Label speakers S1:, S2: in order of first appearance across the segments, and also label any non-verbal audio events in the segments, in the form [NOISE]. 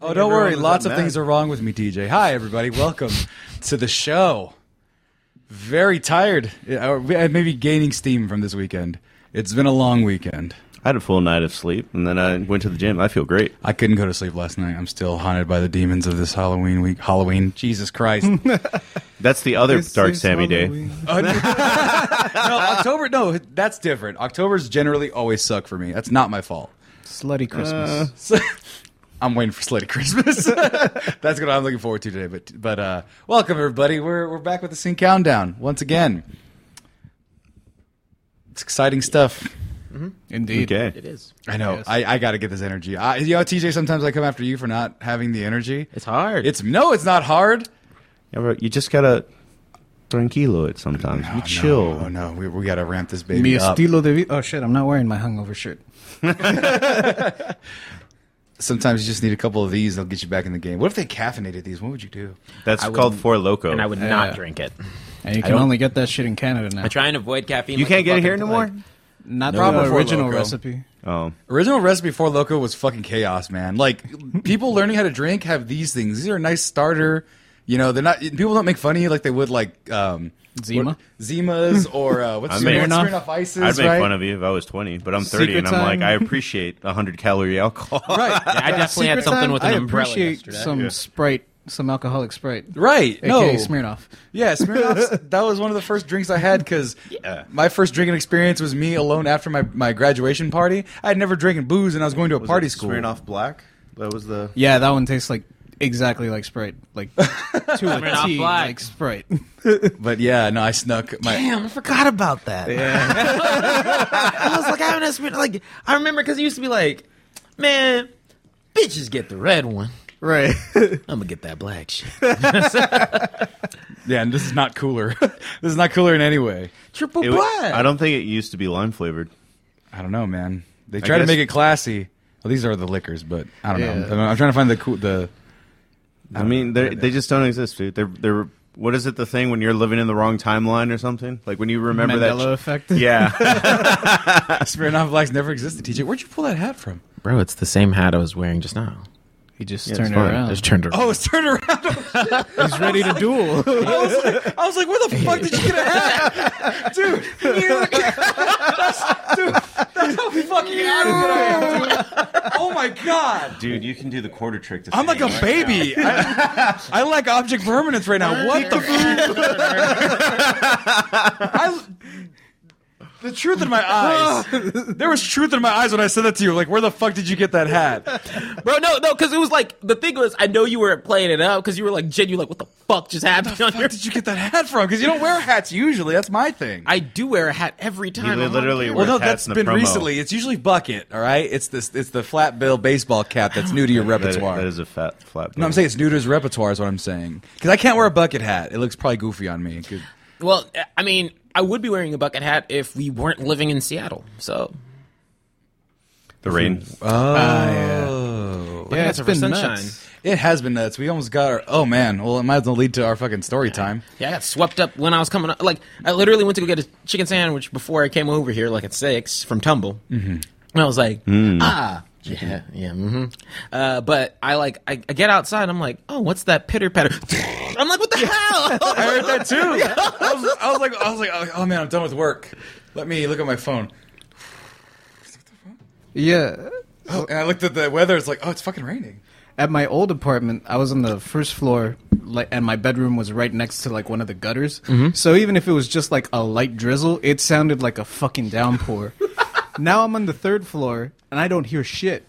S1: Oh, don't worry. Lots of things are wrong with me, DJ. Hi, everybody. Welcome to the show. Very tired. Yeah, or Maybe gaining steam from this weekend. It's been a long weekend.
S2: I had a full night of sleep and then I went to the gym. I feel great.
S1: I couldn't go to sleep last night. I'm still haunted by the demons of this Halloween week. Halloween. Jesus Christ. [LAUGHS] no,
S2: That's the other
S3: This
S2: Dark
S3: is
S2: Sammy day.
S3: Halloween.
S4: Uh,
S1: October. No, that's different. October's generally always suck for me. That's not my fault.
S3: Slutty Christmas.
S1: So- [LAUGHS] I'm waiting for Slutty Christmas. [LAUGHS] That's what I'm looking forward to today. But but uh, welcome everybody. We're we're back with the Scene Countdown once again. It's exciting stuff.
S5: Indeed.
S2: Okay.
S4: It is.
S1: I know.
S5: Yes.
S1: I, I got to get this energy. I, you know, TJ. Sometimes I come after you for not having the energy.
S4: It's hard.
S1: It's no, it's not hard.
S2: Yeah, but You just gotta tranquilo it sometimes. you chill.
S1: Oh no, we, we got to ramp this baby
S3: Mi
S1: up.
S3: estilo de vida. Oh shit! I'm not wearing my hungover shirt.
S1: Sometimes you just need a couple of these. They'll get you back in the game. What if they caffeinated these? What would you do?
S2: That's
S4: I
S2: called
S4: wouldn't-
S2: Four Loco.
S4: and I would
S3: Yeah.
S4: not drink it.
S3: And you can
S4: don't-
S3: only get that shit in Canada now.
S4: I try and avoid caffeine.
S2: you
S4: like a
S2: can't get it
S4: fucking
S2: here no more?
S4: plague.
S3: Not
S1: Proper
S3: the
S1: Four
S3: original
S1: Loko.
S3: recipe.
S2: Oh.
S1: Original recipe for loco was fucking chaos, man. Like people learning how to drink have these things. These are a nice starter. You know, they're not people don't make fun of you like they would like um
S3: Zima?
S1: what- Zimas or uh, what's
S2: I
S1: Smirnoff,
S2: mean-
S1: Smirnoff Ices,
S2: I'd make
S1: right?
S2: fun of you if I was 20, but I'm 30
S3: Secret
S2: and I'm like,
S3: time.
S2: I appreciate 100 calorie alcohol.
S1: Right,
S4: Yeah, I definitely had
S3: Secret
S4: something
S3: time,
S4: with an
S3: I
S4: umbrella
S3: appreciate
S4: yesterday.
S3: some Sprite, some alcoholic Sprite.
S1: right.
S3: AKA
S1: No,
S3: Smirnoff.
S1: Yeah, Smirnoff. that was one of the first drinks I had because
S4: Yeah.
S1: my first drinking experience was me alone after my, my graduation party. I had never drinking booze, and I was going to a party school.
S2: off Black? That was the.
S3: Yeah, that one tastes like exactly like Sprite,
S4: [LAUGHS]
S3: like to a
S4: Smirnoff
S3: T,
S4: Black.
S3: like Sprite. [LAUGHS]
S1: But yeah, no, I snuck my.
S4: Damn, I forgot about that. I was like, I haven't had Smirnoff- like I remember because it used to be like, man, bitches get the red one.
S3: right.
S4: I'm gonna get that black shit.
S1: Yeah, and this is not cooler. [LAUGHS] this is not cooler in any way.
S4: Triple
S2: It
S4: black.
S2: wa- I don't think it used to be lime flavored.
S1: I don't know, man. They try to
S2: guess-
S1: make it classy. Well, these are the liquors, but I don't know.
S3: Yeah.
S1: I'm, I'm trying to find the cool. [LAUGHS] The
S2: I mean, they they just don't exist, dude. They're they're what is it the thing when you're living in the wrong timeline or something? Like when you remember
S3: Mandela
S2: that.
S3: effect.
S2: yeah,
S1: Smirnoff Blacks never existed. TJ, where'd you pull that hat from?
S4: [LAUGHS] Bro, it's the same hat I was wearing just now.
S3: He just
S2: Yeah,
S3: turned
S2: it's
S3: it
S2: fine.
S3: around.
S4: I just turned around.
S1: Oh, it's turned around.
S3: He's ready to
S4: [LAUGHS]
S3: duel.
S1: I was like, I was like, where the fuck did you get a hat, dude? that's, dude, that's how fucking arrogant I am. dude. [LAUGHS] Oh my god.
S2: dude, you can do the quarter trick. To
S1: I'm like a
S2: singing.
S1: [LAUGHS] baby. I, I like object permanence right now. What the? [LAUGHS] I, the truth in my [LAUGHS] eyes. There was truth in my eyes when I said that to you. Like, where the fuck did you get that [LAUGHS] hat?
S4: Bro, no, no, because it was like the thing was I know you were playing it up because you were like genuine, like what the fuck just happened on
S1: Where
S4: your?
S1: did you get that hat from? Because you don't wear hats usually. That's my thing.
S4: I do wear a hat every time. I'm on
S2: literally
S4: camera.
S1: well, no,
S2: wears hats
S1: that's
S2: in the
S1: been
S2: promo.
S1: recently. It's usually bucket. All right, it's this. It's the flat bill baseball cap that's new to your
S2: [LAUGHS] That,
S1: repertoire.
S2: that is a fat flat.
S1: no, I'm saying it's new to his repertoire. Is what I'm saying. Because I can't wear a bucket hat. It looks probably goofy on me. 'Cause-
S4: Well, I mean, I would be wearing a bucket hat if we weren't living in Seattle. So
S2: the rain.
S3: yeah, it's
S4: for
S3: been
S4: sunshine.
S3: nuts.
S1: It has been nuts. We almost got our. Oh man. Well, it might as well lead to our fucking story time.
S4: Yeah, I got swept up when I was coming up. Like, I literally went to go get a chicken sandwich before I came over here, like at six from Tumble. Mm-hmm. And I was like, ah, yeah, yeah, hmm Uh, but I like, I, I get outside. and I'm like, oh, what's that pitter patter? [LAUGHS] I'm like, what the
S1: I
S4: hell?
S1: heard that too.
S4: [LAUGHS]
S1: I was, I was like, I was like, oh, oh man, I'm done with work. Let me look at my phone.
S3: Yeah.
S1: Oh, and I looked at the weather. It's like, oh, it's fucking raining.
S3: At my old apartment, I was on the first floor, like, and my bedroom was right next to like one of the gutters. So even if it was just like a light drizzle, it sounded like a fucking downpour. now I'm on the third floor, and I don't hear shit.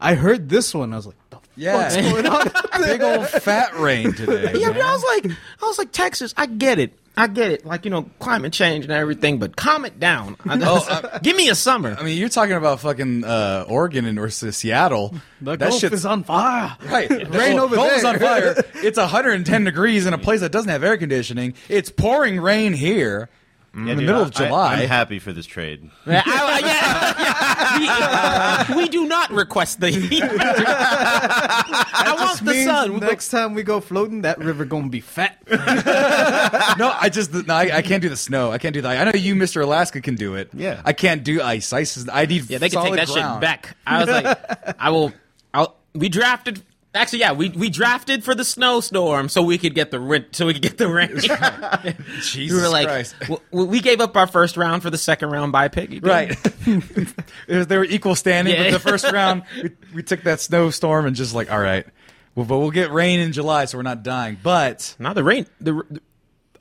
S3: I heard this one. I was like, the
S1: Yeah.
S3: fuck's going on?
S1: Big old fat rain today.
S4: yeah, but
S1: man.
S4: I was like, I was like, Texas, I get it. I get it. Like, you know, climate change and everything, but calm it down. I- uh, give me a summer.
S1: I mean, you're talking about fucking uh, Oregon and or Se- Seattle.
S3: the
S1: that
S3: Gulf
S1: shit's
S3: is on fire.
S1: right.
S3: Rain over
S1: Gulf's
S3: there.
S1: on
S3: [LAUGHS]
S1: fire. It's 110 degrees in a place that doesn't have air conditioning. It's pouring rain here
S3: Mm.
S1: in the middle of July.
S2: I, am happy for this trade.
S4: Yeah, I- yeah, yeah. We, we do not request the heat. I want the
S3: Means
S4: sun.
S3: Next time we go floating, that river gonna be fat.
S1: No, I just no, I, I can't do the snow. I can't do the. I know you, Mister Alaska, can do it.
S2: Yeah.
S1: I can't do ice. Ice is. I need.
S4: yeah, they can
S1: solid
S4: take that
S1: ground.
S4: shit back. I was like, I will. I'll, we drafted Actually, yeah, we, we drafted for the snowstorm so we could get the rent so we could get
S1: [LAUGHS]
S4: the rain.
S1: Jesus
S4: we were like,
S1: Christ.
S4: w- we gave up our first round for the second round by pick. You did. [LAUGHS]
S1: Right. it was, they were equal standing,
S4: Yeah.
S1: but the first round, we, we took that snowstorm and just like, all right, well, but we'll get rain in July, so we're not dying. But
S4: Now the rain. The,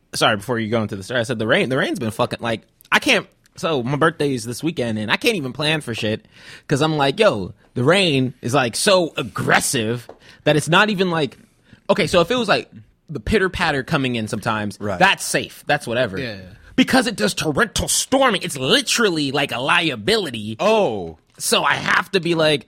S4: the sorry, before you go into the story, I said the rain. The rain's been fucking like I can't. So my birthday's this weekend, and I can't even plan for shit because I'm like, yo, the rain is like so aggressive that it's not even like. Okay, so if it was like the pitter patter coming in sometimes,
S1: Right.
S4: that's safe. That's whatever.
S3: Yeah.
S4: Because it does torrential storming, it's literally like a liability.
S1: oh,
S4: So I have to be like,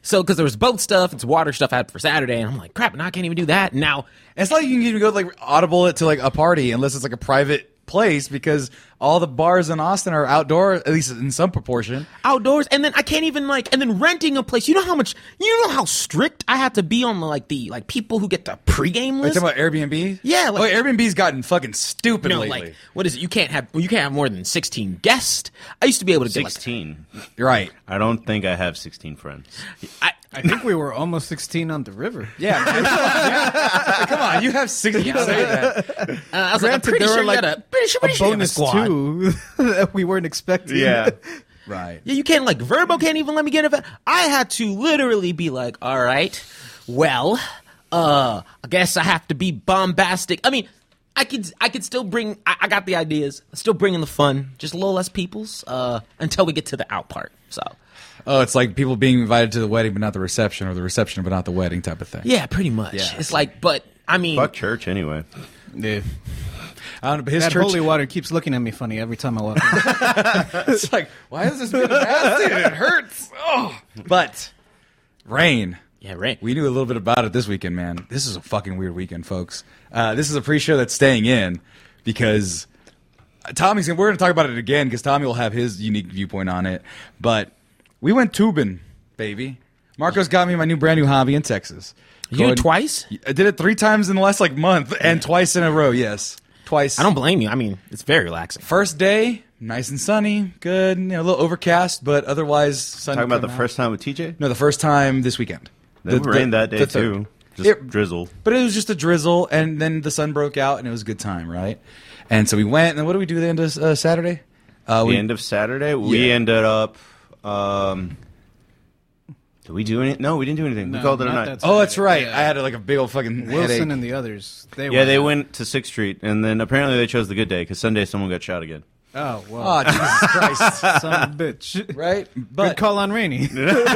S4: so because there was boat stuff, it's water stuff I had for Saturday, and I'm like, crap, now I can't even do that. Now
S1: it's not like you can even go like audible it to like a party unless it's like a private place because all the bars in Austin are outdoor, at least in some proportion.
S4: outdoors and then i can't even like and then renting a place you know how much you know how strict i had to be on the like the like people who get the pregame
S1: Are you
S4: list
S1: talking about Airbnb?
S4: Yeah, like-
S1: oh, Airbnb's gotten fucking stupid
S4: no
S1: lately.
S4: like what is it you can't have you can't have more than 16 guests i used to be able to get like,
S2: Sixteen.
S1: You're right.
S2: I don't think I have
S1: [LAUGHS]
S2: sixteen friends.
S4: I,
S3: I think we were almost 16 on the river.
S1: Yeah. [LAUGHS] Yeah. Come on, you have six. You say that.
S4: I was like i'm
S3: Granted,
S4: pretty
S3: there
S4: sure
S3: were
S4: you
S3: like
S4: had a pretty sure, pretty
S3: a
S4: sure you had
S3: bonus
S4: squad.
S3: too [LAUGHS] that we weren't expecting.
S1: Right.
S4: Yeah, you can't like Verbo can't even let me get it. I had to literally be like, all right, well, uh, I guess I have to be bombastic. I mean, I could I could still bring I, I got the ideas, still bringing the fun, just a little less people's uh, until we get to the out part. So
S1: Oh, it's like people being invited to the wedding but not the reception, or the reception but not the wedding type of thing.
S4: yeah, pretty much.
S1: Yeah.
S4: It's like, but I mean,
S2: Fuck church anyway.
S3: [LAUGHS] Yeah.
S1: I don't know, but his
S3: That
S1: church
S3: holy water keeps looking at me funny every time I walk. in.
S1: [LAUGHS] It's like, why is this being nasty? It hurts. Oh. But rain.
S4: yeah, right.
S1: We knew a little bit about it this weekend, man. This is a fucking weird weekend, folks. Uh, this is a pre-show that's staying in because Tommy's. We're going to talk about it again because Tommy will have his unique viewpoint on it. But we went tubing, baby. Marcos got me my new brand new hobby in Texas.
S4: You did it twice?
S1: I did it three times in the last like month and twice in a row. Yes, twice.
S4: I don't blame you. I mean, it's very relaxing.
S1: First day, nice and sunny, good, you know, a little overcast, but otherwise sunny.
S2: Talking about
S1: came
S2: the
S1: out.
S2: first time with TJ.
S1: No, the first time this weekend.
S2: It rained that day
S1: the third.
S2: too. Just
S1: It-
S2: drizzle.
S1: But it was just a drizzle, and then the sun broke out, and it was a good time, right? And so we went, and then what do we do the end of uh, Saturday? Uh,
S2: the
S1: we,
S2: end of Saturday, we
S1: Yeah.
S2: ended up. Um, did we do any? No, we didn't do anything. we
S3: No,
S2: called it a
S3: not
S2: night.
S3: that
S1: oh, that's right.
S3: Yeah.
S1: I had like a big old fucking
S3: Wilson
S1: headache.
S3: and the others. They
S2: yeah,
S3: were,
S2: they went to Sixth Street, and then apparently they chose the good day because Sunday someone got shot again.
S3: Oh
S1: [LAUGHS]
S3: well,
S1: oh, Jesus Christ.
S3: son of a bitch.
S1: [LAUGHS] Right?
S3: [LAUGHS] Good
S1: But
S3: call
S2: [LAUGHS]
S3: on
S1: [LAUGHS]
S3: Rainey.
S1: good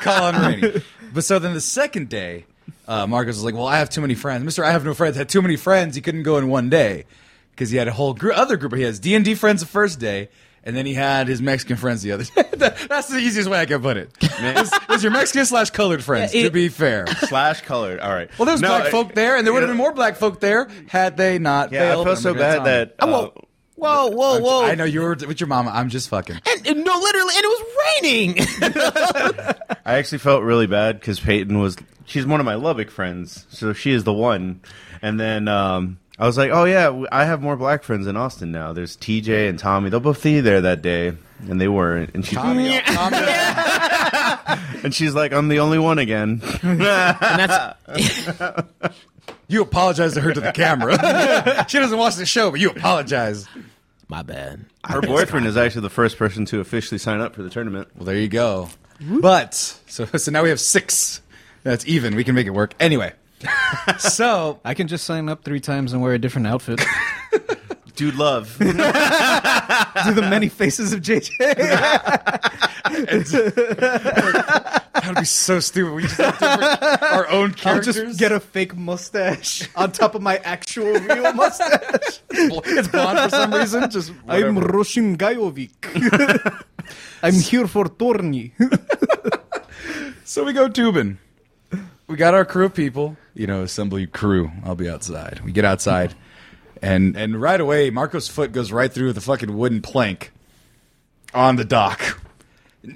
S1: call on Rainey. But so then the second day, uh, Marcus was like, "Well, I have too many friends, Mister. I have no friends. Had too many friends. He couldn't go in one day because he had a whole gr- other group. He has D and D friends the first day." And then he had his Mexican friends the other day. [LAUGHS] That- That's the easiest way I can put it. It's, it's your Mexican slash colored friends,
S4: Yeah,
S1: to
S4: it-
S1: be fair.
S2: Slash colored. All right.
S1: Well, there's
S2: No,
S1: black
S2: I-
S1: folk there, and there would have
S2: yeah.
S1: been more black folk there had they not.
S2: Yeah, I
S1: failed
S2: felt
S1: on
S2: so
S1: the Grand Slam.
S2: bad that. uh,
S4: I
S3: Oh,
S4: won't- whoa, whoa, whoa!
S1: I know you were with your mama. I'm just fucking.
S4: And, and no, literally, and it was raining.
S2: I actually felt really bad because Peyton was she's one of my Lubbock friends, so she is the one. And then um, I was like, oh yeah, w- I have more black friends in Austin now. There's TJ and Tommy. They'll both be there that day, and they weren't. And she's
S1: Tommy,
S4: [LAUGHS]
S1: Tommy,
S2: [LAUGHS] and she's like, I'm the only one
S3: [LAUGHS]
S2: again.
S4: and that's
S1: you apologize to her to the camera. [LAUGHS] she doesn't watch the show, but you apologize.
S4: [LAUGHS] my bad.
S2: Her boyfriend is actually the first person to officially sign up for the tournament.
S1: Well, there you go. But so [LAUGHS] so now we have six. That's even. We can make it work. Anyway, [LAUGHS] so
S3: I can just sign up three times and wear a different outfit. [LAUGHS]
S2: Dude, [LAUGHS] love.
S3: Do the
S2: [LAUGHS]
S3: many faces of JJ.
S1: that would be so stupid. We just have different, our [LAUGHS] own
S3: [LAUGHS] I'll
S1: characters.
S3: just get a fake mustache on top of my actual
S1: [LAUGHS]
S3: real mustache.
S1: it's blonde for some reason. [LAUGHS] Just
S3: I'm
S1: whatever.
S3: Roshin Gajovic. [LAUGHS] I'm here for Torni.
S1: So we go tubing. We got our crew of people, you know, assembly crew. I'll be outside. We get outside, and and right away, Marco's foot goes right through the fucking wooden plank on the dock.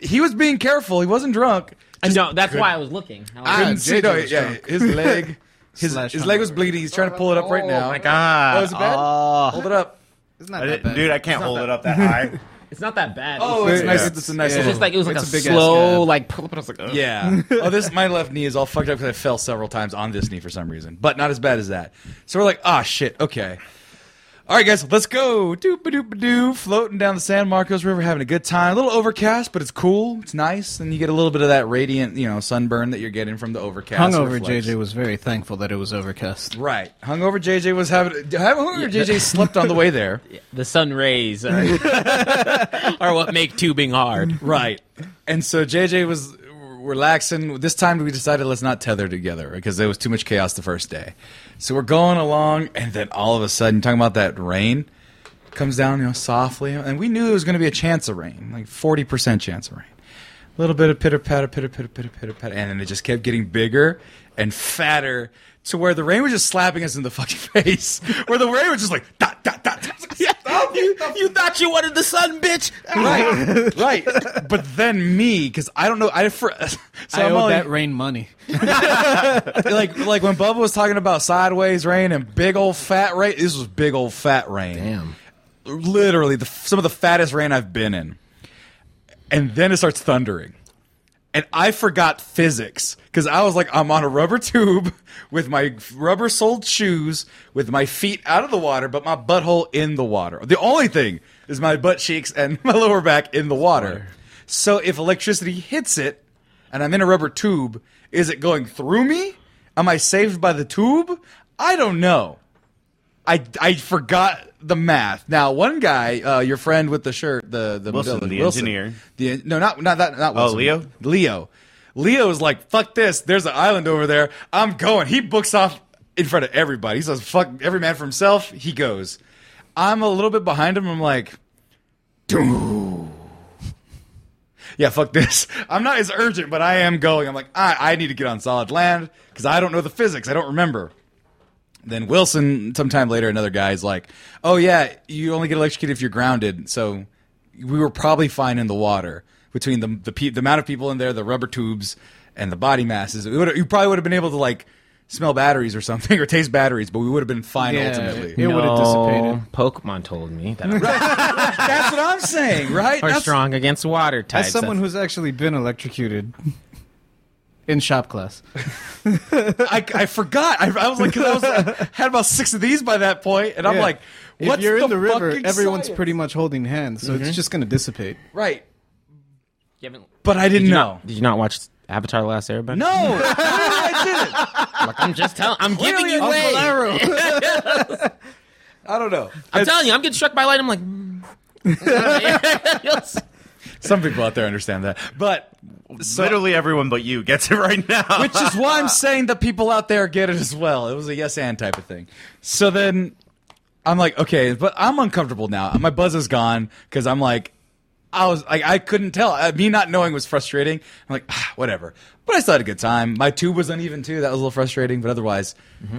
S1: He was being careful. He wasn't drunk.
S4: No, that's why I was looking. I was
S1: I
S4: like,
S1: couldn't
S3: Ah,
S1: see.
S3: JJ
S1: No,
S3: was
S1: yeah,
S3: drunk.
S1: his leg. His,
S3: Slash
S1: his leg was
S3: hungover.
S1: bleeding. He's trying to pull it up right now.
S4: my God.
S1: Oh, is it bad?
S2: Ah.
S1: Hold it up.
S3: [LAUGHS] It's not
S2: I
S3: that
S2: didn't-
S3: bad. [LAUGHS]
S2: dude, I can't hold it up that high.
S4: It's not that bad.
S1: Oh,
S4: it's,
S1: it's
S3: Yeah.
S1: nice. It's a nice.
S3: Yeah.
S1: little-
S4: just [LAUGHS] like it was like
S3: It's
S4: a,
S3: a big-ass
S4: slow
S3: cab.
S4: like pull up, and I was like, Ugh.
S1: Yeah. [LAUGHS] Oh, this my left knee is all fucked up because I fell several times on this knee for some reason, but not as bad as that. So we're like, ah, shit, okay. All right, guys, let's go. Doop doop doo, floating down the San Marcos River, having a good time. A little overcast, but it's cool. It's nice, and you get a little bit of that radiant, you know, sunburn that you're getting from the overcast.
S3: Hungover
S1: reflects.
S3: JJ was very thankful that it was overcast.
S1: Right, hungover JJ was having. Hungover JJ slept on the way there.
S4: The sun rays are, are what make tubing hard.
S1: Right. And so JJ was relaxing. This time we decided let's not tether together because there was too much chaos the first day. So we're going along, and then all of a sudden, talking about that rain comes down, you know, softly, and we knew it was going to be a chance of rain, like forty percent chance of rain. A little bit of pitter patter, pitter patter, pitter patter, patter, and then it just kept getting bigger and fatter to where the rain was just slapping us in the fucking [LAUGHS] face. Where the rain was just like dot dot dot. dot. Stop,
S4: you, you thought you wanted the sun, bitch.
S1: right, right. But then me, because I don't know. I for, [LAUGHS] so
S3: I
S1: I'm
S3: owed
S1: all
S3: that rain money.
S1: [LAUGHS] like like when Bubba was talking about sideways rain and big old fat rain. This was big old fat rain.
S4: Damn.
S1: literally the, some of the fattest rain I've been in. And then it starts thundering. And I forgot physics because I was like, I'm on a rubber tube [LAUGHS] with my rubber soled shoes, with my feet out of the water, but my butthole in the water. The only thing is my butt cheeks and [LAUGHS] my lower back in the water. So if electricity hits it and I'm in a rubber tube, is it going through me? Am I saved by the tube? I don't know. I, I forgot the math. Now one guy, uh, your friend with the shirt, the the
S2: Wilson,
S1: Modelo-
S2: the engineer.
S1: the no, not not that not Wilson.
S2: Leo?
S1: Leo, Leo is like fuck this. There's an island over there. I'm going. He books off in front of everybody. He says fuck every man for himself. He goes. I'm a little bit behind him. I'm like, dude. [LAUGHS] Yeah, fuck this. I'm not as urgent, but I am going. I'm like, I, I need to get on solid land because I don't know the physics. I don't remember. Then Wilson, sometime later, another guy is like, "Oh yeah, you only get electrocuted if you're grounded." So we were probably fine in the water between the the, pe- the amount of people in there, the rubber tubes, and the body masses. We would've- you probably would have been able to like smell batteries or something [LAUGHS] or taste batteries, but we would have been fine
S3: Yeah.
S1: ultimately.
S3: It would've dissipated.
S4: Pokemon told me that rocks
S1: That's what I'm saying, right?
S4: are
S1: That's-
S4: strong against water types.
S3: As someone who's actually been electrocuted [LAUGHS] in shop class,
S1: I, I forgot. I, I was like, because I was had about six of these by that point, and I'm
S3: Yeah.
S1: like, what's
S3: if you're in the river,
S1: fucking
S3: everyone's
S1: science?
S3: pretty much holding hands, so it's just going to dissipate.
S1: right.
S4: You haven't-
S1: But I didn't
S4: did you
S1: know.
S4: not- Did you not watch Avatar: The Last Airbender?
S1: No,
S3: [LAUGHS]
S1: I didn't.
S4: Like, I'm just telling. I'm giving you
S1: Clearly,
S4: away.
S1: Uncle
S4: I'm [LAUGHS]
S1: [LAUGHS] I don't know.
S4: telling you. I'm getting struck by light. I'm like. [LAUGHS] mm.
S1: Some people out there understand that, but
S2: Literally everyone but you gets it [LAUGHS] right now.
S1: which is why I'm saying that people out there get it as well. It was a yes and type of thing. So then I'm like, okay, but I'm uncomfortable now. My buzz is gone because I'm like, I was like, I couldn't tell. Uh, me not knowing was frustrating. I'm like, ah, whatever. But I still had a good time. My tube was uneven too. That was a little frustrating, but otherwise,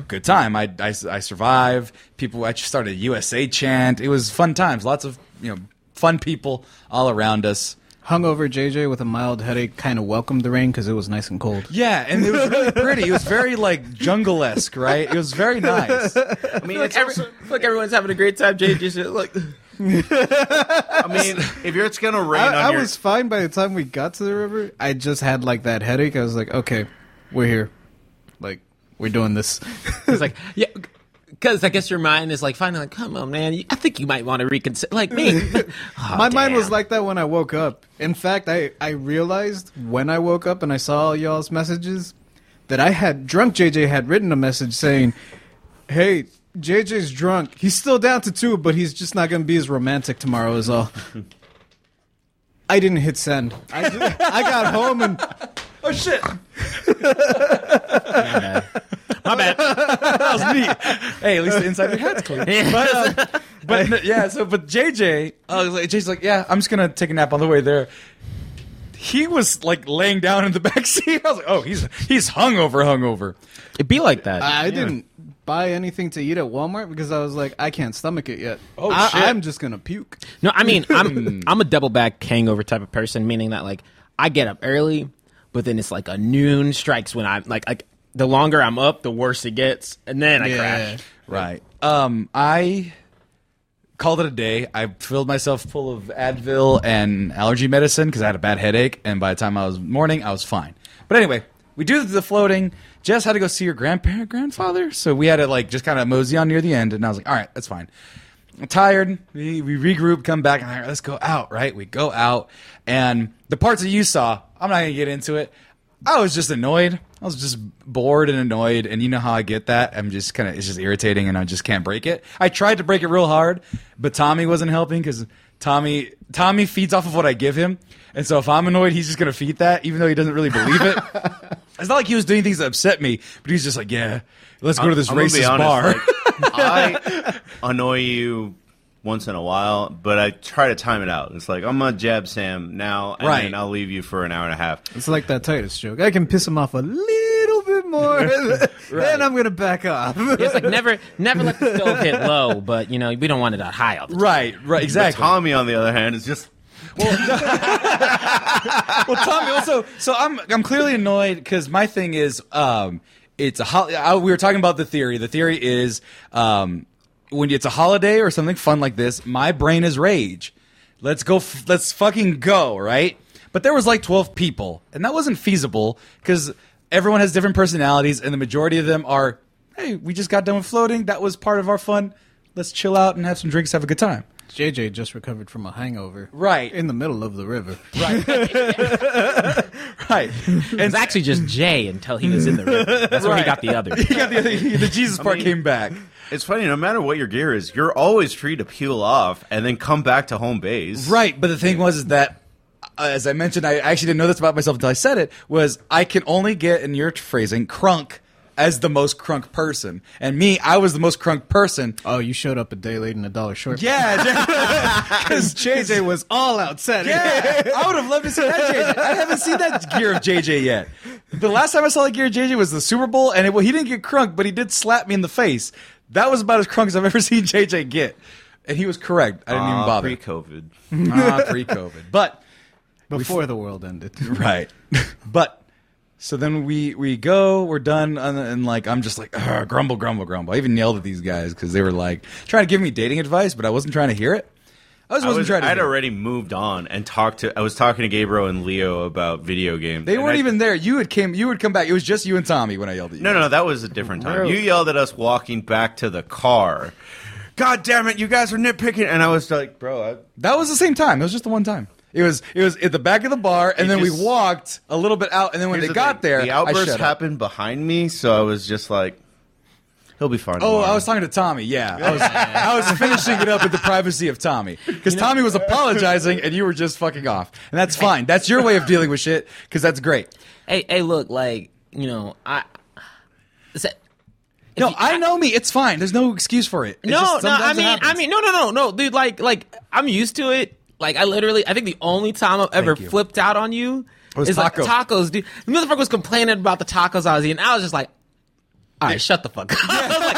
S1: good time. I, I, I survived. People, I just started a USA chant. It was fun times. Lots of, you know, fun people all around us.
S3: Hungover JJ with a mild headache kind of welcomed the rain because it was nice and cold.
S1: Yeah, and it was [LAUGHS] really pretty. It was very like jungle esque, right? It was very nice.
S2: I mean,
S4: like, every, like everyone's having a great time. Jay just like
S2: I mean, if you're, it's gonna rain on
S3: I, I
S2: your,
S3: was fine by the time we got to the river. I just had like that headache. I was like, okay, we're here. Like, we're doing this. [LAUGHS]
S4: It's like, yeah, because I guess your mind is like, finally, like, come on, man. You- I think you might want to reconsider. Like
S3: [LAUGHS]
S4: me,
S1: Oh,
S4: Aw,
S3: My mind was
S4: damn.
S3: like that when I woke up. In fact, I, I realized when I woke up and I saw y'all's messages that I had drunk JJ had written a message saying, Hey, JJ's drunk. He's still down to two, but he's just not going to be as romantic tomorrow, is
S1: [LAUGHS]
S3: all. I didn't hit send. I, I
S1: [LAUGHS]
S3: got home and
S1: [LAUGHS] oh shit,
S4: my bad.
S1: that was neat. Hey, at least the inside of your head's clean. But, [LAUGHS] um, but n- yeah, so but JJ, I was like, JJ's like, yeah, I'm just gonna take a nap on the way there. He was like laying down in the [LAUGHS] back seat. I was like, oh, he's he's hungover, hungover.
S4: It'd be like that.
S3: I didn't buy anything to eat at Walmart because I was like, I can't stomach it yet.
S1: Oh,
S3: I,
S1: shit.
S3: I'm just going to puke.
S4: No, I mean
S3: [LAUGHS]
S4: I'm I'm a double back hangover type of person, meaning that like I get up early, but then it's like a noon strikes when I'm like like the longer I'm up, the worse it gets, and then I
S3: Yeah.
S4: crash.
S1: Right. Um, I called it a day. I filled myself full of Advil and allergy medicine because I had a bad headache. And by the time I was morning, I was fine. But anyway, we do the floating. Jess had to go see her grandparent, grandfather. So we had to like just kind of mosey on near the end. And I was like, all right, that's fine. I'm tired. We, we regroup, come back, and I'm like, let's go out, right? We go out. And the parts that you saw, I'm not going to get into it. I was just annoyed. I was just bored and annoyed, and you know how I get that. I'm just kind of it's just irritating, and I just can't break it. I tried to break it real hard, but Tommy wasn't helping because Tommy Tommy feeds off of what I give him, and so if I'm annoyed, he's just gonna feed that, even though he doesn't really believe
S2: [LAUGHS]
S1: it. it's not like he was doing things that upset me, but he's just like, yeah, let's go to this
S2: I'm gonna be
S1: racist bar.
S2: honest, like, I annoy you once in a while, but I try to time it out. It's like I'm gonna jab Sam now, and
S1: Right.
S2: then I'll leave you for an hour and a half.
S3: It's like that Titus joke. I can piss him off a little bit more, then I'm gonna back off.
S4: It's like never, never let the stove hit low, but you know we don't want it out high all the
S1: [LAUGHS]
S4: time.
S1: right,
S2: [LAUGHS]
S1: right, exactly.
S2: Tommy, on the other hand, is just
S1: well, Tommy. Also, so I'm I'm clearly annoyed because my thing is, um, it's a hol- I, we were talking about the theory. The theory is, um, when it's a holiday or something fun like this, my brain is rage. Let's go. F- let's fucking go. Right. But there was like 12 people, and that wasn't feasible because everyone has different personalities, and the majority of them are, hey, we just got done with floating. That was part of our fun. Let's chill out and have some drinks, have a good time.
S3: JJ just recovered from a hangover,
S1: Right.
S3: in the middle of the river.
S1: [LAUGHS] Right.
S4: It was actually just Jay until he was in the river. That's when he
S1: Right.
S4: got the other.
S1: [LAUGHS] He got the, the Jesus part
S2: mean-
S1: came back.
S2: It's funny, no matter what your gear is, you're always free to peel off and then come back to home base.
S1: Right, but the thing was is that, uh, as I mentioned, I actually didn't know this about myself until I said it. Was I can only get in your phrasing crunk as the most crunk person, and me, I was the most crunk person.
S3: Oh, you showed up a day late and a dollar
S1: [LAUGHS]
S3: short.
S1: Yeah, [LAUGHS] because JJ
S3: JJ was all outside.
S1: Yeah, I would have loved to see that JJ. I haven't seen that gear of JJ yet. The last time I saw that gear of JJ was the Super Bowl, and it, well, he didn't get crunk, but he did slap me in the face. That was about as crunk as I've ever [LAUGHS] seen JJ get, and he was correct. I didn't even
S2: Uh,
S1: bother.
S2: Pre-COVID.
S1: Ah, pre-COVID, but
S3: before the world ended.
S1: right but so then we we go we're done and, and like i'm just like "Ugh, grumble grumble grumble i even yelled at these guys because they were like trying to give me dating advice but i wasn't trying to hear it i just
S2: I
S1: wasn't
S2: was,
S1: trying to
S2: I'd
S1: hear it.
S2: already moved on and talked to. I was talking to Gabriel and Leo about video games.
S1: they
S2: and
S1: weren't
S2: I-
S1: even there you had came you would come back it was just you and tommy when i yelled at you
S2: No, no, that was a different time.
S3: Really?
S2: You yelled at us walking back to the car. God damn it! You guys are nitpicking, and I was like, "Bro, I,
S1: that was the same time it was just the one time it was it was at the back of the bar and
S2: It
S1: then
S2: just-
S1: we walked a little bit out and then when
S2: here's
S1: they
S2: the
S1: got
S2: thing.
S1: there
S2: the
S1: I
S2: outburst
S1: shut up.
S2: happened behind me, so I was just like, "He'll be fine."
S1: Oh,
S2: tomorrow."
S1: I was talking to Tommy. Yeah, I was, I was finishing it up at the privacy of Tommy because Tommy was apologizing and you were just fucking off, and that's fine. That's your way of dealing with shit because that's great.
S4: hey, hey, look, like you know, I. Sa-
S1: No,
S4: you-
S1: I know me. It's fine. There's no excuse for it. It's
S4: no,
S1: just
S4: no, I
S1: sometimes it
S4: mean, I
S1: happens.
S4: mean, no, no, no, no, dude. Like, like I'm used to it. Like, I literally, I think the only time I've ever
S1: you.
S4: flipped out on you
S1: was
S4: is
S1: taco.
S4: like tacos, dude. The motherfucker was complaining about the tacos I was eating. I was just like, all right, shut the fuck up. [LAUGHS] I was like,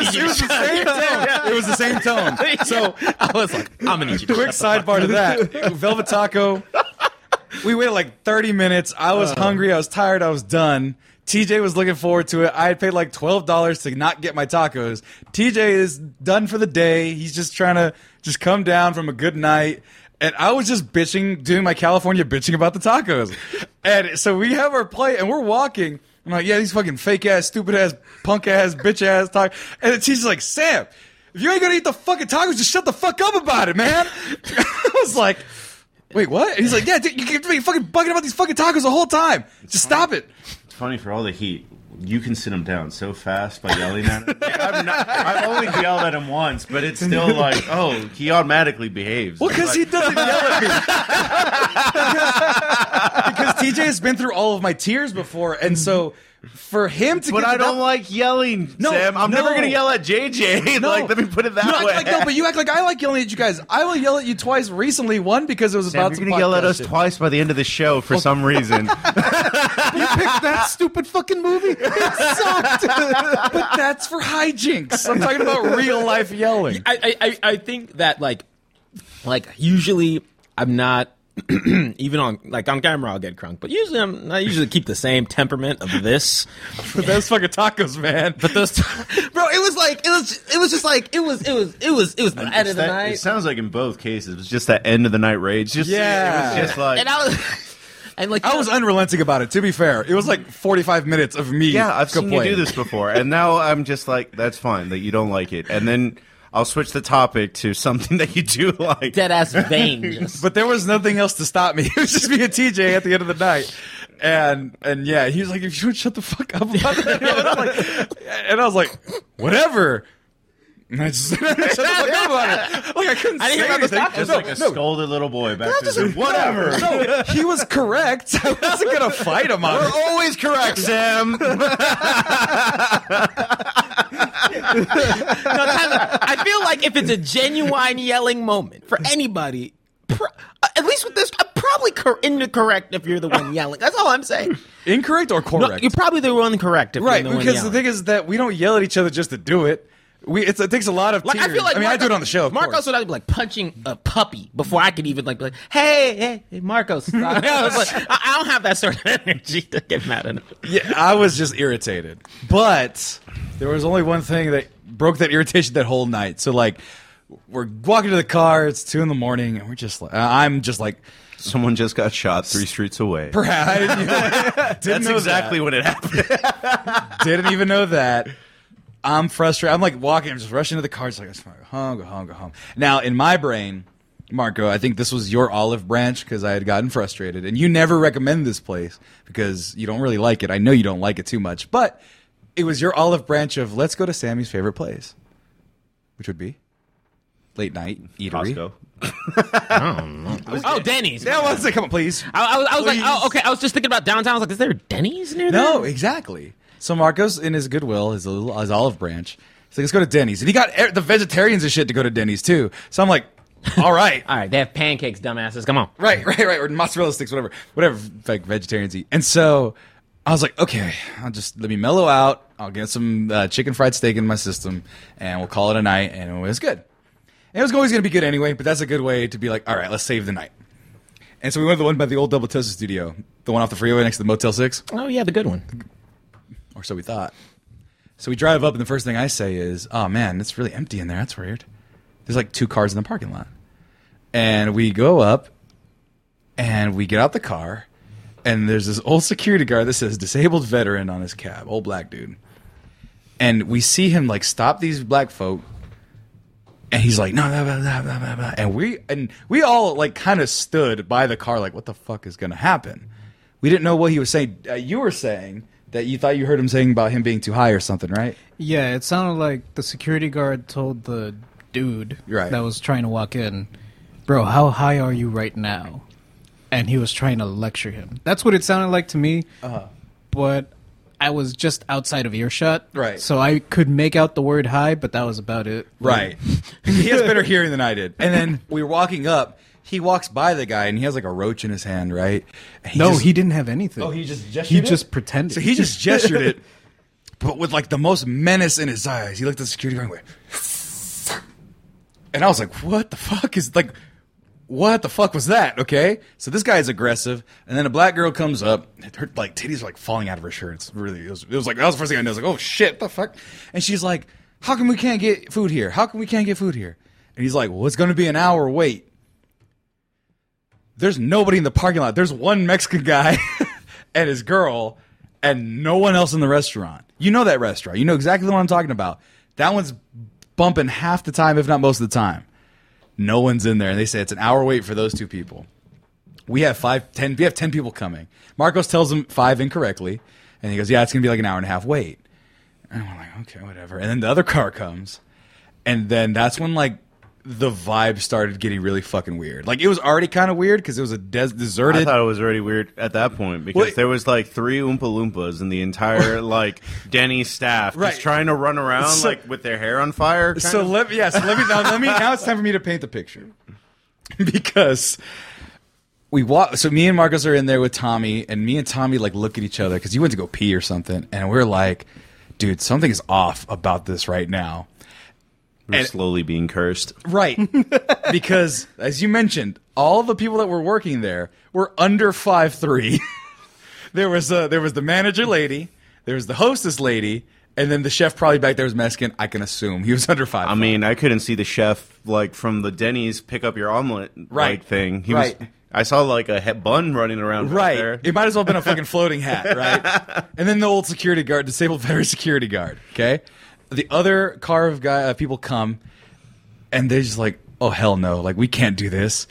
S1: [LAUGHS] It
S4: gonna
S1: was, it
S4: need you to
S1: was the
S4: shut
S1: [LAUGHS] same tone. It was the same tone.
S4: [LAUGHS]
S1: So
S4: I was like, I'm gonna need you to
S1: quick
S4: shut the
S1: sidebar
S4: fuck up.
S1: to
S4: [LAUGHS]
S1: that velvet taco we waited like 30 minutes i was hungry i was tired i was done tj was looking forward to it i had paid like $12 to not get my tacos tj is done for the day he's just trying to just come down from a good night and I was just bitching, doing my California bitching about the tacos. And so we have our plate and we're walking. I'm like, yeah, these fucking fake ass, stupid ass, punk ass, bitch ass tacos. And then she's like, Sam, if you ain't gonna eat the fucking tacos, just shut the fuck up about it, man. [LAUGHS] I was like, wait, what? And he's like, yeah, dude, you keep me fucking bugging about these fucking tacos the whole time. Just stop it.
S2: It's funny for all the heat. You can sit him down so fast by yelling at [LAUGHS] him. Like, I've, not, I've only yelled at him once, but it's still like, oh, he automatically behaves.
S1: Well, because
S2: Like,
S1: he doesn't yell at me. [LAUGHS] because, because TJ has been through all of my tears before, and so for him to
S2: But
S1: get
S2: I
S1: to
S2: don't
S1: that-
S2: like yelling,
S1: No,
S2: Sam. I'm never
S1: no.
S2: gonna yell at JJ. [LAUGHS] like, let me put it that
S1: you
S2: way.
S1: Act like, no, but you act like I like yelling at you guys. I will yell at you twice recently. One because it was
S2: Sam,
S1: about
S2: you're
S1: some
S2: gonna yell at
S1: podcast
S2: us
S1: shit.
S2: twice by the end of the show for some reason.
S3: You picked
S1: Ah.
S3: that stupid fucking movie. It sucked.
S1: [LAUGHS] But that's for hijinks. I'm talking about real life yelling.
S4: I, I, I I think that like like usually I'm not [CLEARS THROAT] even on like on camera, I'll get crunk. But usually, I'm I usually keep the same temperament of this.
S1: But those fucking tacos, man.
S4: But those, [LAUGHS] bro, it was like it was it was just like it was it was it was it was the end
S2: It's
S4: of the
S2: that-
S4: night.
S2: It sounds like in both cases, it's just that end of the night rage. Just,
S1: Yeah.
S2: It was just like,
S4: and I was and like
S1: I was unrelenting about it. To be fair, it was like 45 minutes of me.
S2: yeah, I've seen you
S1: complaining.
S2: do this before. And now I'm just like, that's fine that you don't like it. And then I'll switch the topic to something that you do like.
S4: dead [LAUGHS] ass vein. Just.
S1: But there was nothing else to stop me. [LAUGHS] It was just me and TJ at the end of the night. And and yeah, he was like, if you would shut the fuck up about that. [LAUGHS] And I was like, and I was like whatever. And I just [LAUGHS] shut the fuck up about it. Like I couldn't
S4: didn't hear
S1: say
S4: about
S1: anything.
S4: the tacos.
S2: Just
S1: No,
S2: like a
S1: no,
S2: scolded little boy back to
S1: just-
S2: his- whatever.
S1: No, he was correct. [LAUGHS] I wasn't gonna fight him on
S2: We're
S1: it.
S2: always correct, Sam.
S4: No, Tyler, I feel like if it's a genuine yelling moment for anybody, pro- uh, at least with this, I'm probably cor- incorrect if you're the one yelling. That's all I'm saying.
S1: Incorrect or
S4: No,
S1: correct?
S4: you're probably the one correct if
S1: right,
S4: you're the one
S1: because the
S4: yelling.
S1: thing is that we don't yell at each other just to do it. We it's, it takes a lot of
S4: like I
S1: tears.
S4: feel like
S1: I mean I
S4: Marcos-
S1: do it on the show. of
S4: Marcos
S1: course.
S4: would have been like punching a puppy before I could even like, be like hey, hey, hey, Marcos. [LAUGHS] stop." I, was like, I, I don't have that sort of [LAUGHS] energy to get mad at him.
S1: Yeah, I was just irritated. But there was only one thing that broke that irritation that whole night. So like, we're walking to the car. It's two in the morning, and we're just like, I'm just like,
S2: [LAUGHS]
S1: [LAUGHS]
S2: Someone just got shot three streets away.
S1: perhaps I didn't, didn't
S2: That's
S1: know
S2: exactly what it happened.
S1: That. Didn't even know that. I'm frustrated. I'm like walking. I'm just rushing to the car. It's like, it's fine. Go home, go home, go home. Now in my brain. Marco, I think this was your olive branch because I had gotten frustrated, and you never recommend this place because you don't really like it. I know you don't like it too much, but it was your olive branch of let's go to Sammy's favorite place, which would be late night E eatery.
S2: Costco.
S4: Oh, Denny's.
S1: That was it. Come on, please.
S4: I, I was, I was like,
S1: Please.
S4: oh, okay. I was just thinking about downtown. I was like, is there a Denny's near there?
S1: No, exactly. So Marcos, in his goodwill, his little his olive branch, he's like, let's go to Denny's, and he got e- the vegetarians and shit to go to Denny's too. So I'm like, all right,
S4: All right, they have pancakes, dumbasses. Come on.
S1: [LAUGHS] right, right, right, or mozzarella sticks, whatever, whatever like vegetarians eat. And so I was like, okay, I'll just let me mellow out. I'll get some uh, chicken fried steak in my system, and we'll call it a night. And it was good. And it was always going to be good anyway, but that's a good way to be like, all right, let's save the night. And so we went to the one by the old Double Toasted Studio, the one off the freeway next to the Motel Six,
S4: Oh yeah, the good one.
S1: or so we thought. So we drive up, and the first thing I say is, "Oh man, it's really empty in there. That's weird. There's like two cars in the parking lot." And we go up, and we get out the car, and there's this old security guard that says "disabled veteran" on his cab, old black dude. And we see him like stop these black folk, and he's like, "No, blah, blah, blah, blah, blah, blah." and we and we all like kind of stood by the car, like, "What the fuck is gonna happen?" We didn't know what he was saying. Uh, you were saying that you thought you heard him saying about him being too high or something, right?
S3: Yeah, it sounded like the security guard told the dude
S1: Right.
S3: that was trying to walk in, "Bro, how high are you right now?" And he was trying to lecture him. That's what it sounded like to me. Uh-huh. But I was just outside of earshot,
S1: Right.
S3: So I could make out the word "high," but that was about it.
S1: Right. [LAUGHS] he has better hearing than I did. And then we were walking up. He walks by the guy and he has like a roach in his hand, right? And
S3: No,
S1: just-
S3: he didn't have anything.
S1: Oh, he just gestured.
S3: he
S1: it?
S3: just pretended.
S1: So he just
S3: [LAUGHS]
S1: gestured it, but with like the most menace in his eyes. He looked at the security guard and went, and I was like, "What the fuck is like?" What the fuck was that? Okay, so this guy is aggressive, and then a black girl comes up. Her like titties are like falling out of her shirt. It's really it was, it was like that was the first thing I noticed. Like, oh shit, the fuck! And she's like, "How come we can't get food here? How come we can't get food here?" And he's like, "Well, it's going to be an hour wait." there's nobody in the parking lot. There's one Mexican guy [LAUGHS] and his girl, and no one else in the restaurant. You know that restaurant. You know exactly what I'm talking about. That one's bumping half the time, if not most of the time. No one's in there, and they say it's an hour wait for those two people. We have five, ten. We have ten people coming. Marcos tells him five incorrectly, and he goes, "Yeah, it's gonna be like an hour and a half wait." And we're like, "Okay, whatever." And then the other car comes, and then that's when like the vibe started getting really fucking weird. Like it was already kind of weird because it was a des-
S2: I
S1: deserted.
S2: thought it was already weird at that point because
S1: Wait.
S2: there was like three Oompa Loompas in the
S1: [LAUGHS]
S2: entire like Denny staff
S1: Right.
S2: just trying to run around
S1: So-
S2: like with their hair on fire. kind
S1: so
S2: of.
S1: let me, yeah, so let me now, let me now it's time for me to paint the picture [LAUGHS] because we walk. So me and Marcus are in there with Tommy, and me and Tommy like look at each other because you went to go pee or something, and we're like, dude, something is off about this right now.
S2: We're slowly being cursed.
S1: Right. [LAUGHS] because as you mentioned, all the people that were working there were under five three. [LAUGHS] there was uh there was the manager lady, there was the hostess lady, and then the chef probably back there was Mexican, I can assume. He was under five.
S2: I mean, I couldn't see the chef like from the Denny's pick up your omelet
S1: Right.
S2: like thing. He
S1: Right.
S2: was. I saw like a he- bun running around
S1: Right.
S2: there.
S1: It might as well have been a fucking floating hat, right? and then the old security guard, disabled veteran security guard, okay? The other car of guy uh, people come and they're just like, "Oh hell no. Like we can't do this."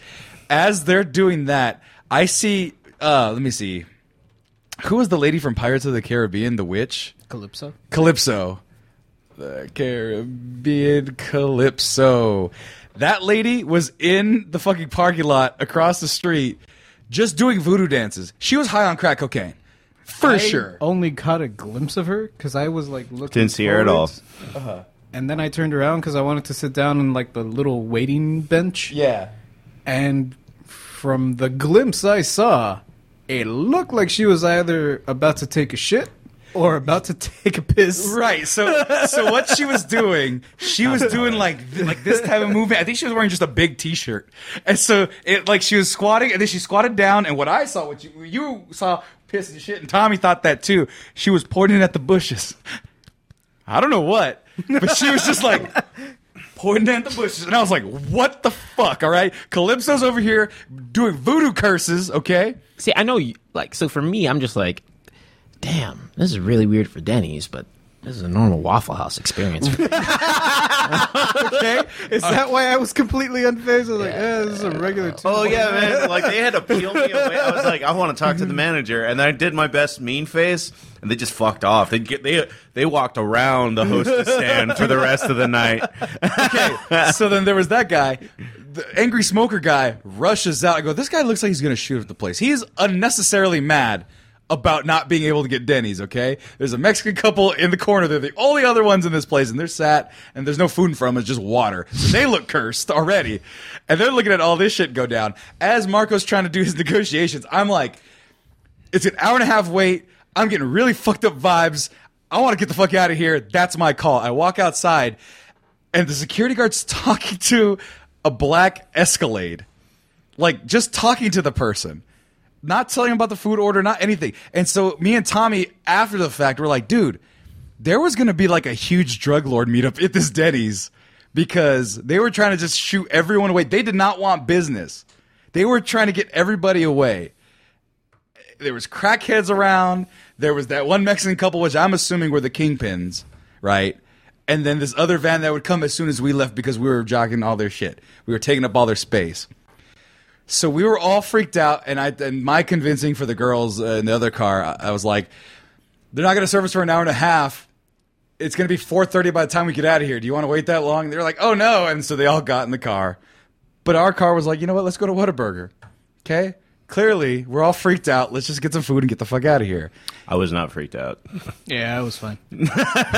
S1: As they're doing that, I see uh let me see. Who was the lady from Pirates of the Caribbean, the witch?
S3: Calypso.
S1: Calypso. The Caribbean Calypso. That lady was in the fucking parking lot across the street just doing voodoo dances. She was high on crack cocaine. For sure.
S3: I Oh, only caught a glimpse of her because I was like looking.
S2: Didn't see her at all.
S3: forwards, And then I turned around because I wanted to sit down on like the little waiting bench.
S1: Yeah.
S3: And from the glimpse I saw, it looked like she was either about to take a shit or about to [LAUGHS] take a piss.
S1: Right. So so what she was doing, she was doing like th- like this type of movement. I think she was wearing just a big t-shirt. And so it like she was squatting and then she squatted down and what I saw what you you saw piss and shit and Tommy thought that too. She was pointing at the bushes. I don't know what, but she was just like pointing at the bushes and I was like, "What the fuck?" All right? Calypso's over here doing voodoo curses, okay?
S4: See, I know, you, like, so for me, I'm just like, damn, this is really weird for Denny's, but this is a normal Waffle
S1: [LAUGHS]
S4: House experience.
S3: Okay, is that why I was completely unfazed? I was like, eh, this is a regular.
S2: Oh
S3: Tuesday."
S2: yeah, man! Like they had to peel me away. I was like, I want to talk
S1: Mm-hmm.
S2: to the manager, and I did my best mean face, and they just fucked off. They get they they walked around the hostess stand for the rest of the night.
S1: okay, so then there was that guy. The angry smoker guy rushes out. I go, this guy looks like he's going to shoot up the place. He's unnecessarily mad about not being able to get Denny's, okay? There's a Mexican couple in the corner. They're the only other ones in this place, and they're sat, and there's no food in front of them. It's just water. So they look cursed already. And they're looking at all this shit go down. As Marco's trying to do his [LAUGHS] negotiations, I'm like, it's an hour and a half wait. I'm getting really fucked up vibes. I want to get the fuck out of here. That's my call. I walk outside, and the security guard's [LAUGHS] talking to a black Escalade, like just talking to the person, not telling him about the food order, not anything. And so me and Tommy, after the fact, were like, dude, there was going to be like a huge drug lord meetup at this Denny's because they were trying to just shoot everyone away. They did not want business. They were trying to get everybody away there was crackheads around. There was that one Mexican couple, which I'm assuming were the kingpins, right? And then this other van that would come as soon as we left because we were jogging all their shit. We were taking up all their space. So we were all freaked out, and I and my convincing for the girls uh, in the other car, I, I was like, "They're not going to serve us for an hour and a half. It's going to be 4:30 by the time we get out of here. Do you want to wait that long?" They're like, "Oh no!" And so they all got in the car, but our car was like, "You know what? Let's go to Whataburger." Okay. Clearly, we're all freaked out. Let's just get some food and get the fuck out of here.
S2: I was not freaked out.
S3: yeah, I was fine.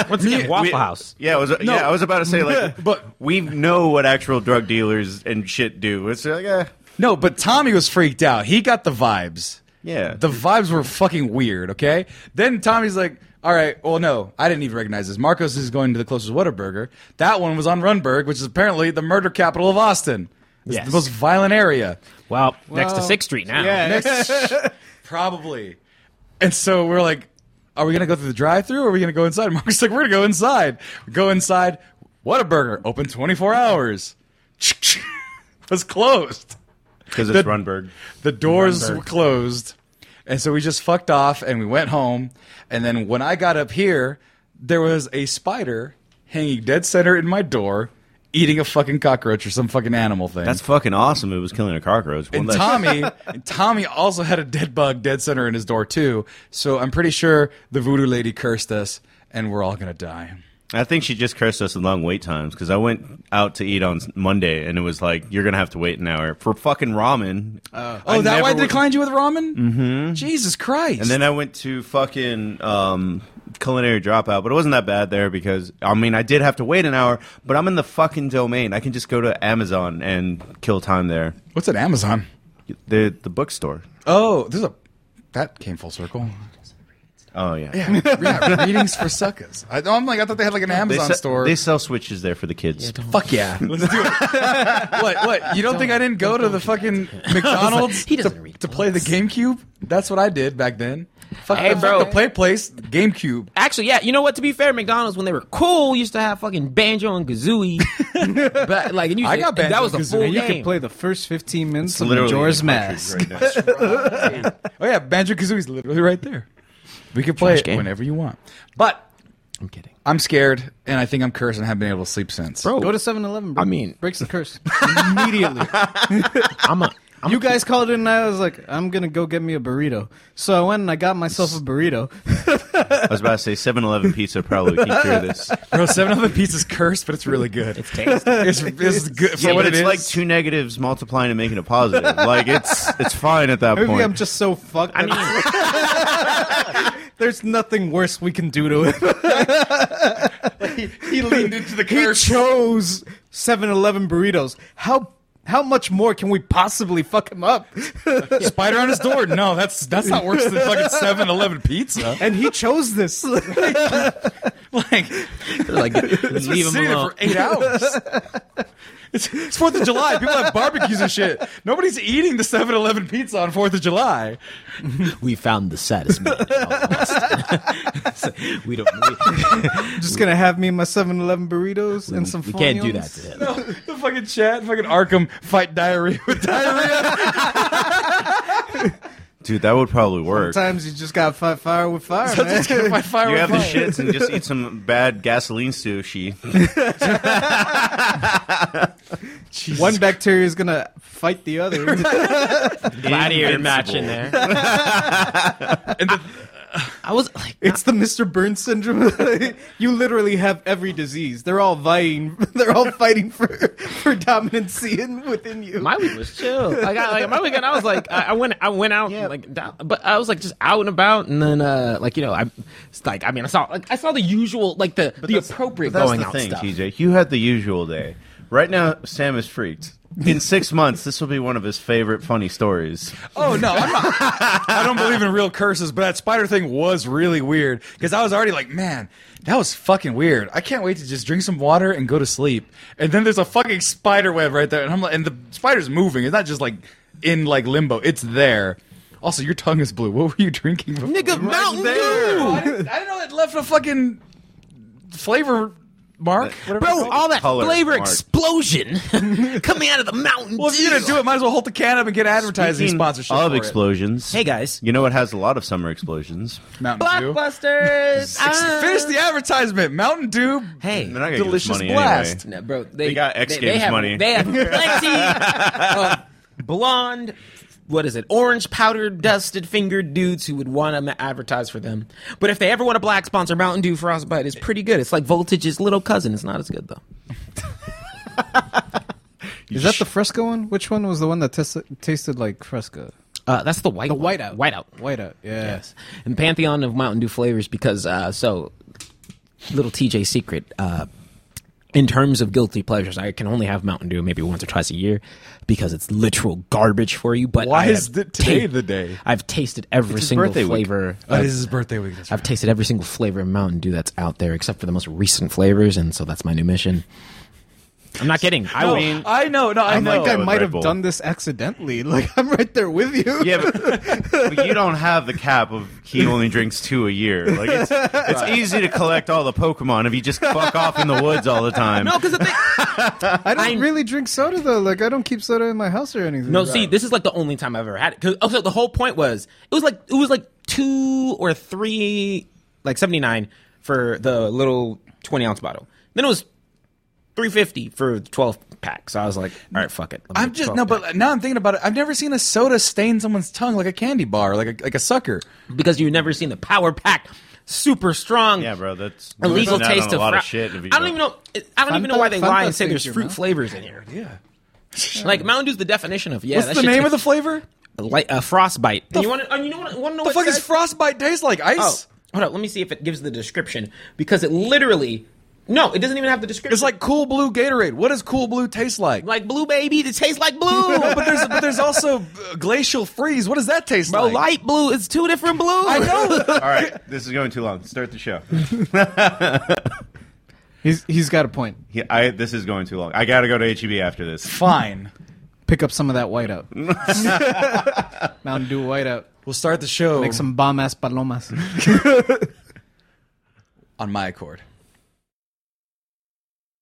S4: What's again, Waffle
S2: We-
S4: House?
S2: Yeah, I was. Yeah, I was about to say
S1: [LAUGHS]
S2: like,
S1: But-
S2: we know what actual drug dealers and shit do. It's like, eh.
S1: No, but Tommy was freaked out. He got the vibes.
S2: Yeah.
S1: The vibes were fucking weird, okay? Then Tommy's like, all right, well, no, I didn't even recognize this. Marcos is going to the closest Whataburger. That one was on Runberg, which is apparently the murder capital of Austin. It's
S4: Yes.
S1: the most violent area.
S4: Well, next to
S3: Well,
S4: Sixth Street now.
S3: yeah. [LAUGHS]
S1: Next, probably. And so we're like, are we gonna go through the drive-through or are we gonna go inside? [LAUGHS] And Mark's like, we're gonna go inside. We go inside. What a burger! Open 24 hours. [LAUGHS] It was closed.
S2: because it's
S1: the-
S2: Runberg.
S1: The doors were closed. And so we just fucked off and we went home. And then when I got up here, there was a spider hanging dead center in my door, eating a fucking cockroach or some fucking animal thing.
S2: That's fucking awesome. It was killing a cockroach. One
S1: And
S2: less-
S1: Tommy, and Tommy also had a dead bug dead center in his door too. So I'm pretty sure the voodoo lady cursed us, and we're all gonna die.
S2: I think she just cursed us in long wait times because I went out to eat on s- Monday and it was like you're gonna have to wait an hour for fucking ramen.
S1: Oh,
S2: I
S1: that why
S2: never
S1: they
S2: would-
S1: declined you with ramen? Mm-hmm. Jesus Christ!
S2: And then I went to fucking um, culinary dropout, but it wasn't that bad there because I mean I did have to wait an hour, but I'm in the fucking domain. I can just go to Amazon and kill time there.
S1: what's at Amazon?
S2: The the bookstore.
S1: Oh, there's a that came full circle.
S2: Oh yeah.
S1: [LAUGHS] yeah, readings for suckers. I, oh, I'm like, I thought they had like an
S2: They,
S1: Amazon
S2: se-
S1: store.
S2: they sell switches there for the kids.
S1: Fuck yeah. Let's do it. [LAUGHS] what? What? You don't, think I didn't go to the fucking McDonald's
S4: He doesn't
S1: to,
S4: read
S1: to play the GameCube? That's what I did back then. Fuck,
S4: Hey,
S1: the- fuck
S4: bro.
S1: the play place, GameCube.
S4: Actually, yeah, you know what? To be fair, McDonald's when they were cool used to have fucking banjo and [LAUGHS] kazooie, but like and you,
S1: I got Banjo
S4: that was
S1: and
S4: a
S1: Kazooie.
S4: full
S3: And you
S4: game.
S3: can play the first 15 minutes of
S2: Literally
S3: Majora's
S2: in the country
S3: Mask.
S2: right now.
S1: Oh yeah, Banjo Kazooie's literally right there. We can play
S4: Trash
S1: it
S4: game.
S1: whenever you want. But
S4: I'm kidding,
S1: I'm scared, and I think I'm cursed, and haven't been able to sleep since.
S4: bro.
S3: Go to 7 Eleven, bro.
S4: I mean-
S3: breaks the
S2: [LAUGHS]
S3: curse immediately.
S4: I'm a
S3: you guys called in, and I was like, I'm going to go get me a burrito. So I went and I got myself a burrito.
S2: I was about to say 7-Eleven pizza probably would keep through this.
S1: Bro, Seven
S4: [LAUGHS]
S1: Eleven Pizza's cursed, but it's really good. It's
S4: tasty.
S1: [LAUGHS] it's, it's good for
S2: Yeah,
S1: what
S2: but it's
S1: it
S2: like
S1: is.
S2: two negatives multiplying and making a positive. Like it's it's fine at that
S3: Maybe
S2: point.
S3: I'm just so fucked. I mean, [LAUGHS] there's nothing worse we can do to it.
S1: [LAUGHS] he leaned into
S4: [LAUGHS]
S1: the
S3: He
S1: curse.
S3: chose 7-Eleven burritos. How how much more can we possibly fuck him up?
S1: Spider on his door. No, that's that's not worse than
S4: [LAUGHS]
S1: fucking Seven Eleven Pizza.
S3: and he chose
S1: [LAUGHS]
S3: this. [LAUGHS]
S1: Like, [LAUGHS]
S4: like leave him
S1: sitting there
S4: alone.
S1: for eight
S4: [LAUGHS]
S1: hours. it's, it's Fourth of July. People have barbecues and shit. Nobody's eating the 7-Eleven pizza on Fourth of July.
S4: [LAUGHS] We found the saddest man. in all of us. [LAUGHS] So, we don't. [LAUGHS] We,
S3: just gonna have me and my 7-Eleven burritos and some.
S4: we can't do that
S3: Funyuns.
S4: to him.
S1: The fucking chat, fucking Arkham fight diarrhea
S2: [LAUGHS]
S1: with diarrhea.
S2: Dude, that would probably work.
S3: Sometimes you just gotta fight fire with
S4: [LAUGHS]
S3: fire,
S1: I'm just gonna
S3: man.
S1: fight fire
S2: You
S1: with
S2: have the
S1: fire.
S2: shits and just eat some bad gasoline sushi.
S3: One bacteria is gonna fight the
S4: [LAUGHS]
S3: other.
S4: Gladiator match in there. [LAUGHS] I was like,
S3: it's the Mr. Burns syndrome. [LAUGHS] you literally have every disease. They're all vying. [LAUGHS] They're all fighting for for dominancy in, within you.
S4: my week was chill. Like, I, like my weekend, I was like, I, I went, I went out, like, down, but I was like just out and about, and then, uh, like, you know, I, it's like, I mean, I saw, like, I saw the usual, like, the the appropriate
S2: But that's
S4: going
S2: the
S4: out
S2: thing,
S4: stuff.
S2: TJ. You had the usual day. Right now, Sam is freaked. In six months, this will be one of his favorite funny stories.
S1: Oh no, I'm not. I don't believe in real curses, but that spider thing was really weird because I was already like, man, that was fucking weird. I can't wait to just drink some water and go to sleep. And then there's a fucking spider web right there, and I'm like, and the spider's moving. It's not just like in like limbo. It's there. Also, your tongue is blue. What were you drinking? Before?
S4: Nigga, Mountain
S1: Oh, I,
S4: Dew,
S1: didn't, I didn't know it left a fucking flavor mark. Whatever it's
S4: bro,
S1: called.
S4: all that
S2: Color
S4: flavor
S2: mark.
S4: explosion [LAUGHS] coming out of the Mountain
S1: Well, if
S4: Dew.
S1: you're gonna do it, might as well hold the can up and get advertising
S2: Speaking
S1: sponsorship
S2: of
S1: for it.
S2: explosions.
S4: Hey guys,
S2: You know it has a lot of summer explosions.
S1: Mountain Dew.
S4: blockbusters. ah.
S1: Finish the advertisement. Mountain Dew.
S4: Hey,
S2: They're not gonna give us
S1: Delicious
S2: money
S1: blast.
S2: anyway.
S4: No, bro, they,
S2: got X
S4: they- they
S2: Games
S4: have-
S2: money. [LAUGHS]
S4: They have plenty of blonde, what is it, orange powder dusted fingered dudes who would want to advertise for them. But if they ever want a black sponsor, Mountain Dew Frostbite is pretty good. It's like Voltage's little cousin. It's not as good though.
S3: Is that the Fresco one? Which one was the one that tes- tasted like Fresco?
S4: Uh, that's the white. The
S3: whiteout.
S4: Whiteout.
S3: Whiteout. Yeah.
S4: Yes. And pantheon of Mountain Dew flavors because uh, so little TJ secret. Uh, in terms of guilty pleasures, I can only have Mountain Dew maybe once or twice a year because it's literal garbage for you. But
S1: Why
S4: I
S1: is
S4: have
S1: th- today
S4: ta-
S1: the day?
S4: I've tasted every
S2: his
S4: single
S2: birthday week.
S3: [LAUGHS]
S4: flavor.
S1: Oh,
S4: of-
S3: uh,
S1: this is his birthday week. That's
S4: I've tasted every single flavor of Mountain Dew that's out there, except for the most recent flavors, and so that's my new mission. I'm not kidding. I
S1: No,
S4: will.
S2: mean-
S1: I know. No, I
S2: I'm
S1: know.
S2: like
S3: I
S2: that with
S3: might
S2: Red
S3: have
S2: Bull.
S3: done this accidentally. [LAUGHS] Like I'm right there with you.
S2: Yeah, but,
S1: [LAUGHS]
S2: but you don't have the cap of he only drinks two a year. Like it's,
S1: [LAUGHS]
S2: it's easy to collect all the Pokemon if you just fuck off in the
S1: [LAUGHS]
S2: woods all the time.
S4: No, because the thing.
S3: [LAUGHS] I don't
S4: I'm-
S3: really drink soda though. Like I don't keep soda in my house or anything.
S4: No, see, this is like the only time I've ever had it. 'Cause- Also, the whole point was it was like it was like two or three, like seventy nine for the little twenty ounce bottle. Then it was three fifty for the twelve pack. So I was like, all right, fuck it. Let me
S1: I'm
S4: get
S1: just
S4: 12
S1: no,
S4: pack.
S1: but now I'm thinking about it. I've never seen a soda stain someone's tongue like a candy bar, like a, like a sucker.
S4: because you've never seen the power pack, super strong.
S2: Yeah, bro, that's
S4: Illegal
S2: missing out
S4: taste
S2: on a
S4: of,
S2: lot of
S4: fra-
S2: shit. If you
S4: I don't even know. I don't even know
S3: Fanta-
S4: why they lie and
S3: Fanta
S4: say there's
S3: stays your
S4: fruit
S3: mouth.
S4: flavors in here.
S1: Yeah.
S4: Like Mountain Dew's the definition of yeah.
S1: What's the name of the flavor?
S4: the like a frostbite? and you want to? You know what? Wanna know
S1: The
S4: what
S1: fuck is
S4: says-
S1: frostbite taste like?
S4: Oh,
S1: Ice.
S4: hold up. Let me see if it gives the description because it literally No, it doesn't even have the description.
S1: It's like cool blue Gatorade. What does cool blue taste like?
S4: like blue baby. It tastes like blue.
S1: No, but there's but there's also uh, glacial freeze. What does that taste
S4: Bro,
S1: like?
S4: light blue. It's two different blues.
S1: I know.
S2: All right, this is going too long. Start the show.
S3: He's he's got a point.
S2: Yeah, I, this is going too long. I got to go to HEB after this.
S1: Fine.
S3: Pick up [LAUGHS] some of that
S1: [LAUGHS]
S3: whiteout. Mountain Dew whiteout.
S1: We'll start the show
S3: Make some bomb ass palomas.
S1: on my accord.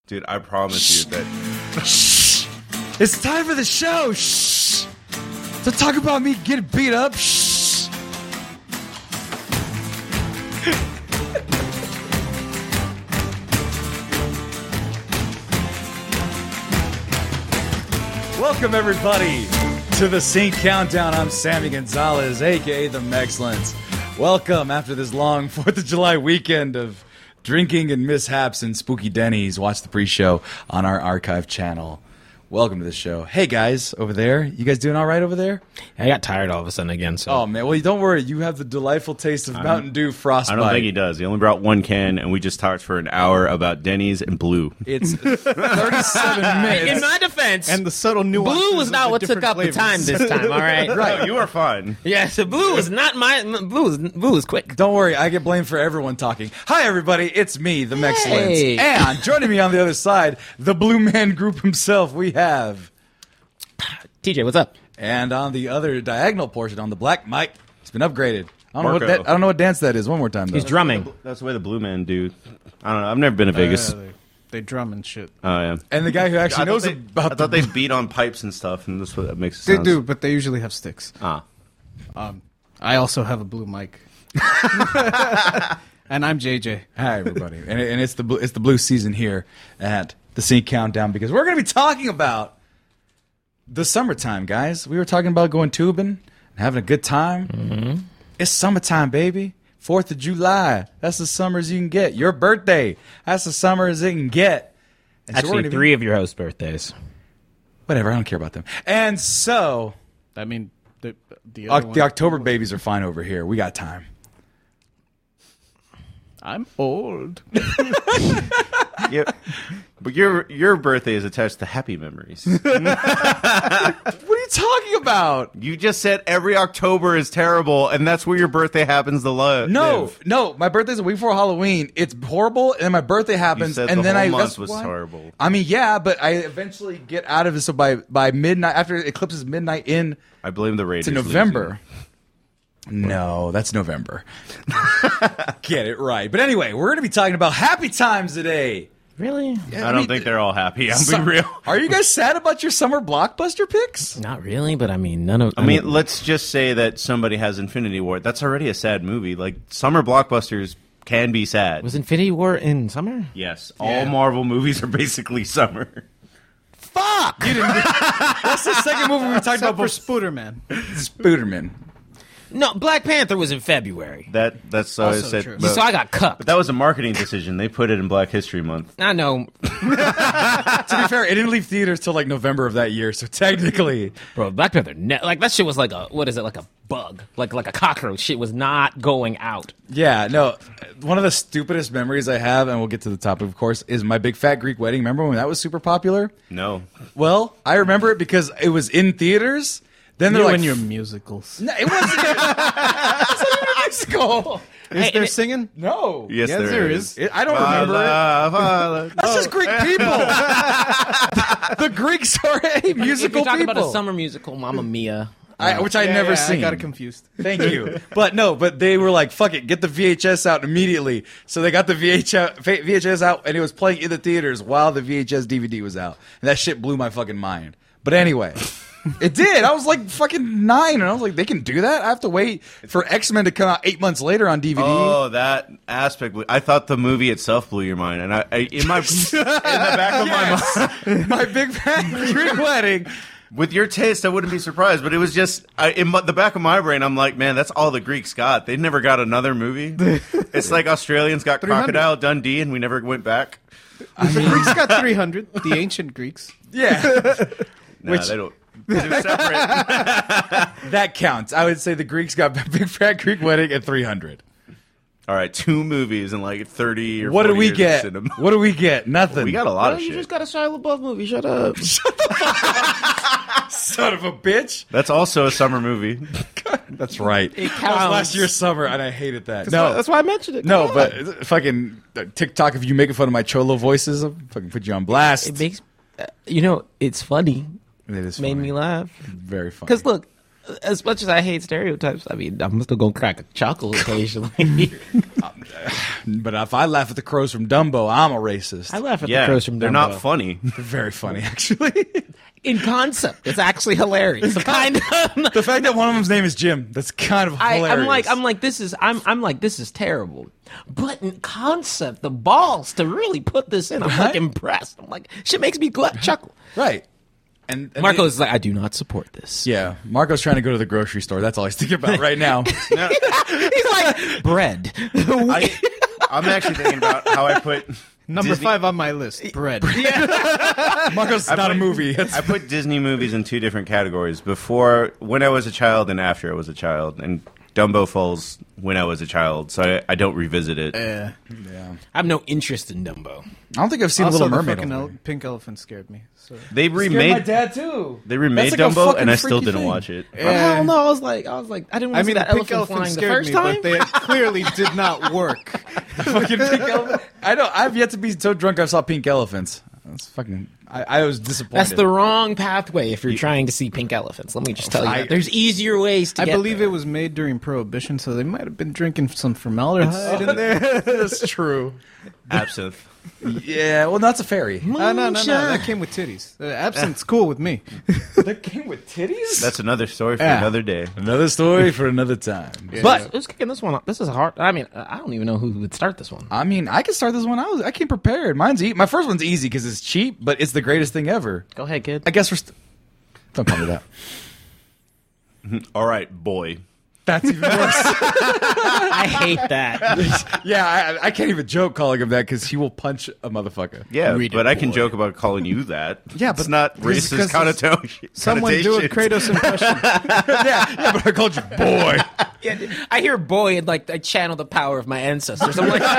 S2: Dude, I promise you that.
S1: It's time for the show. Shh. To talk about me getting beat up. Shh. Welcome everybody to the Sync Countdown. I'm Sammy Gonzalez, aka the Mexlence. Welcome after this long [LAUGHS] Fourth of July weekend of drinking and mishaps and spooky Denny's. Watch the pre-show on our archive channel. Welcome to the show. Hey guys, over there, you guys doing all right over there?
S4: I got tired all of a sudden again. So
S1: Oh man, well don't worry, you have the delightful taste of Mountain Dew
S2: I
S1: frostbite.
S2: don't think he does. He only brought one can, and we just talked for an hour about Denny's and Blue.
S1: it's 37
S4: [LAUGHS] in
S1: minutes.
S4: my defense,
S3: and the subtle nuance.
S4: blue was not what took up the time this time. All
S2: [LAUGHS]
S4: right.
S2: Right, you are fine.
S4: Yeah, so blue is not my blue is blue is quick.
S1: Don't worry, I get blamed for everyone talking. Hi, everybody, it's me, the Mexlins.
S4: Hey.
S1: And joining me on the other side, the Blue Man Group himself, we have.
S4: TJ, what's up?
S1: And on the other diagonal portion, on the black mic, it's been upgraded. I don't, know what,
S2: Marco.
S1: that, I don't know what dance that is. One more time, though.
S4: He's drumming.
S2: That's the way the Blue Man do. I don't know. I've never been to Vegas.
S3: they, they drum and shit.
S2: Oh, yeah.
S1: and the guy who actually
S2: I thought,
S1: knows
S2: they,
S1: about
S2: I thought
S1: the-
S2: they beat on pipes and stuff, and that's what that makes it
S3: They
S2: sounds-
S3: do, but they usually have sticks.
S2: Ah.
S3: I also have a blue [LAUGHS] mic. and I'm JJ.
S1: Hi, everybody, and, and it's the bl- it's the blue season here at the Sync Countdown because we're going to be talking about the summertime, guys. We were talking about going tubing and having a good time.
S4: Mm-hmm.
S1: It's summertime, baby. Fourth of July. That's the summer as you can get. Your birthday. That's the summer as it can get. And so we're
S4: Actually,
S1: gonna be-
S4: three of your host birthdays.
S1: Whatever. I don't care about them. And so
S3: I mean, the, the
S1: oc-
S3: other
S1: the
S3: one.
S1: October babies are fine over here. We got time.
S3: I'm [LAUGHS] old.
S2: Yeah. But your your birthday is attached to happy memories.
S1: What are you talking about?
S2: you just said every October is terrible, and that's where your birthday happens to love.
S1: No, no, my birthday's a week before Halloween. It's horrible, and then my birthday happens,
S2: said
S1: and
S2: the
S1: then
S2: whole
S1: I
S2: month
S1: that's
S2: was
S1: why-
S2: horrible.
S1: I mean, yeah, but I eventually get out of it. So by by midnight, after it eclipses midnight in
S2: I blame the Raiders.
S1: to November. No, that's
S2: [LAUGHS]
S1: November. get it right. But anyway, we're gonna be talking about happy times today.
S4: Really?
S2: losing. I don't think they're all happy. I'll be real.
S1: Are you guys sad about your summer blockbuster picks?
S4: Not really, but I mean, none of.
S2: I mean, let's just say that somebody has Infinity War. That's already a sad movie. Like summer blockbusters can be sad.
S4: was Infinity War in summer?
S2: yes, all Marvel movies are basically [LAUGHS] summer. [LAUGHS]
S4: Fuck.
S1: That's the second movie we talked
S3: Except
S1: about. before
S3: for [LAUGHS] Spooderman.
S1: Spooderman.
S4: No, Black Panther was in February.
S2: That that's so
S3: Also
S2: said.
S3: true.
S2: But,
S4: so I got cucked.
S2: but that was a marketing decision. They put it in Black History Month.
S4: I know,
S1: to be fair, it didn't leave theaters till like November of that year. So technically,
S4: bro. Black Panther, ne- like that shit was like a what is it? Like a bug, like like a cockroach. Shit was not going out.
S1: Yeah, no. One of the stupidest memories I have, and we'll get to the topic, of course, is my big fat Greek wedding. Remember when that was super popular?
S2: No,
S1: Well, I remember it because it was in theaters. Then they're
S3: You
S1: like,
S3: and your musicals.
S1: no, it wasn't. [LAUGHS] it wasn't even high school.
S3: Is
S4: Hey,
S3: there
S4: and it-
S3: singing?
S1: No.
S2: yes,
S3: Yes, there is.
S1: It- I don't remember it.
S2: Vala, [LAUGHS] vala.
S1: That's just
S3: [LAUGHS]
S1: Greek people. [LAUGHS] the Greeks are a
S4: if you're
S1: musical
S4: talking
S1: people,
S4: about a summer musical, Mamma Mia.
S1: I, which I'd
S3: Yeah,
S1: never
S3: yeah,
S1: seen.
S3: I got it
S4: [LAUGHS]
S3: confused.
S1: Thank you. But no, but they were like, "Fuck it, get the VHS out immediately." So they got the VHS VHS out, and it was playing in the theaters while the VHS DVD was out. And that shit blew my fucking mind. But
S2: [LAUGHS]
S1: anyway, it did. I was like fucking nine, and I was like, "They can do that." I have to wait for X Men to come out eight months later on DVD. [LAUGHS]
S2: Oh, that aspect. blew- I thought the movie itself blew your mind, and I, I in [LAUGHS] my in the back of my
S1: [LAUGHS]
S2: mind,
S1: my big
S2: [LAUGHS]
S1: fat Greek wedding.
S2: with your taste, I wouldn't be surprised. But it was just I, in my, the back of my brain. I'm like, man, that's all the Greeks got. They never got another [LAUGHS] movie. it's like Australians got
S3: 300.
S2: Crocodile Dundee, and we never went back.
S3: the Greeks got 300. The ancient
S4: [LAUGHS]
S3: Greeks.
S1: Yeah,
S2: Nah,
S1: Which-
S2: they [LAUGHS] don't. They're separate.
S1: [LAUGHS] that counts. I would say the Greeks got big fat Greek wedding at three hundred.
S2: all right, two movies in like thirty or
S1: What do
S2: 40
S1: we
S2: years of
S1: get?
S2: cinema. [LAUGHS]
S1: What do we get? Nothing.
S2: We got a lot
S4: Oh,
S2: of
S4: you
S2: shit.
S4: just got a Shia LaBeouf movie. Shut up.
S1: son of a bitch.
S2: That's also a
S1: [LAUGHS]
S2: summer movie.
S1: That's right. That was
S4: counts.
S1: last year's summer, and I hated that.
S4: no,
S1: No,
S4: that's why I mentioned it.
S1: no,
S4: Come on.
S1: but fucking uh, TikTok. If you making fun of my cholo voices, I'm fucking put you on blast.
S4: it makes uh, you know it's funny.
S1: It is
S4: Made
S1: funny.
S4: me laugh
S1: Very funny.
S4: because look, as much as I hate stereotypes, I mean I'm still gonna crack a [LAUGHS] chuckle occasionally.
S1: but if I laugh at the crows from Dumbo, I'm a racist.
S4: I laugh at
S2: Yeah,
S4: the crows from
S2: they're
S4: Dumbo.
S2: not funny.
S1: They're very funny, [LAUGHS] actually.
S4: in concept. It's actually hilarious. [LAUGHS] kind of.
S1: the fact that one of them's name is Jim, that's kind of
S4: I,
S1: hilarious.
S4: I'm like, I'm like, this is, I'm, I'm like, this is terrible. But in concept, the balls to really put this in, I'm like
S1: Right?
S4: impressed. I'm like, shit makes me gl- [LAUGHS] chuckle.
S1: right. And, and
S4: Marco's like, I do not support this.
S1: they- yeah, Marco's trying to go to the grocery store. That's all he's thinking about right now.
S2: No,
S4: [LAUGHS] He's like, [LAUGHS] bread.
S2: I, [LAUGHS] I'm actually thinking about how
S1: [LAUGHS]
S2: I put
S3: Number
S2: Disney-
S3: five on my list, bread.
S1: Marco's not a
S2: put-
S1: movie. It's-
S2: [LAUGHS] I put Disney movies in two different categories: before when I was a child and after I was a child. And Dumbo falls when I was a child, so I, I don't revisit it.
S3: Yeah.
S1: yeah.
S4: I have no interest in Dumbo.
S1: I don't think I've seen
S3: Also,
S1: Little
S3: the
S1: Mermaid.
S3: fucking
S1: all the
S3: ele-
S1: way.
S3: pink elephant scared me. So.
S2: They remade
S1: dad too.
S2: they remade
S1: That's like a
S2: Dumbo,
S1: fucking
S2: and I still
S1: freaky
S2: didn't
S1: thing.
S2: watch it.
S4: I don't know. I was like, I was like, I didn't want
S3: I
S4: to see
S3: mean, the
S4: that
S3: pink elephant
S4: elephant, flying the
S3: scared
S4: first
S3: me,
S4: time.
S3: but
S4: [LAUGHS]
S3: they clearly did not work.
S1: fucking pink elephant. I don't. I've yet to be so drunk I saw pink elephants. That's fucking. I, I was disappointed.
S4: That's the wrong pathway if you're trying to see pink elephants. Let me just tell you,
S1: I-
S4: that. there's easier ways to.
S3: I
S4: get
S3: believe
S4: there.
S3: it was made during Prohibition, so they might have been drinking some formaldehyde in
S1: [LAUGHS]
S3: there.
S1: That's true.
S2: Absinthe.
S1: Yeah. Well, that's a fairy.
S3: Oh, no, no, no. That
S4: Moonshine.
S3: came with titties. The absinthe's cool with [LAUGHS] me.
S1: that came with titties.
S2: That's another story for
S3: Yeah.
S2: another day.
S1: another story for another time.
S4: But who's kicking this one off? This is hard. I mean, I don't even know who would start this one.
S1: I mean, I can start this one. I was. I came prepared. Mine's e- my first one's easy because it's cheap, but it's the greatest thing ever.
S4: Go ahead, kid.
S1: I guess we're. St- don't call me that.
S2: All right, boy.
S1: [LAUGHS] That's even worse.
S4: I hate that.
S1: [LAUGHS] yeah, I, I can't even joke calling him that because he will punch a motherfucker.
S2: Yeah,
S4: Read it,
S2: but I can
S4: boy.
S2: joke about calling you that.
S1: Yeah,
S2: it's
S1: but-
S2: not
S1: Because-
S2: racist
S1: because it's-
S2: connotation.
S3: Someone do a
S2: connotations.
S3: Kratos impression.
S1: [LAUGHS] yeah, yeah, but I called you boy.
S4: I hear boy and like I channel the power of my ancestors. I'm like, [LAUGHS]
S1: yeah, [LAUGHS]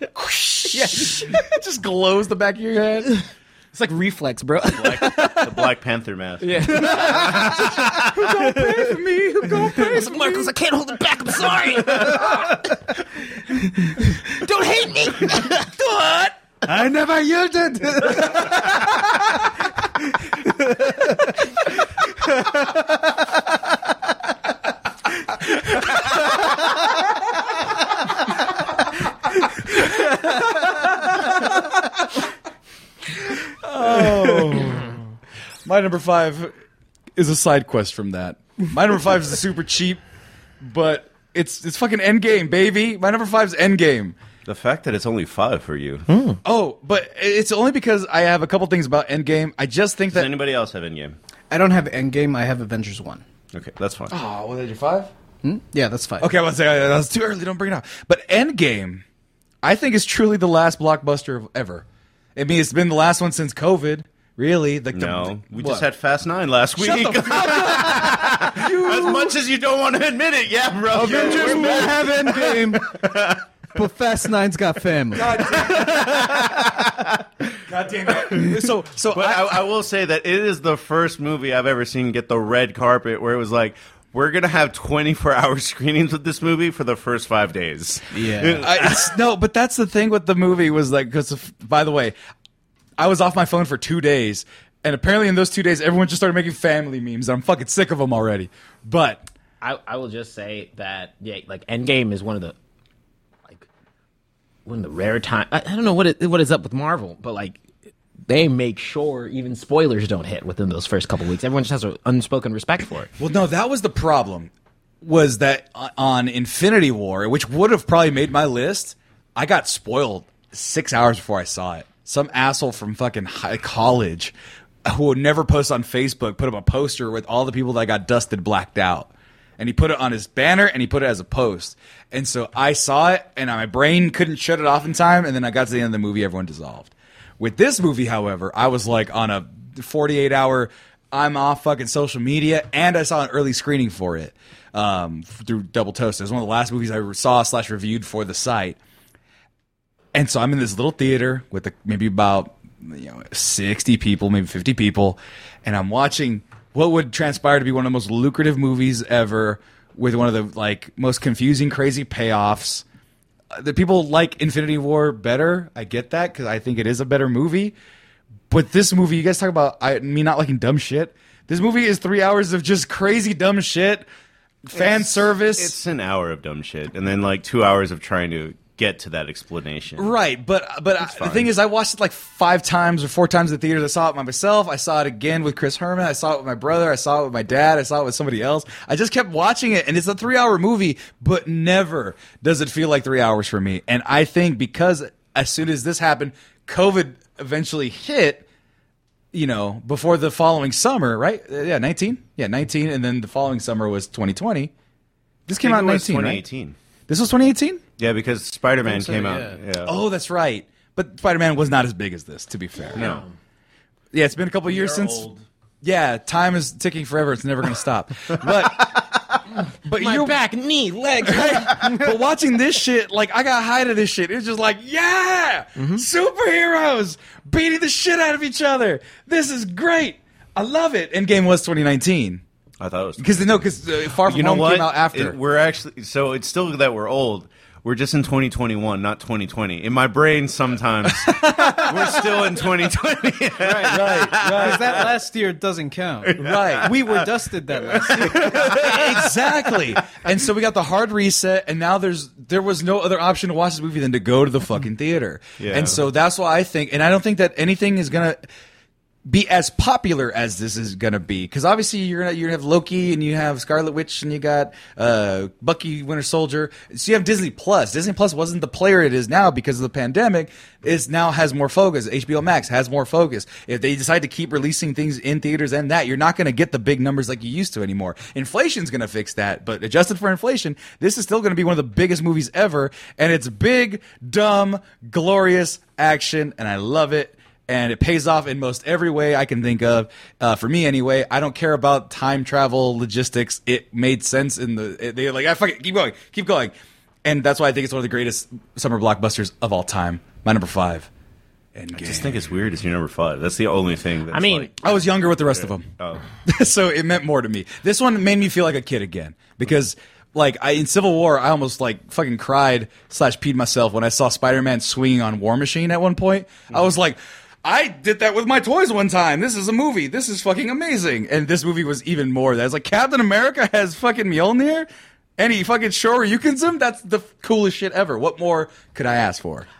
S1: it just glows the back of your head.
S4: it's like reflex, bro.
S2: the Black Panther mask. Yeah.
S1: me, who gonna pay?
S4: [LAUGHS] It's Marcos, I can't hold it back. I'm sorry. [LAUGHS] Don't hate me. [LAUGHS] what?
S1: I never used it. My number five is a side quest from that. My number five is super cheap, but it's it's fucking Endgame, baby. My number five is Endgame.
S2: The fact that it's only five for you.
S1: Oh, but it's only because I have a couple things about Endgame. I just think
S2: Does
S1: that.
S2: anybody else have Endgame?
S3: I don't have Endgame. I have Avengers 1.
S2: Okay, that's fine.
S1: Oh, was that your five?
S3: Yeah, that's fine.
S1: Okay, I was saying that was too early. Don't bring it up. But Endgame, I think, is truly the last blockbuster of ever. I mean, it's been the last one since COVID. Really? Like the-
S2: No, we
S1: what?
S2: just had Fast Nine last week. [LAUGHS] as much as you don't want to admit it, yeah, bro.
S3: Avengers will have Endgame. But Fast Nine's got
S1: [LAUGHS]
S3: family.
S1: God damn it. so, so
S2: But
S1: I,
S2: I, I will say that it is the first movie I've ever seen get the red carpet where it was like, we're gonna have 24 hour [LAUGHS] screenings with this movie for the first five days.
S3: Yeah.
S1: [LAUGHS] I, it's, no, but that's the thing with the movie was like because by the way, I was off my phone for two days, and apparently in those two days, everyone just started making family memes. And I'm fucking sick of them already. But
S4: I, I will just say that yeah, like Endgame is one of the like one of the rare time. I, I don't know what it, what is up with Marvel, but like they make sure even spoilers don't hit within those first couple weeks. Everyone just has an unspoken respect for it.
S1: Well, no, that was the problem. Was that o- on Infinity War, which would have probably made my list? I got spoiled six hours before I saw it. Some asshole from fucking high college who would never post on Facebook put up a poster with all the people that got dusted blacked out. And he put it on his banner and he put it as a post. And so I saw it and my brain couldn't shut it off in time. And then I got to the end of the movie, everyone dissolved. With this movie, however, I was like on a 48 hour, I'm off fucking social media, and I saw an early screening for it. um, through Double Toast. It was one of the last movies I saw slash reviewed for the site. And so I'm in this little theater with the, maybe about you know 60 people, maybe 50 people, and I'm watching what would transpire to be one of the most lucrative movies ever with one of the like most confusing crazy payoffs. Uh, The people like Infinity War better. I get that cuz I think it is a better movie. But this movie, you guys talk about I, me not liking dumb shit. This movie is 3 hours of just crazy dumb shit, fan service.
S2: It's an hour of dumb shit, and then like two hours of trying to get to that explanation.
S1: Right, but but I, the
S2: fine.
S1: thing is, I watched it like five times or four times in the theaters. I saw it by myself. I saw it again with Chris Herman. I saw it with my brother. I saw it with my dad. I saw it with somebody else. I just kept watching it, and it's a three-hour movie, but never does it feel like three hours for me. And I think because as soon as this happened, COVID eventually hit you know, before the following summer, right? Uh, Yeah, 19? Yeah, 19. And then the following summer was 2020. This came
S2: I
S1: out in
S2: think it was
S1: 19. right?
S2: 2018.
S1: This was 2018?
S2: Yeah, because Spider Man came out.
S3: yeah.
S2: yeah.
S1: Oh, that's right. But Spider Man was not as big as this, to be fair.
S2: no.
S1: Yeah, it's been a couple years since. Yeah, time is ticking forever. It's never going to stop. But.
S4: [LAUGHS]
S1: But
S4: My
S1: you're [LAUGHS]
S4: back, knee, legs.
S1: but watching this shit, like I got high to this shit. It was just like, yeah,
S2: Mm-hmm.
S1: superheroes beating the shit out of each other. This is great. I love it. Endgame was 2019.
S2: I thought it was
S1: Because no, because uh, Far From
S2: you know
S1: Home
S2: what?
S1: came out after.
S2: It- we're actually so it's still that we're old. We're just in 2021, not 2020. In my brain, [LAUGHS] sometimes we're still in [LAUGHS] 2020.
S1: right,
S3: Because
S1: right,
S3: that last year doesn't count.
S2: [LAUGHS]
S1: right.
S3: We were dusted that last year.
S1: [LAUGHS] exactly. And so we got the hard reset, and now there's there was no other option to watch this movie than to go to the fucking theater.
S2: Yeah.
S1: And so that's why I think, and I don't think that anything is gonna be as popular as this is gonna be because obviously you're gonna you have Loki and you have Scarlet Witch and you got uh, Bucky Winter Soldier. So you have Disney Plus. Disney Plus wasn't the player it is now because of the pandemic. It now has more focus. HBO Max has more focus. If they decide to keep releasing things in theaters and that, you're not gonna get the big numbers like you used to anymore. Inflation's gonna fix that, but adjusted for inflation, this is still gonna be one of the biggest movies ever, and it's big, dumb, glorious action, and I love it and it pays off in most every way I can think of. Uh, for me, anyway, I don't care about time travel logistics. It made sense in the. It, they were like, I fuck it, keep going, keep going, and that's why I think it's one of the greatest summer blockbusters of all time. My number five. And
S2: I just think it's weird. It's your number five. That's the only thing. That's
S4: I mean,
S2: like,
S1: I was younger with the rest of them.
S2: oh,
S1: [LAUGHS] so it meant more to me. This one made me feel like a kid again because, like, I in Civil War, I almost like fucking cried slash peed myself when I saw Spider Man swinging on War Machine at one point. I was like. I did that with my toys one time. This is a movie. This is fucking amazing. And this movie was even more. That's like Captain America has fucking Mjolnir, and he fucking Shoryukens him. That's the coolest shit ever. What more could I ask for?
S4: [LAUGHS]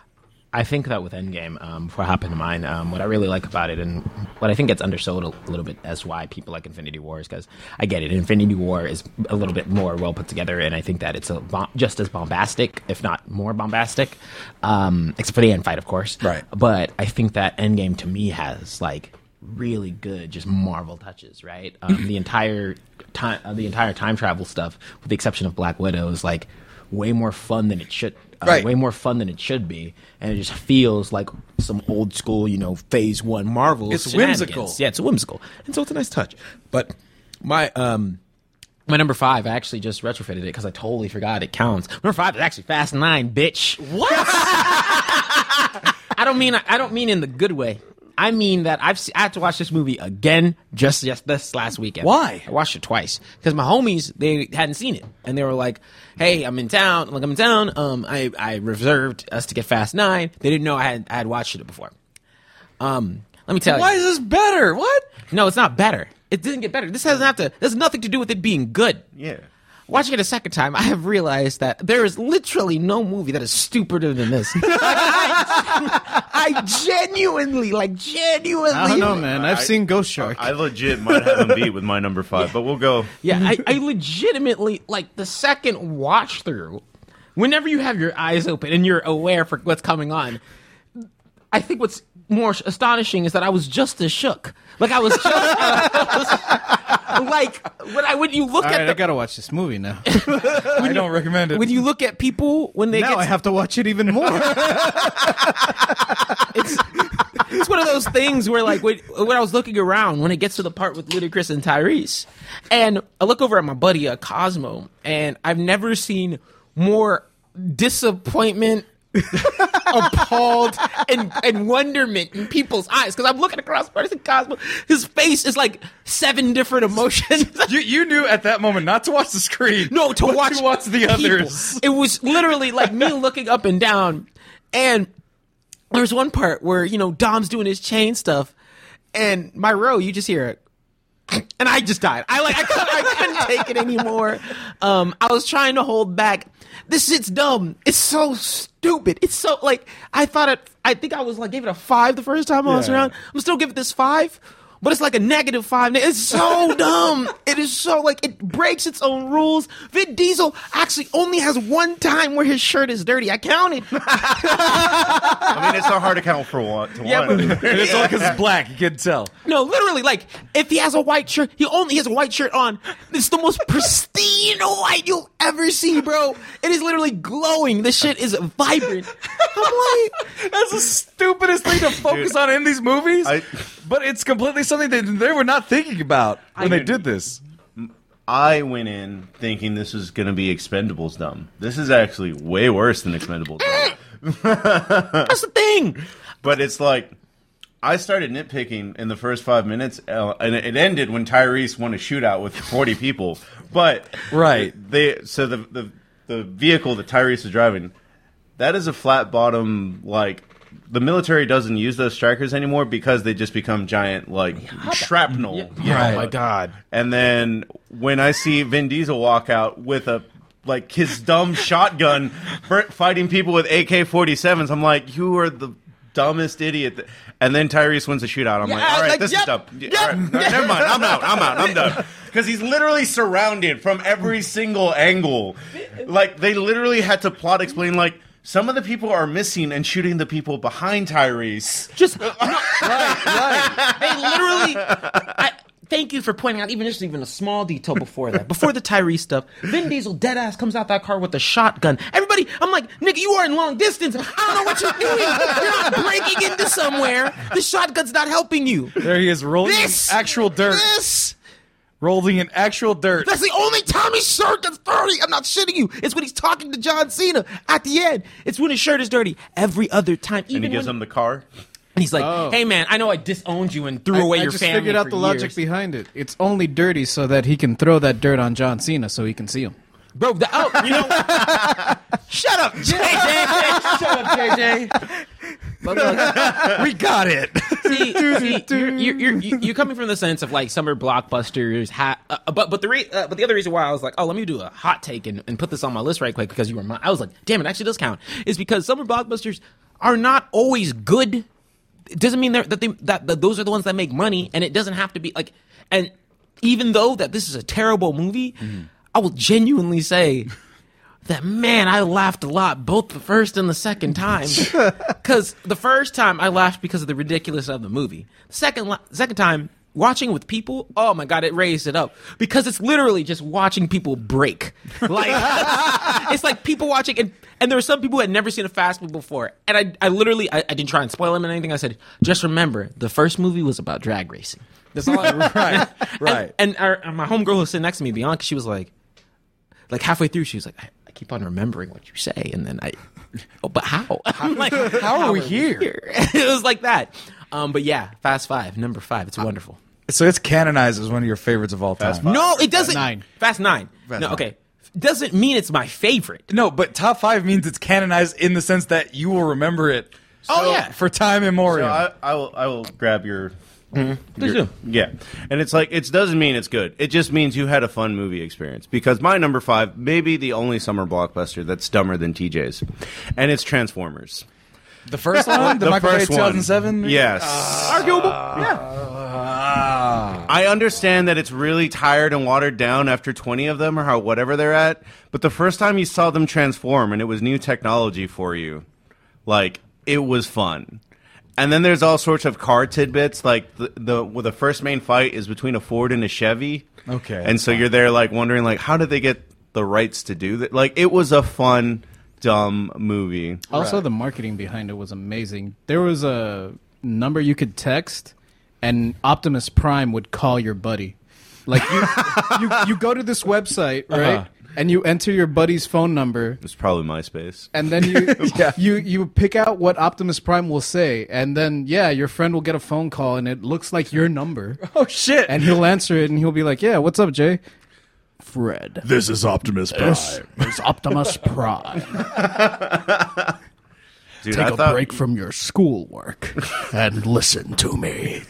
S4: I think that with Endgame, um, before I hop into mine, um, what I really like about it and what I think gets undersold a little bit as why people like Infinity War is because I get it. Infinity War is a little bit more well put together, and I think that it's a bom- just as bombastic, if not more bombastic, um, except for the end fight, of course.
S1: Right.
S4: But I think that Endgame to me has like really good, just Marvel touches. Right. Um, the entire time, uh, the entire time travel stuff, with the exception of Black Widow, is like way more fun than it should. Uh,
S1: Right.
S4: Way more more fun than it should be, and it just feels like some old school, you know, Phase One Marvel.
S1: It's
S4: shenanigans.
S1: whimsical.
S4: yeah, it's whimsical, and so it's a nice touch. But my um, my number five, I actually just retrofitted it because I totally forgot it counts. Number five is actually Fast Nine, bitch. What? I don't mean I don't mean in the good way. I mean that I've se- I had to watch this movie again just just this last weekend.
S1: Why?
S4: I watched it twice because my homies they hadn't seen it and they were like, "Hey, I'm in town. Like I'm in town. Um, I I reserved us to get Fast Nine. They didn't know I had I had watched it before. Um, let me tell you.
S1: Why is this better? What?
S4: No, it's not better. It didn't get better. This has not to. There's nothing to do with it being good.
S2: yeah.
S4: Watching it a second time, I have realized that there is literally no movie that is stupider than this. [LAUGHS] Like, I, I genuinely, like genuinely,
S3: I don't know, man. I've
S2: I-
S3: seen Ghost Shark.
S2: I legit might have him beat with my number five, but we'll go.
S4: yeah, I, I legitimately like the second watch through. Whenever you have your eyes open and you're aware for what's coming on, I think what's more astonishing is that I was just as shook. Like I was just [LAUGHS] I was- like when I when you look
S3: All
S4: at
S3: right,
S4: the
S3: I gotta watch this movie [LAUGHS] now.
S1: I don't recommend it.
S4: when you look at people when they
S3: now
S4: get
S3: I have to watch it even more.
S4: it's one of those things where, like, when, when I was looking around, when it gets to the part with Ludacris and Tyrese, and I look over at my buddy uh, Cosmo, and I've never seen more disappointment. [LAUGHS] appalled and, and wonderment in people's eyes because I'm looking across the person Cosmo. His face is like seven different emotions. [LAUGHS]
S1: You, you knew at that moment not to watch the screen.
S4: No, to
S1: but
S4: watch
S1: to watch the
S4: people.
S1: others.
S4: It was literally like
S1: [LAUGHS]
S4: me looking up and down, and there was one part where you know Dom's doing his chain stuff, and my row you just hear it. And I just died. I like I couldn't, I couldn't take it anymore. Um, I was trying to hold back. This shit's dumb. It's so stupid. It's so like I thought it. I think I was like gave it a five the first time I was
S1: Yeah.
S4: around. I'm still giving this five, but it's like a negative five. It's so [LAUGHS] dumb. It is so like it breaks its own rules. Vin Diesel actually only has one time where his shirt is dirty. I counted.
S2: I mean, it's not hard to count for one. To
S4: Yeah,
S2: one.
S4: but-
S1: And it's all because it's black. You can tell.
S4: No, literally, like if he has a white shirt, he only has a white shirt on. It's the most pristine white you'll ever see, bro. It is literally glowing. This shit is vibrant. I'm like,
S1: That's the stupidest thing to focus on in these movies.
S2: I-
S1: but it's completely something that they were not thinking about when they did this.
S2: I went in thinking this was going to be Expendables dumb. This is actually way worse than Expendables dumb.
S4: that's the thing.
S2: But it's like I started nitpicking in the first five minutes, uh, and it ended when Tyrese won a shootout with forty people. But
S1: Right.
S2: they so the the, the vehicle that Tyrese is driving that is a flat bottom like. The military doesn't use those strikers anymore because they just become giant like shrapnel. Yeah.
S1: Right.
S5: oh my god.
S2: And then when I see Vin Diesel walk out with a like his dumb [LAUGHS] shotgun for fighting people with AK-47s, I'm like, you are the dumbest idiot. that-" And then Tyrese wins the shootout. I'm like,
S4: Yeah,
S2: all right,
S4: like,
S2: this
S4: yep,
S2: is dumb.
S4: yep,
S2: All right, no, never mind. I'm out. I'm out. I'm done. [LAUGHS] Because he's literally surrounded from every single angle. Like they literally had to plot explain like. Some of the people are missing and shooting the people behind Tyrese. [LAUGHS]
S4: Just no, They literally. I, thank you for pointing out even just even a small detail before that. Before the Tyrese stuff, Vin Diesel dead ass comes out that car with a shotgun. Everybody, I'm like, nigga, you are in long distance. I don't know what you're doing. You're not breaking into somewhere. The shotgun's not helping you.
S1: There he is rolling in
S4: This
S1: actual dirt.
S4: This.
S1: Rolling in actual dirt.
S4: That's the only time his shirt gets dirty. I'm not shitting you. It's when he's talking to John Cena at the end. It's when his shirt is dirty. Every other time,
S2: And
S4: even
S2: he gives
S4: when,
S2: him the car.
S4: and he's like, "Hey man, I know I disowned you and threw away
S3: Oh. I
S4: your
S3: just
S4: family
S3: figured out
S4: for
S3: the logic
S4: years.
S3: behind it. It's only dirty so that he can throw that dirt on John Cena so he can see him.
S4: Bro, the, oh,
S3: [LAUGHS]
S4: you know what? Shut up, JJ. [LAUGHS] Shut up, JJ. But look,
S1: [LAUGHS] we got it.
S4: see, see, you're, you're, you're, you- you're coming from the sense of like summer blockbusters, ha- uh, uh, but but the re- uh, but the other reason why I was like, oh, let me do a hot take and, and put this on my list right quick because you were my, I was like, damn, it actually does count. Is because summer blockbusters are not always good. It doesn't mean they're- that they that, that those are the ones that make money, and it doesn't have to be like. And even though that this is a terrible movie, I will genuinely say that man, I laughed a lot both the first and the second time. Because the first time I laughed because of the ridiculous of the movie. Second, la- second time watching with people, oh my god, it raised it up because it's literally just watching people break. Like [LAUGHS] it's like people watching and. And there were some people who had never seen a fast movie before, and I, I literally, I, I didn't try and spoil them and anything. I said, just remember, the first movie was about drag racing. That's
S1: [LAUGHS]
S4: all I
S1: right. Right.
S4: and, and our, and my homegirl who was sitting next to me, Bianca, she was like, like halfway through, she was like, I, I keep on remembering what you say, and then I, oh, but how? [LAUGHS] I'm like, how
S1: are we here?
S4: [LAUGHS] it was like that. Um, but yeah, Fast Five, number five, it's wonderful.
S1: so it's canonized as one of your favorites of all time.
S4: no, it doesn't.
S3: Nine.
S4: Fast Nine.
S1: Fast
S4: no,
S1: Nine.
S4: okay, doesn't mean it's my favorite.
S1: No, but top five means it's canonized in the sense that you will remember it.
S4: oh yeah,
S1: For time immemorial.
S2: So I, I will. I will grab your.
S4: Please
S2: your-
S4: do.
S2: Yeah, and it's like it doesn't mean it's good. It just means you had a fun movie experience. Because my number five, maybe the only summer blockbuster that's dumber than TJ's, and it's Transformers.
S1: the
S2: [LAUGHS]
S1: first one, the, Michael Bay
S2: first one.
S1: 2007.
S2: Yes,
S1: Ah.
S4: arguable.
S2: I understand that it's really tired and watered down after 20 of them or how whatever they're at, but the first time you saw them transform and it was new technology for you, like it was fun. And then there's all sorts of car tidbits, like the the, well, the first main fight is between a Ford and a Chevy.
S1: Okay.
S2: and so you're there like wondering like how did they get the rights to do that? Like it was a fun, dumb movie.
S3: Also, the marketing behind it was amazing. There was a number you could text, and Optimus Prime would call your buddy. Like you, [LAUGHS] you, you go to this website, right?
S1: Uh-huh.
S3: And you enter your buddy's phone number,
S2: It's probably MySpace.
S3: and then you
S1: [LAUGHS] Yeah.
S3: you you pick out what Optimus Prime will say, and then yeah, your friend will get a phone call, and it looks like your number,
S1: [LAUGHS] Oh shit!
S3: and he'll answer it, and he'll be like, "Yeah, what's up, Jay?" Fred.
S5: This is Optimus Prime.
S3: It's [LAUGHS] Optimus Prime.
S2: Dude,
S5: Take
S2: I
S5: a
S2: thought
S5: break from your schoolwork and listen to me.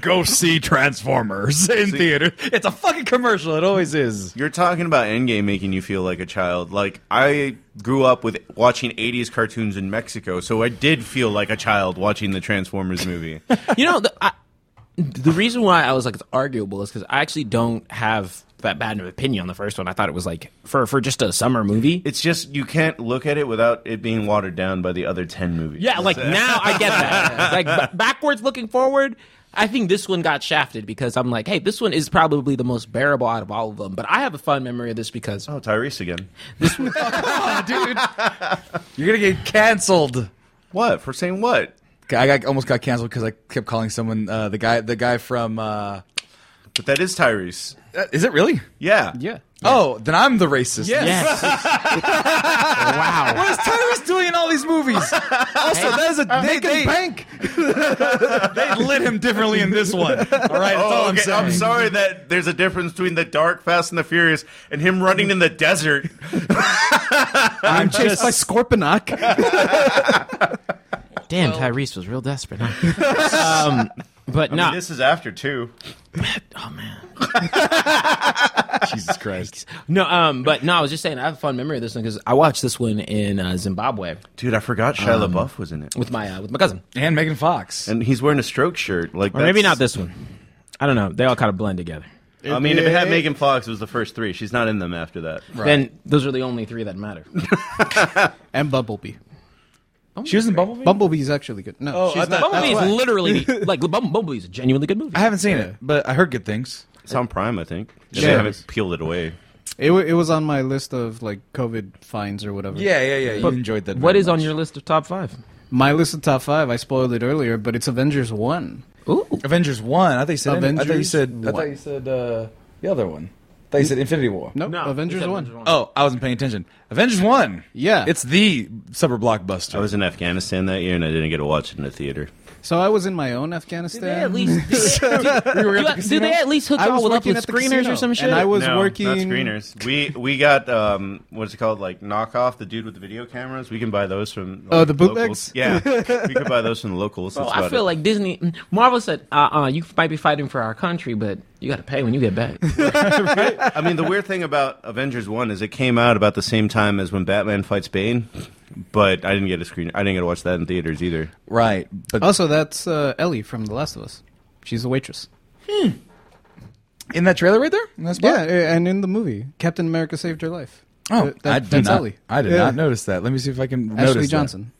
S5: Go see Transformers in theater.
S1: it's a fucking commercial. It always is.
S2: You're talking about Endgame making you feel like a child. Like I grew up with watching 80s cartoons in Mexico, so I did feel like a child watching the Transformers movie.
S4: you know, the, I, the reason why I was like it's arguable is because I actually don't have that bad of an opinion on the first one. I thought it was like for for just a summer movie.
S2: it's just you can't look at it without it being watered down by the other 10 movies.
S4: yeah, like now I
S2: [LAUGHS]
S4: get that. like ba- backwards looking forward. I think this one got shafted because I'm like, hey, this one is probably the most bearable out of all of them. But I have a fun memory of this because
S2: Oh, Tyrese again.
S1: dude. You're gonna get canceled.
S2: What? For saying what?
S1: I got, almost got canceled because I kept calling someone uh, the guy the guy from. Uh,
S2: But that is Tyrese.
S1: uh, is it really?
S2: Yeah.
S3: [LAUGHS] Yeah.
S1: Oh, then I'm the racist.
S4: [LAUGHS] yes, [LAUGHS] wow,
S1: What is Tyrese doing in all these [LAUGHS] movies? Also, that is a they, they,
S3: bank.
S1: they lit him differently in this one. [LAUGHS] All right, that's all
S2: Oh,
S1: I'm
S2: okay.
S1: saying.
S2: I'm, sorry that there's a difference between the dark Fast and the Furious and him running in the desert.
S3: I'm chased
S1: [LAUGHS]
S3: by Scorponok.
S4: damn, Tyrese was real desperate. huh? [LAUGHS] um, but no,
S2: This is after two.
S4: oh man.
S1: Jesus Christ.
S4: No, um, but no, I was just saying I have a fun memory of this one because I watched this one in uh, Zimbabwe
S2: Dude, I forgot Shia LaBeouf was in it.
S4: with my uh, with my cousin,
S1: And Megan Fox.
S2: And he's wearing a stroke shirt. Like
S4: or maybe
S2: that's-
S4: not this one. I don't know. They all kind of blend together.
S2: I mean, if it had Megan Fox, it was the first three. She's not in them after that.
S4: Then those are the only three that matter.
S3: and Bumblebee.
S1: she was in Bumblebee.
S3: Bumblebee's actually good. No,
S1: Oh, I
S3: she's
S1: thought-
S3: not.
S4: Bumblebee
S1: That's
S4: is
S1: why.
S4: literally like Bum- Bumblebee is a genuinely good movie.
S1: I haven't seen it, but I heard good things.
S2: It's on Prime, I think.
S3: Yeah.
S2: They haven't peeled it away.
S3: It, w- it was on my list of like COVID fines or whatever.
S1: Yeah, yeah, yeah. You
S4: But
S1: enjoyed that.
S4: What
S1: very
S4: is on
S1: much.
S4: your list of top five?
S3: My list of top five, I spoiled it earlier, but it's Avengers 1.
S4: Ooh,
S1: Avengers One? I thought you said. I thought you
S3: Avengers
S1: said. I
S3: one.
S1: thought you said uh, the other one. I thought you said Infinity War.
S3: Nope, Avengers 1.
S1: Oh, I wasn't paying attention. Avengers One.
S3: Yeah.
S1: it's the summer blockbuster.
S2: I was in Afghanistan that year, and I didn't get to watch it in the theater.
S3: So I was in my own
S4: Do they
S3: Afghanistan.
S4: at
S3: [LAUGHS]
S4: least do they, do- do- do they at least hook
S3: I was
S4: y'all up
S3: working
S4: with
S3: at the
S4: screeners
S3: casino,
S4: or some
S3: and
S4: shit?
S3: I was
S2: no,
S3: working.
S2: not screeners. We we got um, what's it called? Like knockoff the dude with the video cameras. We can buy those from
S3: Oh,
S2: like,
S3: the
S2: locals.
S3: bootlegs?
S2: Yeah, we could buy those from the locals.
S4: Oh,
S2: That's
S4: I
S2: about
S4: feel
S2: it.
S4: like Disney, Marvel said, uh, "Uh, you might be fighting for our country, but you got to pay when you
S3: [LAUGHS]
S4: get back."
S2: I mean, the weird thing about Avengers One is it came out about the same time as when Batman fights Bane, but I didn't get a screen. I didn't get to watch that in theaters either.
S1: right, but
S3: Also, that's uh, Ellie from The Last of Us. She's a waitress.
S1: in that trailer right there. In that spot?
S3: Yeah, a- and in the movie, Captain America saved her life.
S1: Oh,
S3: Th- that-
S1: I did
S3: that's
S1: not.
S3: Ellie.
S1: I did
S3: Yeah.
S1: not notice that. Let me see if I can notice
S3: Ashley
S1: that.
S3: Johnson.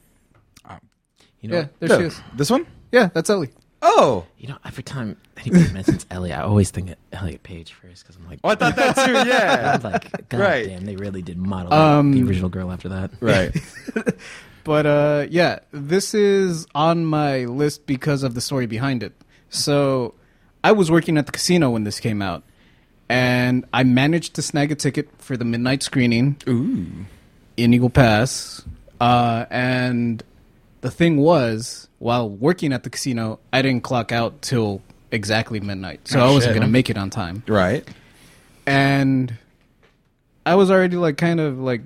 S4: You know,
S3: Yeah, there
S1: No,
S3: she is.
S1: This one?
S3: Yeah, that's Ellie.
S1: Oh.
S4: you know. Every time anybody [LAUGHS] mentions Elliot, I always think of Elliot Page first because I'm like,
S1: Oh, I thought that too.
S3: [LAUGHS]
S1: Yeah.
S4: [LAUGHS] I'm like, God
S1: Right.
S4: damn, they really did model
S3: Um,
S4: the original girl after that.
S1: right.
S3: But uh, yeah, this is on my list because of the story behind it. So I was working at the casino when this came out, and I managed to snag a ticket for the midnight screening
S1: Ooh.
S3: in Eagle Pass. Uh, and the thing was, while working at the casino, I didn't clock out till exactly midnight, so I wasn't
S1: shit.
S3: going to make it on time
S1: Right.
S3: and I was already like kind of like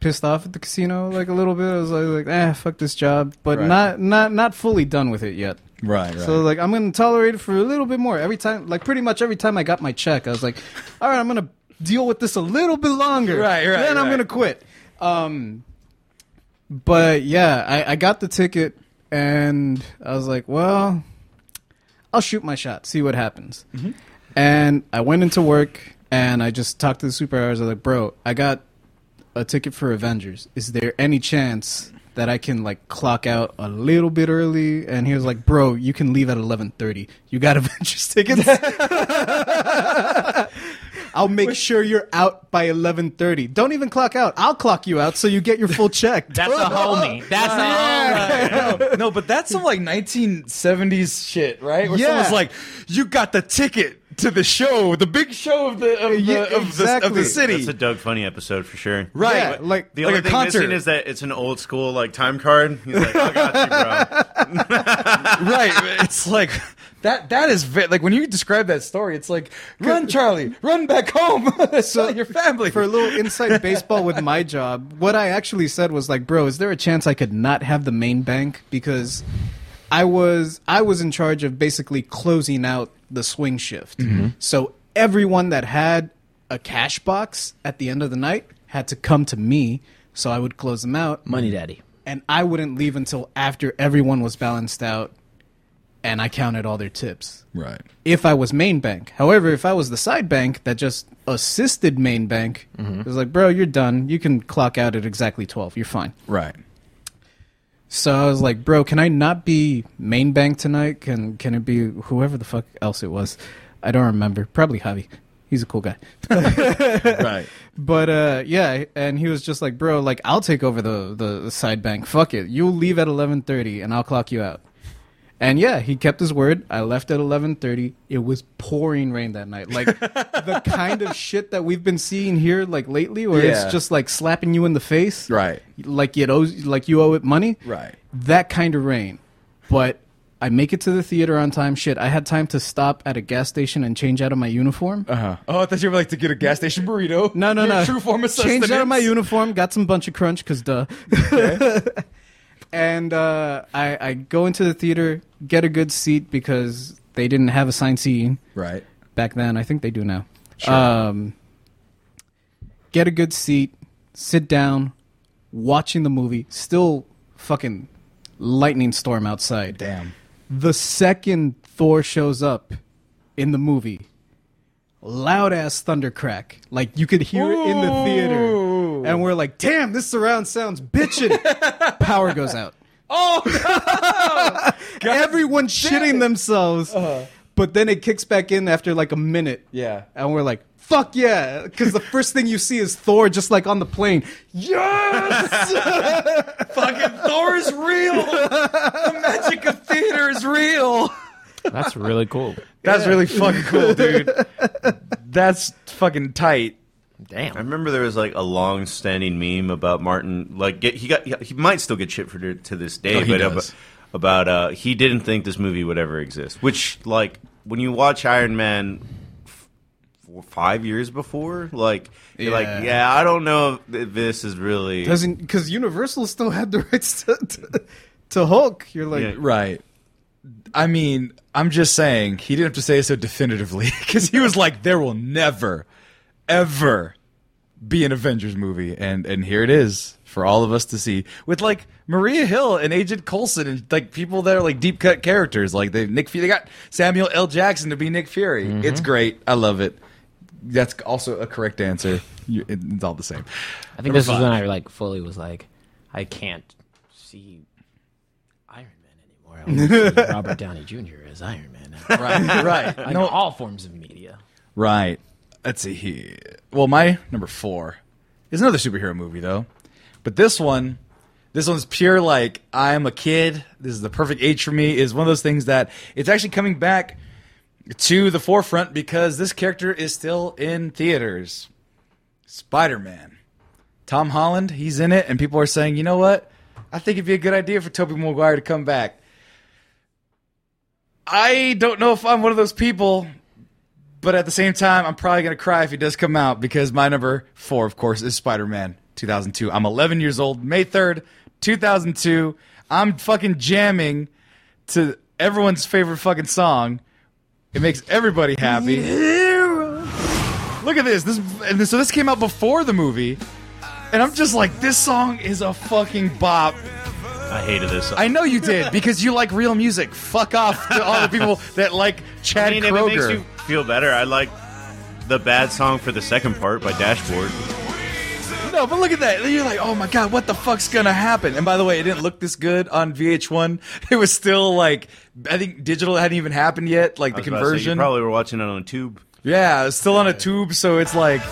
S3: pissed off at the casino like a little bit. I was like, like ah, fuck this job, but
S1: Right.
S3: not not not fully done with it yet.
S1: Right. Right.
S3: So like I'm gonna tolerate it for a little bit more. Every time, like pretty much every time I got my check, I was like, all right, I'm gonna deal with this a little bit longer.
S1: Right, right,
S3: Then I'm
S1: right.
S3: gonna quit. Um, but yeah, I, I got the ticket and I was like, well, I'll shoot my shot, see what happens. And I went into work and I just talked to the supervisor. I was like, bro, I got a ticket for Avengers. Is there any chance that I can like clock out a little bit early? And he was like, bro, you [LAUGHS] can leave at eleven thirty. You got Avengers tickets. I'll make sure you're out by 11:30. Don't even clock out. I'll clock you out so you get your full check.
S6: That's a homie. That's a
S1: [LAUGHS]
S6: homie.
S1: no, but that's some like 1970s shit, right? Where
S3: Yeah.
S1: someone's like, "You got the ticket to the show, the big show of the of the,
S3: Yeah,
S1: of, the of
S3: exactly.
S1: the city."
S2: That's a Doug Funny episode for sure.
S1: right.
S3: Yeah, like
S2: The
S1: Like
S2: only
S1: a
S2: thing
S1: concert.
S2: missing is that it's an old school like time card. He's like, I got you, bro.
S1: right. It's like that. That is ve- like when you describe that story, it's like run, Charlie, run back home. [LAUGHS] so your family
S3: for a little inside baseball with my job, what I actually said was like, "Bro, is there a chance I could not have the main bank because I was I was in charge of basically closing out the swing shift. So everyone that had a cash box at the end of the night had to come to me, so I would close them out,
S4: Money Daddy.
S3: and I wouldn't leave until after everyone was balanced out, and I counted all their tips."
S1: right.
S3: if I was main bank. However, if I was the side bank that just assisted main bank, it was like, bro, you're done. You can clock out at exactly 12. You're fine.
S1: [LAUGHS] Right.
S3: So I was like, bro, can I not be main bank tonight? Can can it be whoever the fuck else it was? I don't remember. Probably Javi. He's a cool guy.
S1: Right.
S3: But uh, yeah, and he was just like, bro, like I'll take over the the, the side bank. Fuck it. You'll leave at eleven thirty, and I'll clock you out. And yeah, he kept his word. I left at eleven thirty. It was pouring rain that
S1: [LAUGHS]
S3: night, like the kind of shit that we've been seeing here, like lately, where
S1: Yeah.
S3: it's just like slapping you in the face,
S1: Right.
S3: Like it owes, like you owe it money,
S1: Right.
S3: That kind of rain. But I make it to the theater on time. Shit, I had time to stop at a gas station and change out of my uniform.
S1: Uh-huh. Oh, I thought you were like to get a gas station burrito.
S3: No, no,
S1: Your
S3: no.
S1: True form of
S3: Changed out of my
S1: sustenance.
S3: uniform, got some bunch of crunch, cause duh. [LAUGHS] and uh, I, I go into the theater, get a good seat because they didn't have assigned seating
S1: Right.
S3: back then. I think they do now. Um, get a good seat, sit down, watching the movie. Still fucking lightning storm outside.
S1: Damn.
S3: The second Thor shows up in the movie, loud ass thunder crack. Like you could hear it in the
S1: Ooh.
S3: theater. And we're like, damn, this surround
S1: [LAUGHS]
S3: sounds bitchin'. Power goes out. [LAUGHS] Oh no! Everyone shitting themselves. But then it kicks back in after like a minute.
S1: Uh-huh. Yeah.
S3: And we're like, fuck yeah. Because the first thing you see is Thor just like on the plane.
S1: [LAUGHS]
S3: Yes!
S1: Fucking Thor is real. the magic of theater is real.
S6: That's
S4: [LAUGHS]
S6: really cool.
S1: That's really fucking cool, dude. That's fucking tight.
S2: [LAUGHS] I
S4: Damn.
S2: remember there was like a long-standing meme about Martin. Like get, he got, he might still get shit for it to this day,
S1: Oh, he
S2: but
S1: does.
S2: ab- about uh, he didn't think this movie would ever exist. Which, like, when you watch Iron Man f- four, five years before, like, you're
S3: Yeah.
S2: like, yeah, I don't know if this is really.
S3: Doesn't because Universal still had the rights to, to, to Hulk. You're like,
S2: Yeah.
S1: Right. I mean, I'm just saying he didn't have to say it so definitively [LAUGHS] because he was like, "There will never, ever be an Avengers movie," and and here it is for all of us to see with like Maria Hill and Agent Coulson and like people that are like deep cut characters. Like they Nick, Fury, they got Samuel L. Jackson to be Nick Fury. It's great. I love it. That's also a correct answer. You- It's all the same.
S6: I think this was when I like fully was like, I can't see Iron
S4: [LAUGHS]
S6: Man anymore. I want to see Robert Downey Jr. as Iron Man.
S1: Right, right.
S6: Like
S1: No,
S6: all forms of media.
S1: Right. Let's see here. Well, my number four is another superhero movie though, but this one, this one's pure like I'm a kid. This is the perfect age for me. Is one of those things that it's actually coming back to the forefront because this character is still in theaters. Spider Man. Tom Holland, he's in it, and people are saying, you know what? I think it'd be a good idea for Tobey Maguire to come back. I don't know if I'm one of those people, but at the same time, I'm probably going to cry if he does come out because my number four, of course, is Spider Man 2002. I'm 11 years old, May 3rd, 2002. I'm fucking jamming to everyone's favorite fucking song. It makes everybody happy. Look at this. This and this- so this came out before the movie, and I'm just like, this song is a fucking bop.
S2: I hated this.
S1: I know you did because you like real music. Fuck off to all the people that like Chad
S2: I mean, if it
S1: Kroger.
S2: makes you feel better, I like the bad song for the second part by Dashboard.
S1: No, but look at that. You're like, oh my god, what the fuck's gonna happen? And by the way, it didn't look this good on VH1. [LAUGHS] It was still like, I think digital hadn't even happened yet, like
S2: I
S1: the
S2: was about to say, you
S1: conversion.
S2: probably were watching it on a tube.
S1: Yeah, I was still on a tube, so it's like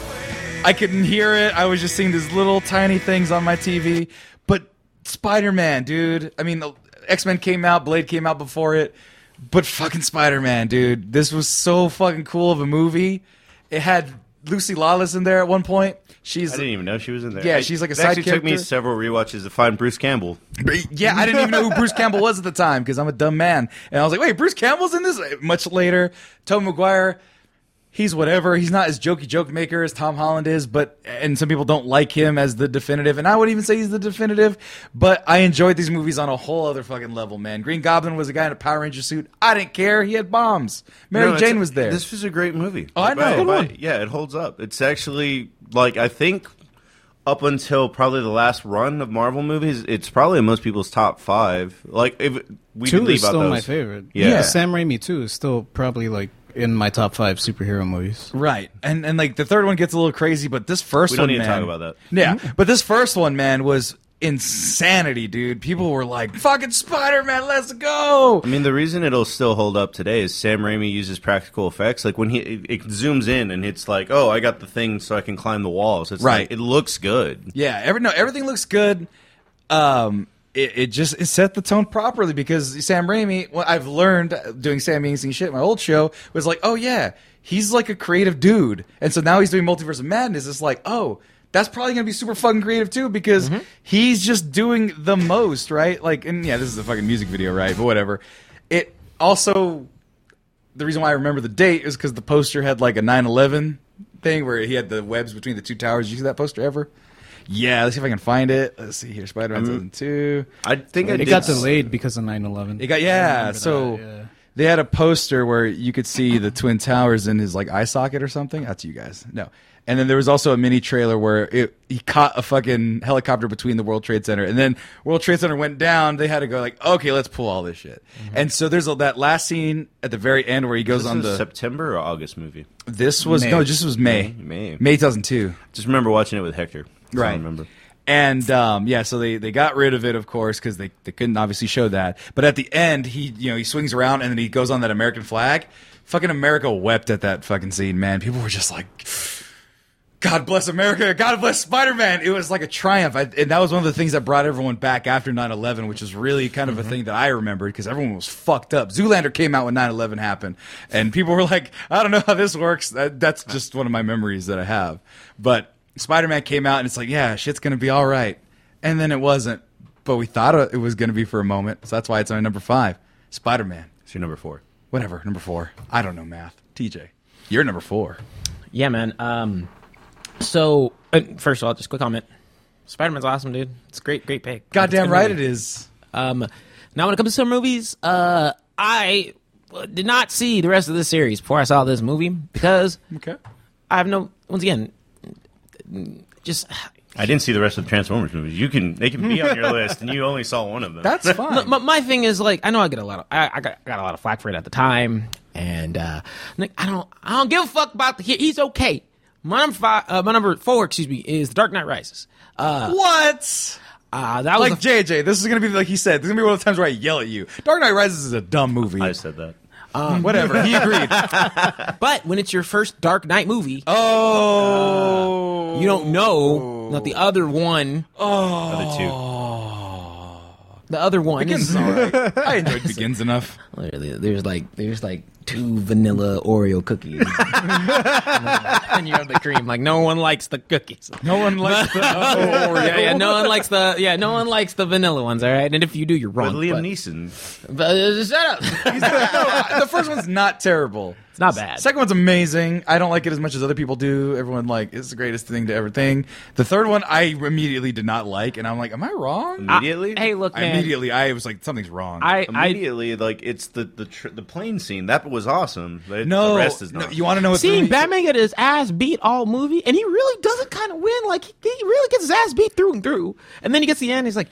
S1: I couldn't hear it. I was just seeing these little tiny things on my TV. But Spider Man, dude. I mean, X Men came out, Blade came out before it. But fucking Spider Man, dude. This was so fucking cool of a movie. It had Lucy Lawless in there at one point. She's
S2: I didn't even know she was in there.
S1: Yeah,
S2: I-
S1: she's like a
S2: it
S1: side
S2: actually took me
S1: character.
S2: several rewatches to find Bruce Campbell.
S1: Yeah, I didn't even know who Bruce Campbell was at the time because I'm a dumb man. And I was like, wait, Bruce Campbell's in this? Much later, Tom McGuire, he's whatever. He's not as jokey joke maker as Tom Holland is, but, and some people don't like him as the definitive. And I would even say he's the definitive, but I enjoyed these movies on a whole other fucking level, man. Green Goblin was a guy in a Power Ranger suit. I didn't care. He had bombs. Mary
S2: No, it's-
S1: Jane was there.
S2: This was a great movie.
S1: Oh, I know.
S2: But-
S1: Good
S2: but,
S1: one.
S2: yeah, it holds up. It's actually like I think up until probably the last run of Marvel movies, it's probably in most people's top five. Like if we
S3: Two
S2: could leave
S3: is
S2: out
S3: still
S2: those.
S3: my favorite.
S2: Yeah.
S3: Sam Raimi two is still probably like in my top five superhero movies.
S1: Right. And and like the third one gets a little crazy, but this first
S2: We don't
S1: one
S2: need to
S1: man,
S2: talk about that.
S1: Yeah. But this first one, man, was insanity, dude. People were like, fucking Spider Man, let's go.
S2: I mean, the reason it'll still hold up today is Sam Raimi uses practical effects. Like when he it, it zooms in and it's like, oh, I got the thing, so I can climb the walls. It's
S1: Right.
S2: Like, it looks good.
S1: Yeah, every no, everything looks good. Um it, it just it set the tone properly because Sam Raimi, what I've learned doing Sam Raimi's and shit, my old show, was like, oh yeah, he's like a creative dude. And so now he's doing Multiverse of Madness. It's like, oh, that's probably gonna be super fucking creative too because he's just doing the most, right? Like, and yeah, this is a fucking music video, right? But whatever. It also the reason why I remember the date is because the poster had like a 9/11 thing where he had the webs between the two towers. Did you see that poster ever? Yeah, let's see if I can find it. Let's see here, Spider-Man
S3: Mm-hmm.
S1: season two.
S2: I think I
S3: It
S2: did
S3: got
S2: s-
S3: delayed because of 9-11.
S1: It got yeah.
S3: remember
S1: So
S3: that, yeah.
S1: they had a poster where you could see the twin towers in his like eye socket or something. That's you guys. No. And then there was also a mini trailer where it he caught a fucking helicopter between the World Trade Center, and then World Trade Center went down. They had to go like, okay, let's pull all this shit.
S3: Mm-hmm.
S1: And so there's a, that last scene at the very end where he goes
S2: This
S1: on
S2: was
S1: the.
S2: September or August movie.
S1: This was
S3: May.
S1: no, this was May.
S2: May.
S1: May 2002.
S2: Just remember watching it with Hector. That's all I
S1: Right.
S2: remember.
S1: And um, yeah, so they, they got rid of it, of course, because they, they couldn't obviously show that. But at the end, he you know he swings around and then he goes on that American flag. Fucking America wept at that fucking scene, man. People were just like, "God bless America, God bless Spider Man." It was like a triumph, I, and that was one of the things that brought everyone back after 9-11, which is really kind of a thing that I remembered because everyone was fucked up. Zoolander came out when 9-11 happened, and people were like, "I don't know how this works." That, that's just one of my memories that I have, but. Spider Man came out and it's like, yeah, shit's gonna be all right, and then it wasn't. But we thought it was gonna be for a moment, so that's why it's only number five. Spider Man,
S2: So you're number four.
S1: whatever, number four. I don't know math. TJ, you're number four.
S4: Yeah, man. Um, so uh, first of all, just quick comment. Spider Man's awesome, dude. It's a great, great pick. It's a
S1: Goddamn
S4: good
S1: right
S4: movie.
S1: it is.
S4: Um, now when it comes to movies, uh, I uh, did not see the rest of this series before I saw this movie because
S1: Okay.
S4: I have no. Once again, just
S2: I didn't see the rest of the Transformers movies. You can they can be on your list, and you only saw one of
S1: [LAUGHS]
S2: them.
S1: That's fine.
S4: my, my thing is like I know I get a lot of I, I got, got a lot of flack for it at the time, and uh, like, I don't I don't give a fuck about the he, he's okay. My number five, uh, my number four, excuse me, is The Dark Knight Rises. Uh,
S1: what?
S4: uh, that was
S1: Like
S4: the-
S1: JJ, this is gonna be like he said. This is gonna be one of the times where I yell at you. Dark Knight Rises is a dumb movie.
S2: I said that.
S1: Whatever. He agreed.
S4: but when it's your first Dark Knight movie,
S1: Oh.
S4: you don't know that the other one,
S2: [LAUGHS] Other
S1: Oh,
S2: two.
S4: the other one
S1: Begins
S4: is
S1: is all right. I enjoyed Begins enough.
S4: [LAUGHS] Literally, there's like there's like two vanilla
S1: [LAUGHS]
S4: Oreo cookies, [LAUGHS] and you have the cream. Like no one likes the cookies.
S1: No one [LAUGHS] likes the oh,
S4: Yeah, yeah, [LAUGHS] no one likes the yeah, no one likes the vanilla ones. All right, and if you do, you're
S2: But
S4: wrong.
S2: Liam
S4: but-
S2: Neeson.
S4: but, uh, shut up.
S1: no, the first one's not terrible.
S4: It's not bad.
S1: Second one's amazing. I don't like it as much as other people do. Everyone like it's the greatest thing to ever thing. The third one I immediately did not like, and I'm like, am I wrong? I,
S2: [LAUGHS] Immediately.
S6: Hey, look, man.
S1: immediately I was like, something's wrong.
S6: I, I,
S2: Immediately, like it's the the tr- the plane scene that was awesome. but
S1: no,
S2: the rest is
S1: no,
S2: not.
S1: you want to know what
S6: seeing Batman get his ass beat all movie, and he really doesn't kind of win. Like he, he really gets his ass beat through and through, and then he gets to the end. He's like,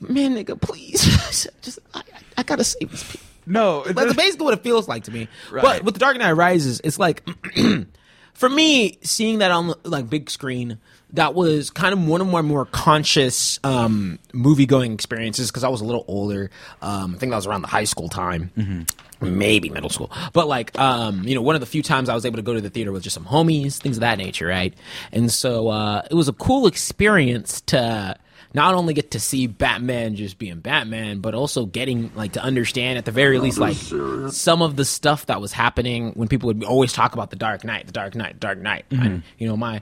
S6: "Man, nigga, please, [LAUGHS] just I, I, I gotta save this." People.
S1: No,
S4: [LAUGHS]
S6: That's
S1: the-
S6: basically what it feels like to me.
S1: Right.
S6: But with the Dark Knight Rises, it's like
S4: [CLEARS THROAT] for me, seeing that on like big screen, that was kind of one of my more conscious um, movie going experiences because I was a little older. Um, I think that was around the high school time. Maybe middle school, but like, um, you know, one of the few times I was able to go to the theater with just some homies, things of that nature, right? And so uh, it was a cool experience to not only get to see Batman just being Batman, but also getting like to understand at the very least like some of the stuff that was happening when people would always talk about the Dark Knight, the Dark Knight, Dark Knight.
S1: Mm-hmm.
S4: And, you know my,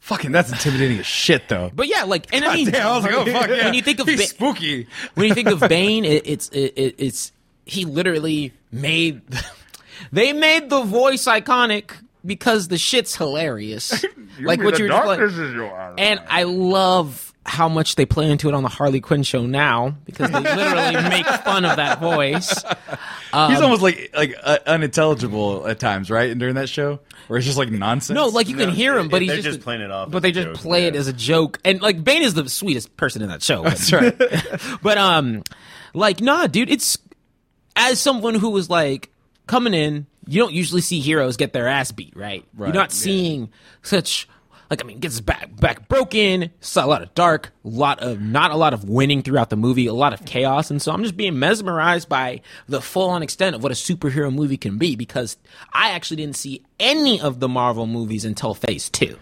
S1: Fucking, that's intimidating as shit, though. [LAUGHS]
S4: but yeah, like and I mean,
S1: Damn, I was like, oh fuck yeah.
S4: when you think of
S1: He's
S4: Ba-
S1: spooky,
S4: when you think of Bane, it, it's it, it, it's he literally made they made the voice iconic because the
S1: [LAUGHS]
S4: shit's hilarious. like what you're just like, and I love how much they play into it on the Harley Quinn show now because they
S2: [LAUGHS]
S4: literally make fun of that voice. um,
S1: he's almost like like uh, unintelligible at times, right? And during that show, where it's just like nonsense.
S4: No, like you can hear him, but he's
S2: they're
S4: just,
S2: just playing it off
S4: But
S2: as
S4: they
S2: a
S4: just
S2: joke,
S4: play it
S2: yeah.
S4: as a joke, and like Bane is the sweetest person in that show.
S1: [LAUGHS]
S4: but-
S1: that's right.
S4: [LAUGHS] but um like nah dude it's as someone who was like coming in you don't usually see heroes get their ass beat right,
S1: Right,
S4: you're not seeing such like i mean gets back back broken saw a lot of dark a lot of not a lot of winning throughout the movie a lot of chaos and so i'm just being mesmerized by the full on extent of what a superhero movie can be because i actually didn't see any of the marvel movies until phase two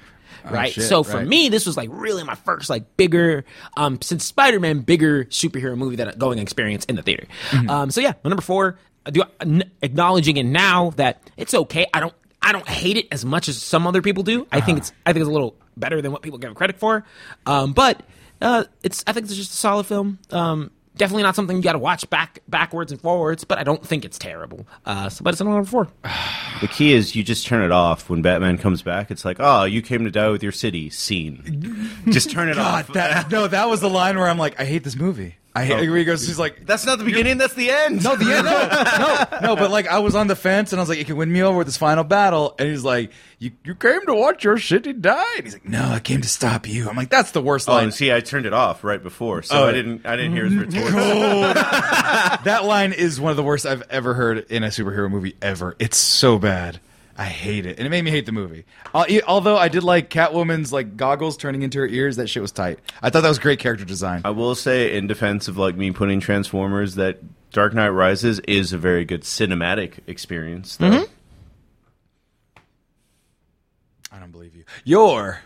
S4: right
S1: shit,
S4: so for
S1: right.
S4: me this was like really my first like bigger um since spider-man bigger superhero movie that I- going experience in the theater
S1: Mm-hmm.
S4: um so yeah my number four I do n- acknowledging it now that it's okay i don't i don't hate it as much as some other people do i
S1: Uh-huh.
S4: think it's i think it's a little better than what people give it credit for um but uh it's i think it's just a solid film um Definitely not something you got to watch back backwards and forwards, but I don't think it's terrible. Uh, so, but it's a number four.
S2: The key is you just turn it off when Batman comes back. It's like, oh, you came to die with your city. Scene. Just turn it
S1: God,
S2: off.
S1: that no, that was the line where I'm like, I hate this movie. I
S2: Oh.
S1: hate. Where he goes, he's like,
S2: that's not the beginning. That's the end.
S1: No,
S2: [LAUGHS]
S1: the end. No, no, no. But like, I was on the fence, and I was like, "It can win me over with this final battle." And he's like, "You, you came to watch your city die." And he's like, "No, I came to stop you." I'm like, "That's the worst
S2: Oh,
S1: line."
S2: and see, I turned it off right before, so
S1: Oh.
S2: I didn't. I didn't hear
S1: [LAUGHS]
S2: his retort.
S1: that line is one of the worst I've ever heard in a superhero movie ever. It's so bad. I hate it, and it made me hate the movie. Al- e- Although I did like Catwoman's like goggles turning into her ears. That shit was tight. I thought that was great character design.
S4: Oh.
S2: I will say, in defense of like me putting Transformers, that Dark Knight Rises is a very good cinematic experience. Though.
S1: Mm-hmm. I don't believe you. Your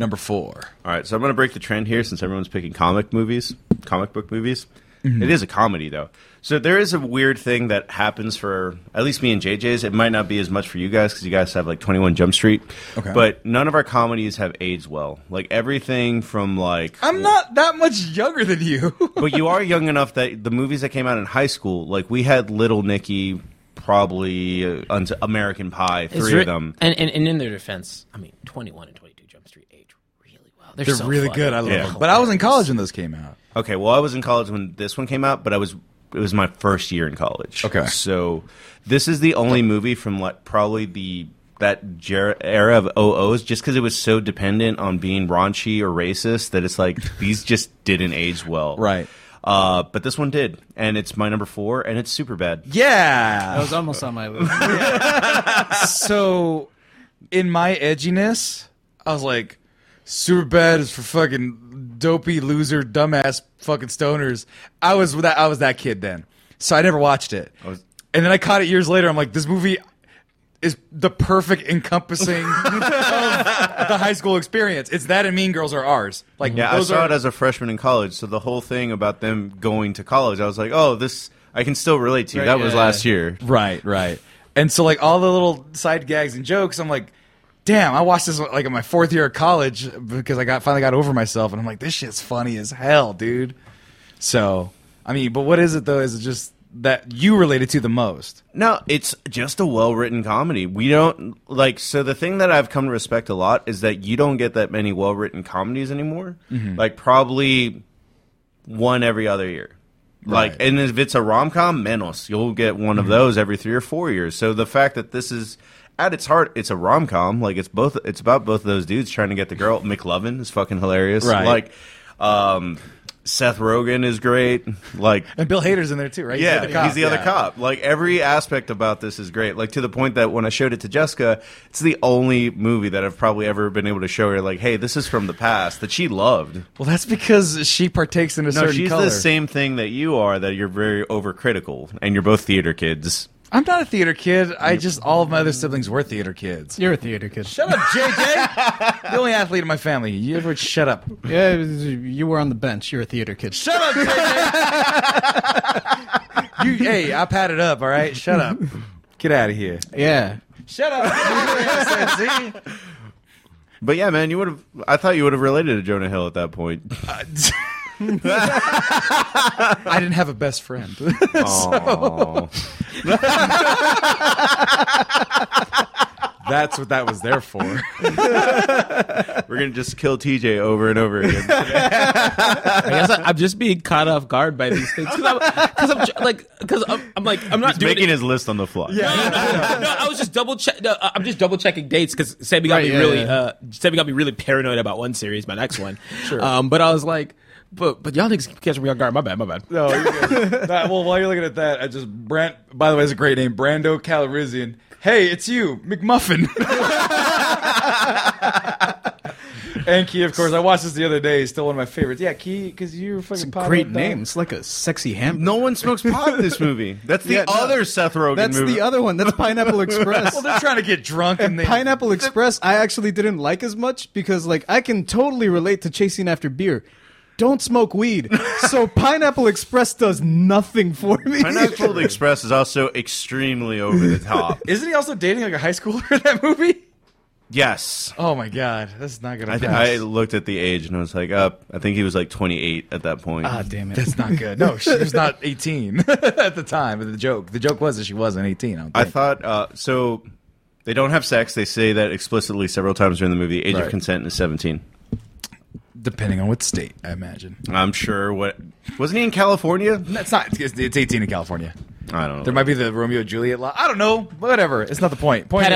S1: number four.
S2: All right, so I'm going to break the trend here since everyone's picking comic movies, comic book movies.
S1: Mm-hmm.
S2: It is a comedy though, so there is a weird thing that happens for at least me and JJ's. It might not be as much for you guys because you guys have like 21 Jump Street,
S1: Okay.
S2: but none of our comedies have aged well. Like everything from like
S1: I'm not that much younger than you.
S2: but you are young enough that the movies that came out in high school, like we had Little Nicky, probably uh, un- American Pie,
S4: It's
S2: three
S4: re-
S2: of them.
S4: And, and and in their defense, I mean, twenty one and twenty two Jump Street age really well. They're,
S1: They're
S4: so
S1: really
S4: funny.
S1: good. I love
S2: Yeah.
S1: them. But I was in college when those came out.
S2: Okay, well, I was in college when this one came out, but I was it was my first year in college.
S1: Okay.
S2: so this is the only movie from like probably the that ger- era of OOs, just because it was so dependent on being raunchy or racist that
S1: [LAUGHS]
S2: it's like these just didn't age well.
S1: Right.
S2: Uh, but this one did, and it's my number four, and it's super bad.
S3: That
S1: Yeah.
S3: was almost on my list.
S1: So, in my edginess, I was like, super bad is for fucking dopey loser dumbass fucking stoners. I was that I was that kid then. So I never watched it.
S2: was-
S1: and then I caught it years later. I'm like, this movie is the perfect
S2: [LAUGHS]
S1: encompassing of the high school experience. It's that and Mean Girls are ours. Like
S2: Yeah, I
S1: those
S2: saw
S1: are
S2: it as a freshman in college. So the whole thing about them going to college, I was like, oh, this I can still relate to. that was
S3: yeah,
S2: last year.
S1: Right, right. And so like all the little side gags and jokes, I'm like, damn, I watched this like in my fourth year of college because I got finally got over myself, and I'm like, this shit's funny as hell, dude. So I mean, but what is it though? Is it just that you related to the most?
S2: No, it's just a well written comedy. We don't like. So the thing that I've come to respect a lot is that you don't get that many well written comedies anymore. Like probably one every other year. Like,
S1: Right.
S2: and if it's a rom com, Menos, you'll get one of those every three or four years. So the fact that this is at its heart, it's a rom com. Like it's both. It's about both of those dudes trying to get the girl. McLovin is fucking hilarious.
S1: Right.
S2: Like, um, Seth Rogen is great. Like,
S1: And Bill Hader's in there too, right?
S2: yeah,
S1: he's the other cop.
S2: he's the other
S1: Yeah.
S2: cop. Like every aspect about this is great. Like to the point that when I showed it to Jessica, it's the only movie that I've probably ever been able to show her. Like, hey, this is from the past that she loved.
S1: Well, that's because she partakes in a
S2: No,
S1: certain
S2: she's
S1: color.
S2: the same thing that you are. That you're very overcritical, and you're both theater kids.
S1: I'm not a theater kid. I just all of my other siblings were theater kids.
S3: You're a theater kid.
S1: Shut up, JJ. [LAUGHS] the only athlete in my family. You ever shut up?
S3: Yeah, it was- you were on the bench. You're a theater kid.
S1: Shut up, JJ. [LAUGHS] you, hey, I padded up. All right, shut up. Get out of here.
S3: Yeah.
S1: Shut [LAUGHS] up. See?
S2: But yeah, man, you would have. I thought you would have related to Jonah Hill at that point.
S1: I didn't have a best friend. [LAUGHS]
S2: Aw.
S1: That's what that was there for.
S2: We're gonna just kill TJ over and over [LAUGHS] again.
S4: I guess I, I'm just being caught off guard by these things because I'm, 'cause I'm tr- like because I'm, I'm like I'm not doing
S2: Making
S4: it.
S2: his list on the fly.
S4: No, no, no, no, I was just double check. No, uh, I'm just double checking dates because [LAUGHS] Sammy got
S3: Right,
S4: me
S3: yeah,
S4: really.
S3: yeah.
S4: Uh, Sammy got me really paranoid about one series, my next [LAUGHS] one. sure. Um, but I was like, but but y'all niggas catch me on guard. My bad. My bad.
S1: No, you're good. Nah, well, while you're looking at that, I just Brand. By the way, it's a great name, Brando Calrissian. Hey, it's you, McMuffin. [LAUGHS] and Key, of course. I watched this the other day. Still one of my favorites. Yeah, Key, because you're fucking
S3: It's a
S1: pop
S3: great
S1: up,
S3: name.
S1: dog.
S3: It's like a sexy ham.
S2: No one smokes pot in this movie. That's the
S3: Yeah, no.
S2: other Seth Rogen
S3: that's
S2: movie.
S3: the other one. That's Pineapple Express.
S1: Well, they're trying to get drunk and they
S3: Pineapple Express, I actually didn't like as much because, like, I can totally relate to chasing after beer. Don't smoke weed. so Pineapple Express does nothing for me. [LAUGHS]
S2: Pineapple Express is also extremely over the top.
S1: Isn't he also dating like a high schooler in that movie?
S2: yes.
S1: Oh my god, that's not gonna.
S2: I, th-
S1: pass.
S2: I looked at the age and I was like, uh, I think he was like 28 at that point.
S3: Ah, damn it.
S1: That's not good.
S3: [LAUGHS]
S1: No, [LAUGHS] she was not 18 [LAUGHS] at the time. of The joke, the joke was that she wasn't 18. I, don't
S2: I
S1: think.
S2: thought uh, so. They don't have sex. They say that explicitly several times during the movie. The age
S1: Right.
S2: of consent is 17.
S1: depending on what state, I imagine.
S2: I'm sure. What wasn't he in California?
S1: That's not. It's, it's 18 in California.
S2: I don't know.
S1: There might be the Romeo and Juliet law. I don't know. Whatever. It's not the point. Point is,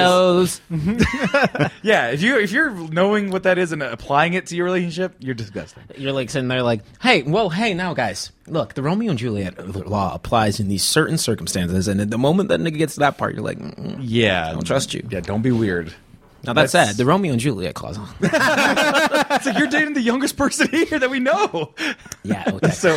S4: Pedos.
S1: yeah. If you if you're knowing what that is and applying it to your relationship, you're disgusting.
S4: You're like sitting there like, hey, well, hey, now guys, look, the Romeo and Juliet law applies in these certain circumstances, and at the moment that nigga gets to that part, you're like, mm-mm.
S1: Yeah. I
S4: don't trust you.
S1: Yeah. Don't be weird. [LAUGHS]
S4: now that's,
S1: That's-
S4: sad. The Romeo and Juliet clause.
S1: It's like you're dating the youngest person [LAUGHS] here that we know.
S4: [LAUGHS]
S1: [LAUGHS]
S4: yeah. Okay.
S1: So,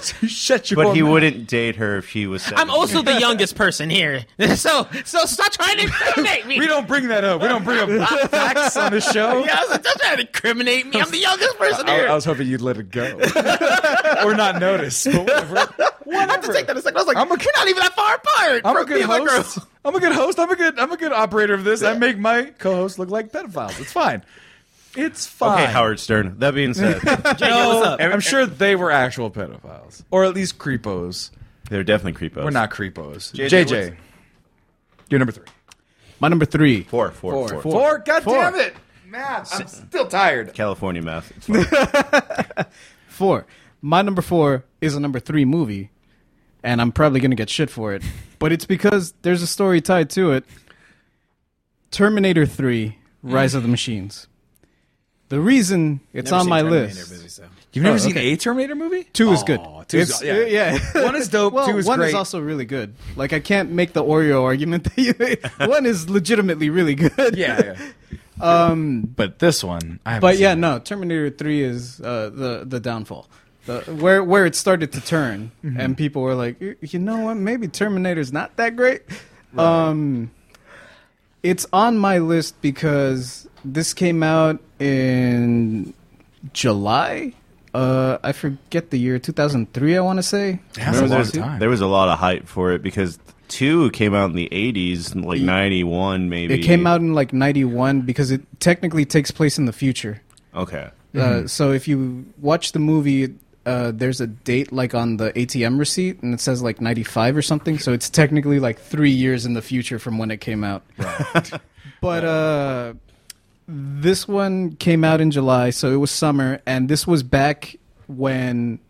S1: so shut your.
S2: but he
S1: mouth.
S2: wouldn't date her if she was. 17.
S4: I'm also the youngest person here, [LAUGHS] so so stop trying to incriminate
S1: [LAUGHS]
S4: me.
S1: We don't bring that up. We don't bring [LAUGHS] up facts on the show.
S4: [LAUGHS] Yeah, I was like, don't try to incriminate me. I'm the youngest person
S1: I,
S4: here.
S1: I was hoping you'd let it go [LAUGHS] or not notice. But [LAUGHS] whatever.
S4: I have to take that a second. I was like,
S1: I'm
S4: I'm
S1: a-
S4: we're not even that far apart.
S1: I'm a
S4: from
S1: good
S4: being like
S1: host.
S4: girls. [LAUGHS]
S1: I'm a good host. I'm a good. I'm a good operator of this. I make my co-hosts look like pedophiles. It's fine. It's fine.
S2: okay. Howard Stern. That being
S1: [LAUGHS]
S2: said,
S4: Jake, what's up?
S1: I'm sure they were actual pedophiles, or at least creepos.
S2: they're definitely creepos.
S1: We're not creepos. JJ,
S2: JJ,
S1: you're number three.
S3: My number three.
S2: Four, four, four.
S1: Four. God damn it, Matt. I'm still tired. [LAUGHS]
S2: California math. It's
S3: Four. My number four is a number three movie, and I'm probably going to get
S1: [LAUGHS]
S3: shit for it. But it's because there's a story tied to it Terminator 3 Rise of the Machines. The reason it's on my list.
S1: You've never seen a Terminator movie?
S3: Oh, Two is good.
S1: Aw, two's-
S3: It's-
S1: yeah. [LAUGHS] One
S3: [LAUGHS]
S1: is dope.
S3: Well,
S1: two is
S3: one
S1: great.
S3: is also really good. Like I can't make the Oreo argument that you
S1: [LAUGHS]
S3: made. one is legitimately really good.
S1: yeah, yeah.
S3: [LAUGHS]
S1: Um, but this one, I haven't
S3: But
S1: seen
S3: yeah,
S1: it.
S3: no, Terminator Three is uh, the the downfall. The, where where it started to turn,
S1: Mm-hmm.
S3: and people were like, "Y- you know what? Maybe Terminator's not that great. Um, it's on my list because this came out in July. Uh, I forget the year, two thousand three. I want to say.
S1: That's a long
S2: there's-
S1: time.
S2: There was a lot of hype for it because two came out in the 80s, like 91 maybe.
S3: It came out in like '91 because it technically takes place in the future.
S2: Okay.
S3: Uh, so if you watch the movie, uh, there's a date like on the ATM receipt, and it says like '95 or something. So it's technically like three years in the future from when it came out. [LAUGHS] but uh, this one came out in July, so it was summer, and this was back when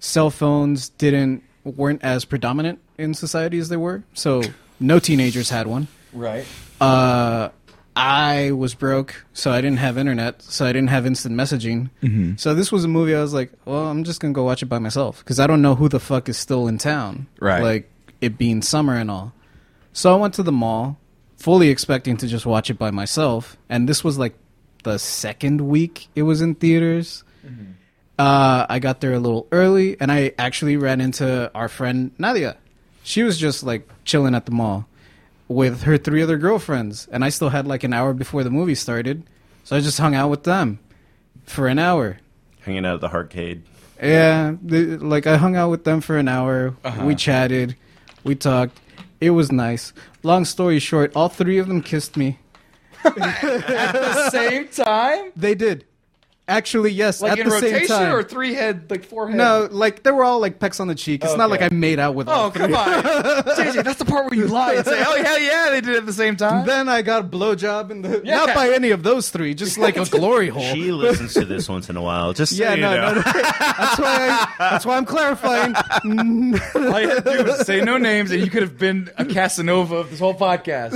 S3: cell phones didn't weren't as predominant in society as they were. So no teenagers had one
S1: Right.
S3: uh, I was broke, so I didn't have internet, so I didn't have instant messaging. So this was a movie I was like, well, I'm just gonna go watch it by myself because I don't know who the fuck is still in town.
S1: Right.
S3: Like it being summer and all. So I went to the mall, fully expecting to just watch it by myself, and this was like the second week it was in theaters. Uh, I got there a little early, and I actually ran into our friend Nadia. She was just like chilling at the mall with her three other girlfriends, and I still had like an hour before the movie started, so I just hung out with them for an hour.
S2: Hanging out at the arcade.
S3: Yeah, the, like I hung out with them for an hour.
S1: Uh-huh.
S3: We chatted, we talked. It was nice. Long story short, all three of them kissed me.
S1: Same time?
S3: They did. Actually, yes,
S1: Like
S3: at
S1: in
S3: the
S1: rotation
S3: same time.
S1: or three head, like four head?
S3: no, like they were all like pecks on the cheek. It's not
S1: Okay.
S3: like I made out with all
S1: Oh, come on.
S3: [LAUGHS]
S1: JJ, that's the part where you lie and say, oh, yeah, yeah, they did it at the same time.
S3: Then I got a blowjob in the
S1: Yeah.
S3: not by any of those three, just like a glory hole.
S2: She [LAUGHS] listens to this once in a while. Just so
S3: yeah,
S2: you
S3: no,
S2: know.
S3: no, no. That's why. I, that's why I'm clarifying.
S1: All you had to do was say no names, and you could have been a Casanova of this whole
S3: [LAUGHS]
S1: podcast.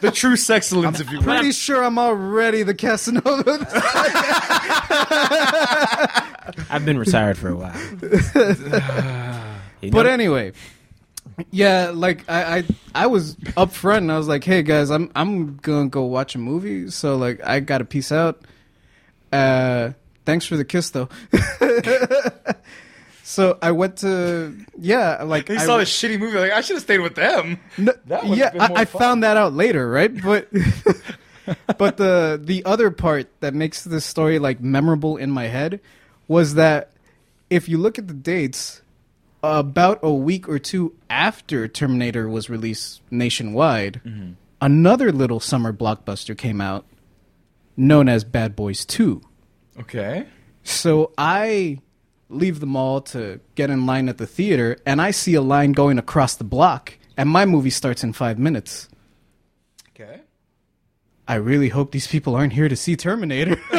S1: The true sexcellence, if you will.
S3: Pretty sure I'm already the Casanova.
S4: I've been retired for a while. You
S3: [LAUGHS] but
S4: know-
S3: anyway, yeah, like I, I, I was up front and I was like, "Hey guys, I'm I'm gonna go watch a movie, so like I gotta peace out." Uh, thanks for the kiss though. [LAUGHS] so I went to yeah, like
S1: He
S3: I
S1: saw this shitty movie. Like I should have stayed with them.
S3: No,
S1: That would've
S3: yeah,
S1: been more
S3: I, I
S1: fun.
S3: found that out later, right?
S1: [LAUGHS]
S3: But but the the other part that makes this story like memorable in my head was that if you look at the dates, about a week or two after Terminator was released nationwide,
S1: Mm-hmm.
S3: another little summer blockbuster came out known as Bad Boys Two.
S1: Okay.
S3: So I leave the mall to get in line at the theater, and I see a line going across the block, and my movie starts in five minutes.
S1: Okay.
S3: I really hope these people aren't here to see Terminator. [LAUGHS]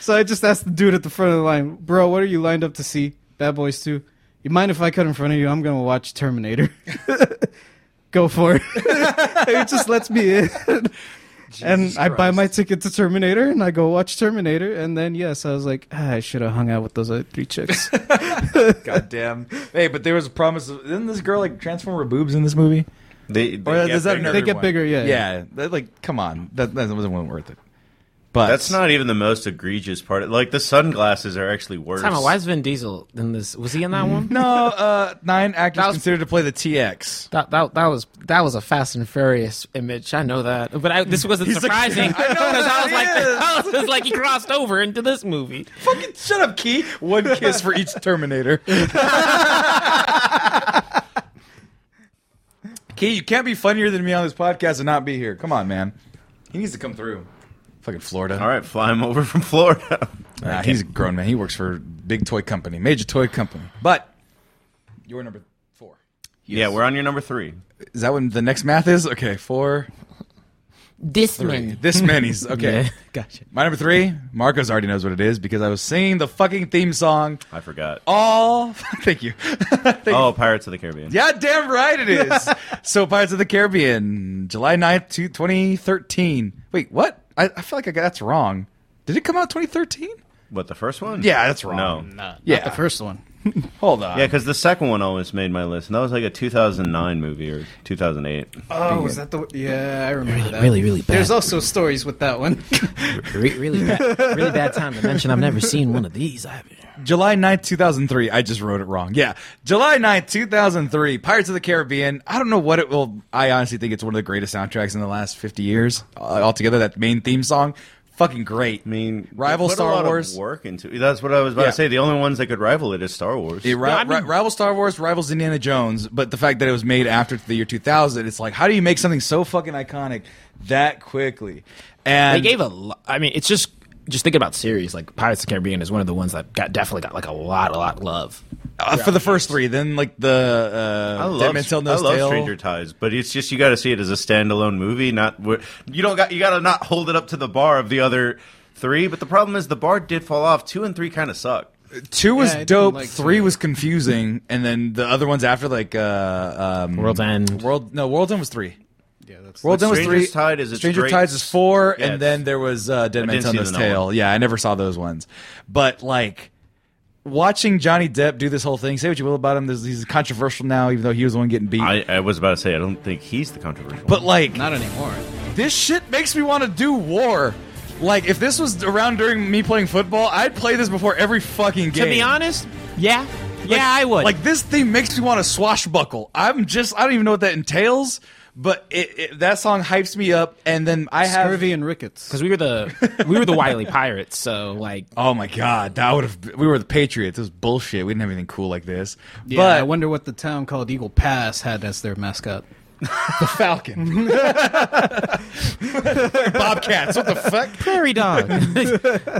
S3: so I just asked the dude at the front of the line, bro, what are you lined up to see? Bad Boys 2. You mind if I cut in front of you? I'm going to watch Terminator. [LAUGHS] Go for it. [LAUGHS] it just lets me [LAUGHS] in. and I buy my ticket to Terminator and I go watch Terminator. And then, yes, I was like, ah, I should have hung out with those other three chicks.
S1: God damn. Hey, but there was a promise. Of, didn't this girl like transform her boobs in this movie?
S2: They, they
S1: Or
S2: get
S1: is that
S2: bigger.
S1: another
S3: They get
S1: one?
S3: bigger, yeah.
S1: Yeah. that, like, come on. That, that wasn't worth it. But
S2: That's not even the most egregious part. Like the sunglasses are actually worse.
S4: Time out, why is Vin Diesel in this? Was he in that one?
S1: No, uh, nine actors
S4: That was-
S1: considered to play the TX.
S4: That, that, that was that was a Fast and Furious image. I know that, but I, this wasn't surprising
S1: [LAUGHS] I know
S4: [LAUGHS] because I was
S1: he
S4: like,
S1: is.
S4: I was just like, he crossed over into this movie.
S1: Fucking shut up, Key. One kiss for each [LAUGHS] Terminator. Key, you can't be funnier than me on this podcast and not be here. Come on, man. He needs to come through. Fucking Florida.
S2: All right, fly him over
S1: [LAUGHS]
S2: from Florida.
S1: Nah, he's a grown man. He works for a big toy company, major toy company. But you're number four.
S2: Yeah, we're on your number three.
S1: Is that what the next math is? Okay, four.
S4: This
S1: Three.
S4: man, [LAUGHS]
S1: This many's okay.
S4: Yeah, gotcha.
S1: My number three, Marcos already knows what it is because I was singing the fucking theme song
S2: I forgot.
S1: all. [LAUGHS] Thank you. Thank you.
S2: Oh, Pirates of the Caribbean.
S1: Yeah, damn right it
S4: [LAUGHS]
S1: is. so Pirates of the Caribbean, July 9th, two- 2013. Wait, what? I, I feel like I got, that's wrong. Did it come out 2013?
S2: What the first one?
S1: Yeah, that's wrong.
S2: No.
S1: yeah.
S3: [LAUGHS] the first one.
S1: Hold on.
S2: Yeah, because the second one almost made my list, and that was like a 2009 movie or 2008.
S3: Oh, was that the. Yeah, I remember that.
S4: really, really bad.
S3: There's also stories with that one. [LAUGHS]
S4: Re- really
S1: [LAUGHS]
S4: bad, really bad time to mention. I've never seen one of these. I haven't.
S1: July 9th, 2003. I just wrote it wrong. Yeah. July 9th, 2003. Pirates of the Caribbean. I don't know what it will. I honestly think it's one of the greatest soundtracks in the last 50 years uh, altogether. That main theme song. Fucking great.
S2: I mean,
S1: Rival
S2: they put a
S1: Star
S2: lot of
S1: Wars.
S2: work into. That's what I was about
S1: Yeah.
S2: to say. The only ones that could rival it is Star Wars.
S1: It ri-
S4: Yeah, I mean-
S1: ri- rivals Star Wars, rivals Indiana Jones, but the fact that it was made after the year 2000, it's like, how do you make something so fucking iconic that quickly? And
S4: They gave a. lo- I mean, it's just just thinking about series like Pirates of the Caribbean is one of the ones that got definitely got like a lot, a lot of love.
S1: uh, for the first three, then like the uh,
S2: I
S1: Dead
S2: love,
S1: Man's Tell No
S2: I love
S1: Tale.
S2: Stranger Ties, but it's just you got to see it as a standalone movie. Not where- you don't got you got to not hold it up to the bar of the other three. But the problem is the bar did fall off. Two and three kind of suck.
S1: Two was
S3: Yeah, I didn't
S1: dope.
S3: like
S1: three
S3: two.
S1: was confusing, and then the other ones after, like uh, um,
S4: World's End.
S1: World. No, World's End was three.
S3: Yeah, that's
S1: World's End was
S2: Stranger's
S1: three.
S2: Tide is a
S1: Stranger
S2: straight-
S1: Tides is four,
S2: Yeah,
S1: and
S2: it's-
S1: then there was uh, Dead Man
S2: didn't see
S1: Telling This
S2: the novel.
S1: Tale. Yeah, I never saw those ones, but like watching Johnny Depp do this whole thing. Say what you will about him, there's, he's controversial now, even though he was the one getting beat.
S2: I, I was about to say I don't think he's the controversial.
S1: but like,
S3: not anymore.
S1: this shit makes me want to do war. Like, if this was around during me playing football, I'd play this before every fucking game.
S4: To be honest, yeah, yeah, I would.
S1: Like this thing makes me want to swashbuckle. I'm just I don't even know what that entails, but it, it, that song hypes me up. And then I have
S3: Scurvy and rickets.
S4: because we were the we were the Wiley Pirates, so like
S1: oh my god, that would have we were the Patriots. It was bullshit. We didn't have anything cool like this.
S3: Yeah, I
S1: but
S3: wonder what the town called Eagle Pass had as their mascot.
S1: the Falcon, [LAUGHS] Bobcats. What the fuck?
S4: prairie dog.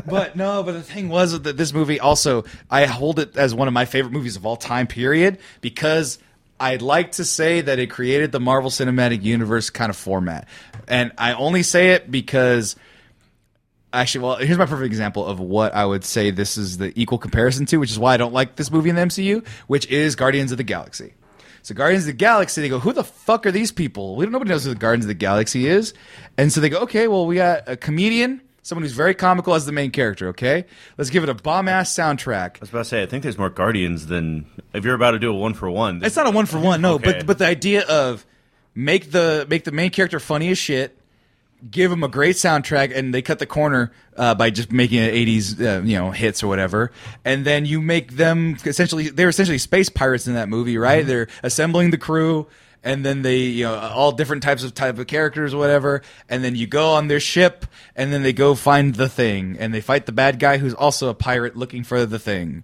S1: But no, but the thing was that this movie also I hold it as one of my favorite movies of all time, period, because I'd like to say that it created the Marvel Cinematic Universe kind of format. And I only say it because actually well, here's my perfect example of what I would say this is the equal comparison to, which is why I don't like this movie in the MCU, which is Guardians of the Galaxy. So Guardians of the Galaxy, they go, who the fuck are these people? We don't nobody knows who the Guardians of the Galaxy is, and so they go, okay, well we got a comedian, someone who's very comical as the main character. Okay, let's give it a bomb ass soundtrack.
S2: I was about to say I think there's more Guardians than if you're about to do a one for one.
S1: It's not a one for one, no,
S2: Okay.
S1: but but the idea of make the make the main character funny as shit, give him a great soundtrack, and they cut the corner uh, by just making it eighties uh, you know hits or whatever, and then you make them essentially they're essentially space pirates in that movie, right? They're assembling the crew. And then they, you know, all different types of type of characters, or whatever. And then you go on their ship, and then they go find the thing, and they fight the bad guy who's also a pirate looking for the thing.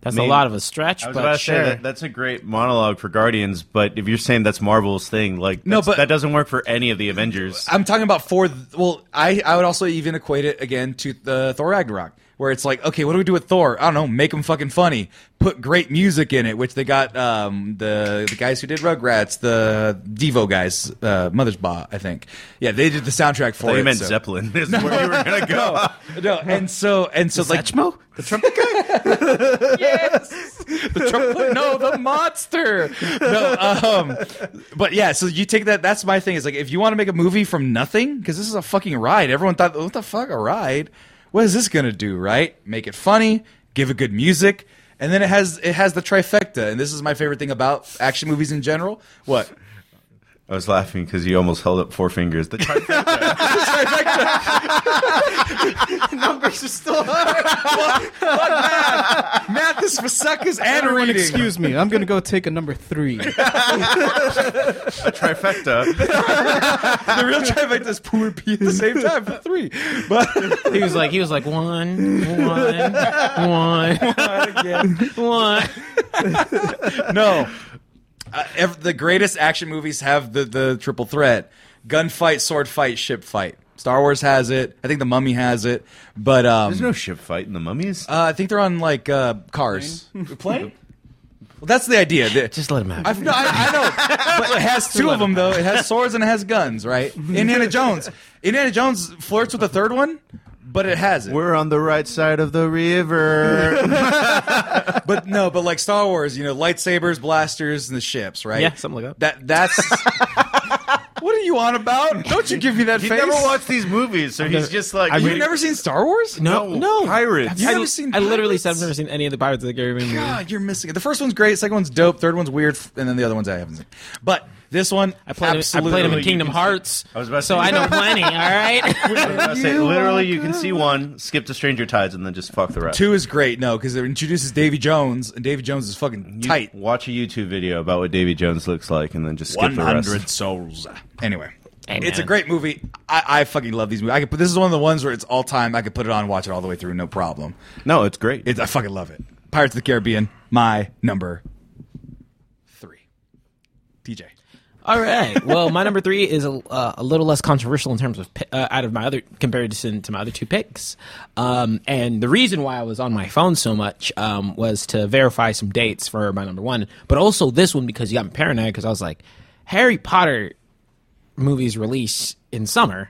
S4: That's
S2: mean,
S4: a lot of a stretch,
S2: I was about
S4: but
S2: to
S4: sure.
S2: say that, that's a great monologue for Guardians, but if you're saying that's Marvel's thing, like
S1: No,
S2: that's-
S1: but-
S2: that doesn't work for any of the Avengers.
S1: I'm talking about for well, I I would also even equate it again to the Thor Ragnarok, where it's like, okay, what do we do with Thor? I don't know, make him fucking funny, put great music in it, which they got um the the guys who did Rugrats, the Devo guys, uh, Mother's Ba, I think. Yeah, they did the soundtrack for
S2: I thought
S1: it.
S2: you meant
S1: so-
S2: Zeppelin. Is where you were
S1: [LAUGHS]
S2: gonna go.
S1: No, and so and so like
S4: Satchmo?
S1: the trumpet guy. yes, the trumpet. No, the monster. No, um, but yeah. So you take that. That's my thing. Is like if you want to make a movie from nothing, because this is a fucking ride. Everyone thought, what the fuck, a ride? What is this gonna do? Right? Make it funny. Give it good music. And then it has it has the trifecta, and this is my favorite thing about action movies in general. What
S2: I was laughing because you almost held up four fingers.
S1: [LAUGHS]
S2: The trifecta.
S1: numbers are still math? Math is for suckers and
S3: Everyone,
S1: reading.
S3: excuse me. I'm gonna go take a number three.
S2: the trifecta.
S1: the real trifecta is poo and pee at the same time for three. But
S4: he was like, he was like one, one, one, one.
S1: no, uh, ev- the greatest action movies have the the triple threat: gunfight, sword fight, ship fight. Star Wars has it. I think The Mummy has it. But um,
S2: There's no ship fight in the mummies.
S1: uh, I think they're on like uh, cars. Plane. [LAUGHS] Well, that's the idea. The-
S4: Just let him have
S1: I've,
S4: it.
S1: [LAUGHS] no, I, I know, but it has two of them though. It has swords and it has guns, [LAUGHS] right? Indiana Jones. Indiana Jones flirts with the third one, but it has it.
S2: we're on the right side of the river.
S1: But no, but like Star Wars, you know, lightsabers, blasters, and the ships, right?
S4: Yeah, something like
S1: that. That that's. [LAUGHS] what are you on about? Don't you give me [LAUGHS] that
S2: he
S1: face?
S2: never watched these movies, so he's just like.
S1: You've never seen Star Wars?
S4: No,
S2: No,
S4: no,
S2: pirates.
S1: You've
S4: I,
S1: never seen
S4: I literally
S1: Pirates?
S4: said I've never seen any of the Pirates of the Caribbean movies.
S1: God, you're missing it. The first one's great. Second one's dope. Third one's weird, f- and then the other ones I haven't seen. But this one,
S4: I played, him, I
S1: absolutely.
S4: played him in
S2: You
S4: Kingdom
S2: can see-
S4: Hearts,
S2: I was about to
S4: so
S2: say-
S4: I know plenty. All
S2: [LAUGHS]
S4: right,
S2: I was about to say, literally, you can see one, skip to Stranger Tides, and then just fuck the rest.
S1: Two is great, no, because it introduces Davy Jones, and Davy Jones is fucking
S2: You-
S1: tight.
S2: Watch a YouTube video about what Davy Jones looks like, and then just skip the rest.
S1: souls. Anyway,
S4: Hey,
S1: it's a
S4: man.
S1: great movie. I, I fucking love these movies. I could, put this is one of the ones where it's all time. I could put it on, watch it all the way through, no problem.
S2: No, it's great.
S1: It's, I fucking love it. Pirates of the Caribbean, my number three. DJ.
S4: all right. Well, my number three is a, uh, a little less controversial in terms of pi- uh, out of my other comparison to my other two picks, um, and the reason why I was on my phone so much um, was to verify some dates for my number one, but also this one because you got me paranoid because I was like, Harry Potter movies release in summer,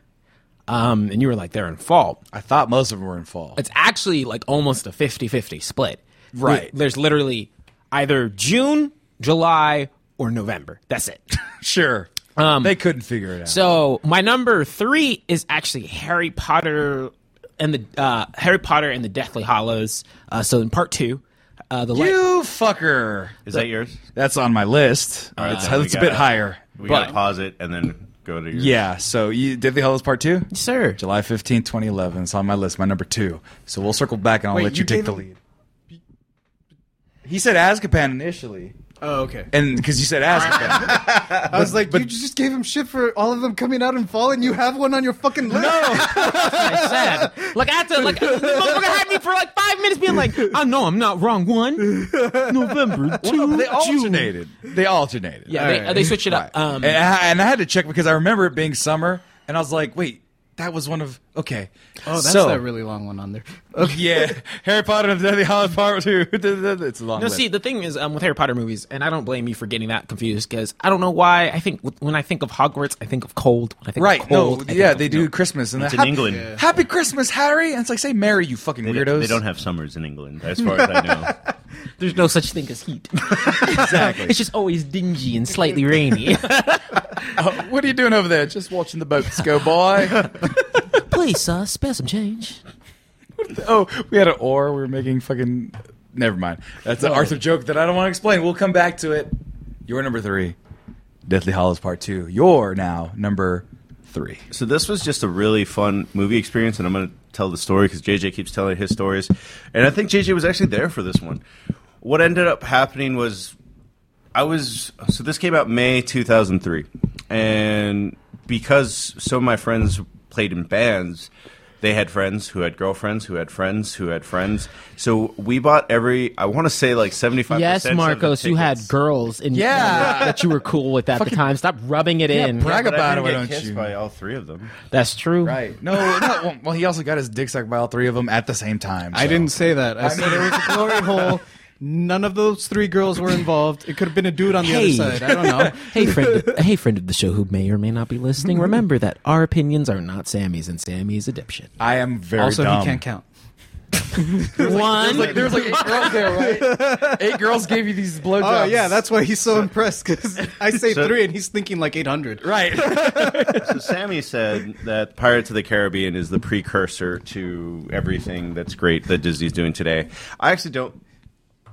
S4: um, and you were like they're in fall.
S1: I thought most of them were in fall.
S4: it's actually like almost a 50-50 split
S1: Right.
S4: There- there's literally either june july or november that's it
S1: [LAUGHS] Sure. they couldn't figure it out.
S6: So my number three is actually Harry Potter and the uh, Harry Potter and the Deathly Hollows. Uh, so in part two, uh, the la-
S1: you fucker.
S2: Is that yours?
S1: That's on my list. it's
S2: then we
S1: it's a bit
S2: gotta-
S1: higher.
S2: We
S1: but
S2: gotta pause it and then go to yours.
S1: yeah, so you, Deadly Hollows Part Two,
S6: sir.
S1: July fifteenth, twenty eleven. It's on my list, my number two. So we'll circle back and I'll
S3: Wait,
S1: let you,
S3: you
S1: take
S3: gave
S1: the
S3: him-
S1: lead. He said Azkaban initially,
S3: [LAUGHS] Oh, okay.
S1: and because you said Azkaban,
S3: I was like, you just gave him shit for all of them coming out and falling. You have one on your fucking list.
S6: I said, like I had to, like the motherfucker had me for like five minutes, being like, "I know I'm not wrong." One November two.
S1: they alternated. They alternated.
S6: yeah, they,
S3: Alright.
S6: they switch it up.
S1: Right.
S6: Um,
S1: and, I, and I had to check because I remember it being summer, and I was like, wait, that was one of okay.
S3: Oh, that's
S1: so,
S3: that really long one on there. Okay. [LAUGHS]
S1: yeah, Harry Potter and the Deadly Hollows Part Two. [LAUGHS] it's a long.
S6: No,
S1: list.
S6: see, the thing is, um, with Harry Potter movies, and I don't blame you for getting that confused because I don't know why. I think when I think of Hogwarts, I think of cold. When I think
S1: right?
S6: of cold, I
S1: no,
S6: think
S1: yeah,
S6: of-
S1: they do Christmas and
S2: It's
S1: they
S2: in
S1: happy,
S2: England.
S1: Happy Christmas, Harry, and it's like say Merry, you fucking
S2: They,
S1: weirdos.
S2: don't, they don't have summers in England, as far as I know.
S6: There's no such thing as heat.
S1: [LAUGHS] exactly.
S6: [LAUGHS] it's just always dingy and slightly rainy.
S1: Oh, what are you doing over there? Just watching the boats go
S6: [LAUGHS]
S1: by.
S6: Please, sir, spare some change.
S1: [LAUGHS] oh, we had an oar. We were making fucking. Never mind. That's an Arthur joke that I don't want to explain. We'll come back to it. Your number three, Deathly Hollows Part Two. Your now number three.
S2: So this was just a really fun movie experience, and I'm going to tell the story because JJ keeps telling his stories, and I think JJ was actually there for this one. What ended up happening was I was so this came out May 2003, and because some of my friends played in bands, they had friends who had girlfriends who had friends who had friends. So we bought every I want to say like 75.
S6: Yes, Marcos, you had girls in
S1: Yeah.
S6: that you were cool with at the time. Stop rubbing it in.
S1: brag
S2: But
S1: about
S2: I
S1: it,
S2: didn't
S1: why
S2: get
S1: don't
S2: kissed
S1: you?
S2: by all three of them.
S6: That's true.
S1: Right. No, no. Well, well, he also got his dick sucked by all three of them at the same time.
S3: I
S1: so.
S3: didn't say that. I said it was a glory [LAUGHS] hole. None of those three girls were involved. It could have been a dude on the
S6: Hey.
S3: other side. I don't know.
S6: Hey friend, [LAUGHS] hey friend of the show who may or may not be listening. Remember that our opinions are not Sammy's, and Sammy is a dipshit.
S1: I am very
S3: [LAUGHS] also,
S1: dumb.
S3: he can't count.
S6: One,
S1: There was like eight girls there, right?
S6: [LAUGHS]
S1: eight girls gave you these blowjobs.
S3: Oh yeah, that's why he's so impressed because I say
S2: So-
S3: three and he's thinking like eight hundred.
S1: right.
S2: So Sammy said that Pirates of the Caribbean is the precursor to everything that's great that Disney's doing today. I actually don't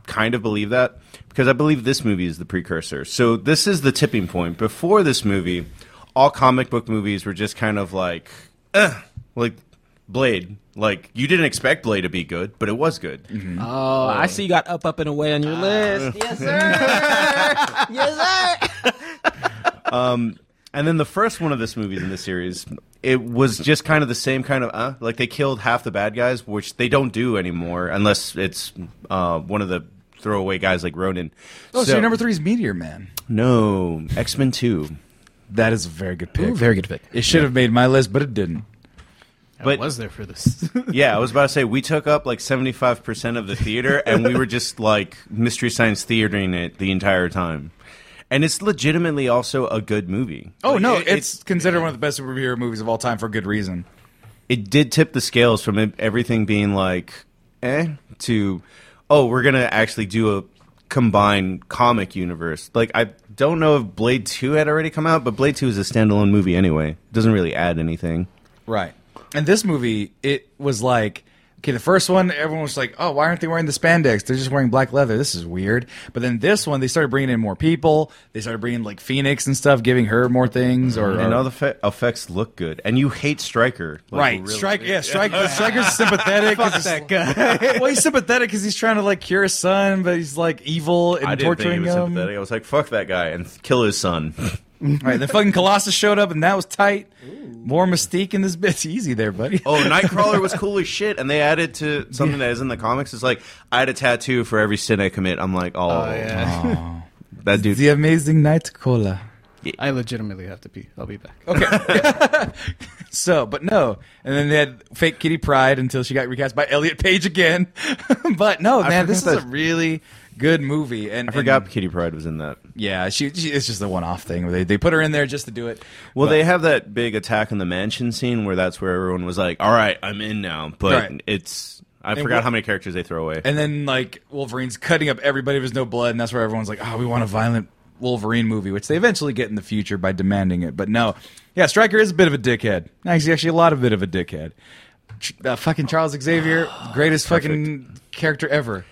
S2: kind of believe that because I believe this movie is the precursor. So this is the tipping point. Before this movie, all comic book movies were just kind of like, Ugh, like Blade. Like you didn't expect Blade to be good, but it was good.
S6: Oh, I see you got up, up, and away on your list. Yes, sir. yes, sir.
S2: And then the first one of this movie in the series, it was just kind of the same kind of uh, like they killed half the bad guys, which they don't do anymore unless it's uh, one of the throwaway guys like Ronan.
S1: Oh, so, your number three is Meteor Man.
S2: No, X Men Two.
S1: That is a very good pick.
S6: very good pick.
S1: It should have made my list, but it didn't.
S2: But-
S3: I was there for [LAUGHS] this.
S2: Yeah, I was about to say we took up like seventy five percent of the theater,
S1: [LAUGHS]
S2: and we were just like mystery science theatering it the entire time. And it's legitimately also a good movie.
S1: Oh
S2: Like,
S1: no,
S2: it-
S1: it's considered one of the best superhero movies of all time for good reason.
S2: it did tip the scales from it- everything being like eh to oh we're gonna actually do a combined comic universe like i don't know if blade 2 had already come out but blade 2 is a standalone movie anyway doesn't really add anything
S1: Right. And this movie, it was like, okay, the first one, everyone was like, oh, why aren't they wearing the spandex? They're just wearing black leather. This is weird. But then this one, they started bringing in more people. They started bringing like Phoenix and stuff, giving her more things. Or,
S2: and
S1: or-
S2: all the fe- effects look good and you hate striker
S1: right, strike. Yeah, strike.
S2: [LAUGHS]
S1: Striker's sympathetic. Fuck that guy. [LAUGHS] well, he's sympathetic because he's trying to like cure his son, but he's like evil and
S2: I didn't think he
S1: torturing
S2: was
S1: him.
S2: sympathetic. I was like, "Fuck that guy and kill his son." [LAUGHS]
S1: Right, then fucking Colossus showed up, and that was tight. More Mystique in this bit. [LAUGHS] It's easy there, buddy.
S2: oh, Nightcrawler was cool as shit, and they added to something that is in the comics. It's like I had a tattoo for every sin I commit. I'm like, oh, that
S1: [LAUGHS]
S2: dude.
S1: The amazing Nightcrawler.
S3: I legitimately have to pee. I'll be back.
S1: So, but no. And then they had fake Kitty Pride until she got recast by Elliot Page again. [LAUGHS] but no, man, this is
S2: forgot
S1: a really good movie. And
S2: I forgot
S1: and-
S2: Kitty Pride was in that.
S1: yeah, she, she it's just a one-off thing. They they put her in there just to do it.
S2: Well,
S1: But-
S2: they have that big attack on the mansion scene where that's where everyone was like, "All right, I'm in now," but
S1: Right.
S2: it's I forgot
S1: what-
S2: how many characters they throw away.
S1: and then like Wolverine's cutting up everybody. There's no blood, and that's where everyone's like, "Oh, we want a violent Wolverine movie, which they eventually get in the future by demanding it. But no, yeah, Stryker is a bit of a dickhead. He's actually a lot of bit of a dickhead. Ch- Uh, fucking Charles Xavier, greatest fucking character ever.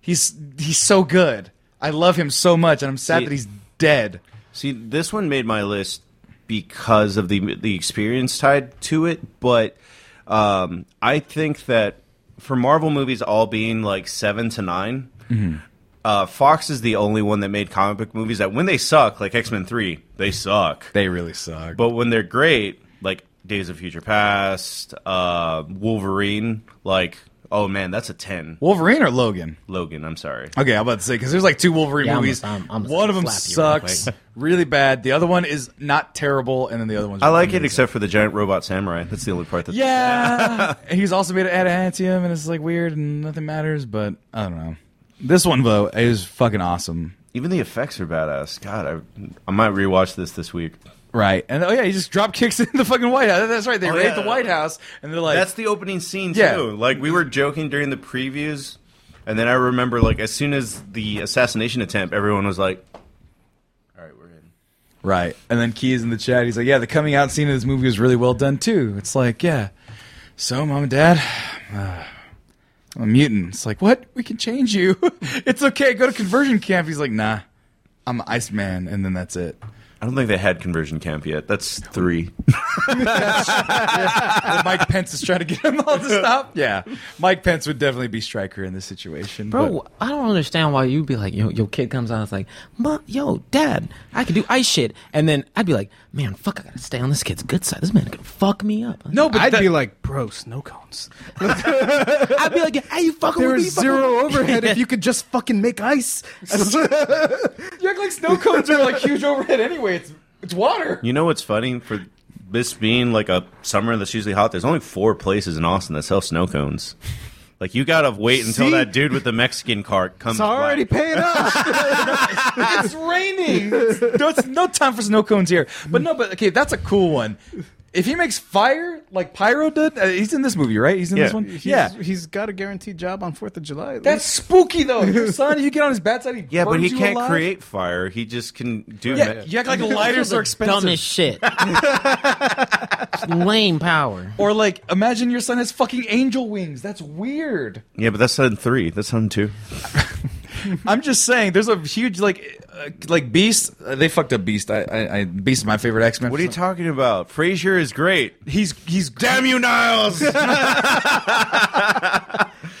S1: He's he's so good. I love him so much, and I'm sad
S2: See-
S1: that he's dead.
S2: See, this one made my list because of the the experience tied to it, but um, I think that for Marvel movies all being like seven to 9 uh, Fox is the only one that made comic book movies that when they suck, like X Men Three, they suck.
S1: They really suck.
S2: But when they're great, like Days of Future Past, uh, Wolverine, like oh man, that's a ten.
S1: Wolverine or Logan?
S2: Logan, I'm sorry.
S1: Okay, I'm about to say because there's like two Wolverine
S6: Yeah, I'm
S1: movies.
S6: gonna- I'm- I'm gonna
S1: one of them
S6: slap you real
S1: sucks really bad. The other one is not terrible, and then the other one's
S2: I like it
S1: amazing.
S2: except for the giant robot samurai. That's the only part that
S1: Yeah, And [LAUGHS] he's also made an adamantium, and it's like weird and nothing matters. But I don't know. This one though is fucking awesome,
S2: Even the effects are badass. God, I, I might rewatch this this week.
S1: right? And oh yeah, he just drop kicks [LAUGHS] in the fucking White House. That's right. They
S2: Oh,
S1: raid
S2: yeah.
S1: the White House, and they're like,
S2: That's the opening scene too.
S1: Yeah.
S2: Like we were joking during the previews, and then I remember like as soon as the assassination attempt, everyone was like, "All right, we're in."
S1: Right. And then Key is in the chat. He's like, yeah, the coming out scene of this movie was really well done, too. It's like, yeah. So, mom and dad, uh, I'm a mutant. It's like, what? We can change you. [LAUGHS] it's okay. Go to conversion camp. He's like, nah, I'm Iceman. And then that's it.
S2: I don't think they had conversion camp yet. That's three.
S1: And Mike Pence is trying to get him all to stop. [LAUGHS] Yeah. Mike Pence would definitely be striker in this situation.
S6: Bro,
S1: but-
S6: I don't understand why you'd be like, yo, your kid comes out, it's like, Ma, yo, dad, I can do ice shit. And then I'd be like, man, fuck, I gotta stay on this kid's good side. This man can fuck me up.
S1: no, but
S3: I'd
S1: that-
S3: be like, bro, snow cones.
S6: [LAUGHS] I'd be like, hey, you fucking
S3: There
S6: with me?
S3: is zero [LAUGHS] overhead if you could just fucking make [LAUGHS] ice.
S1: you act like snow cones are like huge overhead anyway. It's, it's water.
S2: You know what's funny for this being like a summer that's usually hot? There's only four places in Austin that sell snow cones. Like you gotta wait until
S3: See?
S2: that dude with the Mexican cart comes.
S3: It's already
S2: by.
S3: paid [LAUGHS] off.
S1: it's raining. [LAUGHS] No, it's no time for snow cones here. But no, but okay, that's a cool one. If he makes fire like Pyro did, uh, he's in this movie, right? He's in this
S2: Yeah.
S1: one.
S2: He's-
S1: yeah,
S3: he's got a guaranteed job on Fourth of July.
S1: that's spooky though. Your son, you get on his bad side. He
S2: Yeah, but
S1: burns
S2: he
S1: you
S2: can't
S1: alive.
S2: create fire. He just can do.
S1: Yeah,
S2: ma-
S1: you act like lighters are expensive.
S6: Dumbest shit. It's lame power.
S1: Or like, imagine your son has fucking angel wings. That's weird.
S2: yeah, but that's on three. That's on two.
S1: I'm just saying, there's a huge like, uh, like Beast. Uh, they fucked up Beast. I, I, I Beast is my favorite X Men.
S2: What are you talking about? Frasier is great.
S1: He's he's
S2: Damn you, Niles!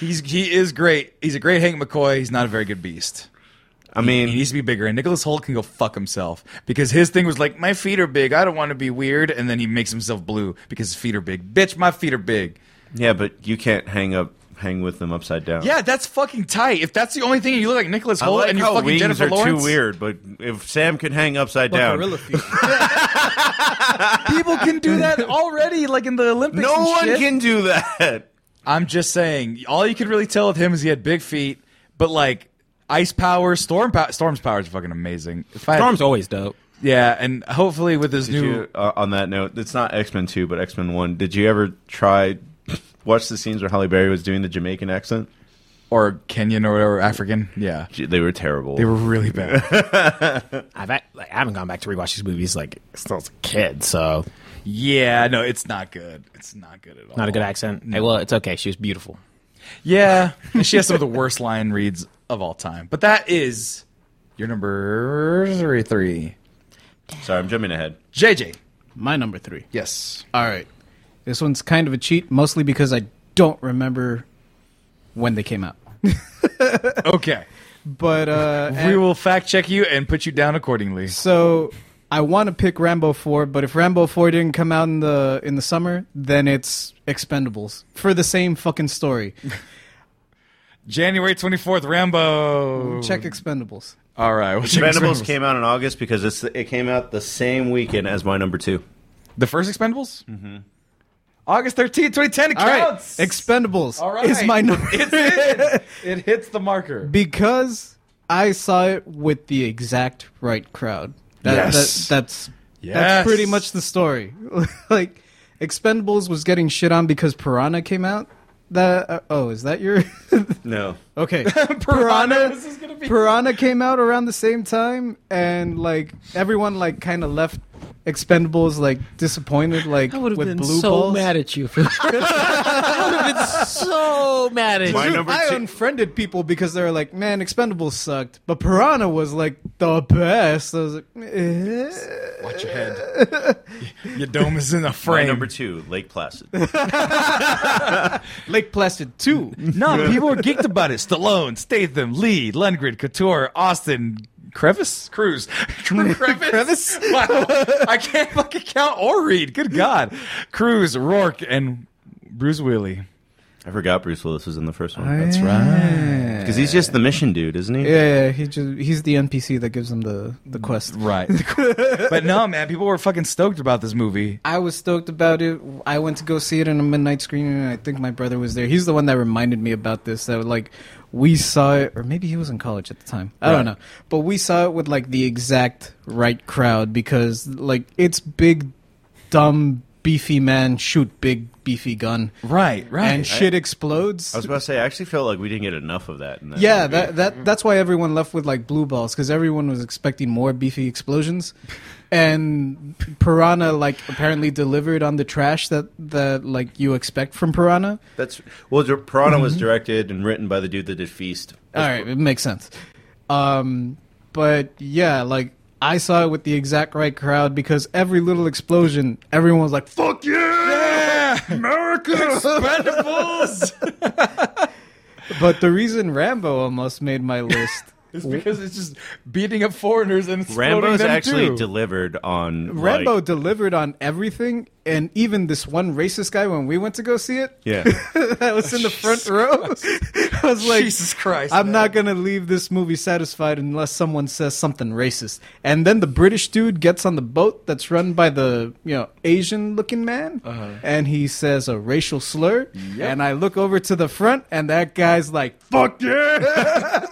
S1: he's he is great. He's a great Hank McCoy. He's not a very good Beast.
S2: [LAUGHS] I mean,
S1: He needs to be bigger. And Nicholas Holt can go fuck himself because his thing was like, my feet are big. I don't want to be weird. And then he makes himself blue because his feet are big. Bitch, my feet are big.
S2: yeah, but you can't hang up, hang with them upside down.
S1: Yeah, that's fucking tight. If that's the only thing you look like Nicholas
S2: I
S1: Holt
S2: like
S1: and you
S2: how
S1: fucking
S2: wings
S1: Jennifer
S2: are
S1: Lawrence,
S2: too weird, but if Sam can hang upside down,
S1: people can do that already, like in the Olympics.
S2: no
S1: and
S2: one
S1: shit.
S2: can do that.
S1: I'm just saying, all you could really tell with him is he had big feet, but like ice power, storm power, storm's powers are fucking amazing. If I-
S6: Storm's always dope.
S1: yeah, and hopefully with his
S2: Did
S1: new.
S2: you, uh, on that note, it's not X Men Two, but X Men One. Did you ever try watch the scenes where Halle Berry was doing the Jamaican accent?
S1: or Kenyan or whatever, African. Yeah.
S2: Gee, They were terrible.
S1: They were really bad.
S6: [LAUGHS] I've act- like, I haven't gone back to rewatch these movies like since I was a kid, so
S1: Yeah, no, it's not good. It's not good at all.
S6: not a good
S1: Mm.
S6: accent. Hey, well, it's okay. She was beautiful.
S1: Yeah, and she has some of the worst line reads of all time. But that is your number three, three.
S2: Sorry, I'm jumping ahead.
S1: JJ.
S3: My number three.
S1: Yes.
S3: All right. This one's kind of a cheat, mostly because I don't remember when they came out.
S1: [LAUGHS] Okay.
S3: But [LAUGHS] uh,
S1: we
S3: and-
S1: will fact check you and put you down accordingly.
S3: so I want to pick Rambo Four, but if Rambo Four didn't come out in the in the summer, then it's Expendables for the same fucking story.
S1: January twenty fourth, Rambo.
S3: Check Expendables.
S1: All right. We'll check
S2: Expendables came out in August because it's it came out the same weekend as my number two.
S1: The first Expendables. Mm-hmm. August thirteenth, twenty ten. It
S3: All right,
S1: counts.
S3: Expendables
S1: All right.
S3: is my number
S1: It's in. [LAUGHS] it hits the marker.
S3: because I saw it with the exact right crowd. That,
S1: Yes.
S3: that- that's
S1: Yes.
S3: that's pretty [LAUGHS] much the story. like Expendables was getting shit on because Piranha came out that? Uh, oh, is that your? [LAUGHS]
S2: No.
S1: [LAUGHS]
S3: okay, Piranha. Piranha came out around the same time, and like everyone, like kind of left Expendables like disappointed, like
S6: I would have
S3: with
S6: been
S3: blue
S6: so
S3: balls.
S6: mad at you. For [LAUGHS] I would have been so mad at
S2: My
S6: you.
S3: Dude,
S2: number
S3: I
S2: two-
S3: unfriended people because they were like, "Man, Expendables sucked," but Piranha was like the best. I was like, eh.
S1: Watch your head. your dome is in a
S2: My
S1: frame.
S2: number two, Lake Placid.
S3: [LAUGHS] Lake Placid
S2: [LAUGHS]
S3: too.
S1: No, people were geeked about it. Stallone, Statham, Lee, Lundgren, Couture, Austin, Crevice, [LAUGHS] Cruz, Crevice. Wow, I can't fucking count or read. Good God, Cruz, Rourke, and Bruce Willie.
S2: I forgot Bruce Willis was in the first one.
S3: That's right.
S2: Because he's just the mission dude, isn't he?
S3: Ah. Yeah, yeah, he just he's the NPC that gives them the the quest.
S1: Right, but no, man, people were fucking stoked about this movie.
S3: I was stoked about it. I went to go see it in a midnight screening, and I think my brother was there. He's the one that reminded me about this. That like we saw it, or maybe he was in college at the time. I don't know, but we saw it with like the exact right crowd because like it's big, dumb, beefy man shoot big beefy gun,
S1: Right, right.
S3: and shit explodes.
S2: I was about to say, I actually felt like we didn't get enough of that. In that
S3: Yeah,
S2: movie.
S3: that, that that's why everyone left with like blue balls because everyone was expecting more
S2: [LAUGHS]
S3: beefy explosions, and Piranha like apparently delivered on the trash that that like you expect from Piranha.
S2: That's well. Dir- Piranha was directed and written by the dude that did Feast.
S3: Mm-hmm. All right, it makes sense. Um, but yeah, like I saw it with the exact right crowd because every little explosion, everyone was like, "Fuck
S1: yeah, America,
S3: [LAUGHS]
S1: Expendables.
S3: But the reason Rambo almost made
S2: [LAUGHS]
S3: my list.
S1: It's because it's just beating up foreigners and exploding
S2: Rambo's
S1: them
S2: actually
S1: too.
S2: delivered on
S3: Rambo
S2: [LAUGHS] like-
S3: delivered on everything, and even this one racist guy when we went to go see it,
S2: yeah,
S3: [LAUGHS] that was in the front row. [LAUGHS] I was like,
S1: Jesus Christ,
S3: I'm
S1: man.
S3: not gonna leave this movie satisfied unless someone says something racist. And then the British dude gets on the boat that's run by the you know Asian looking man,
S1: Uh-huh.
S3: and he says a racial slur. And I look over to the front, and that guy's like, "Fuck yeah!"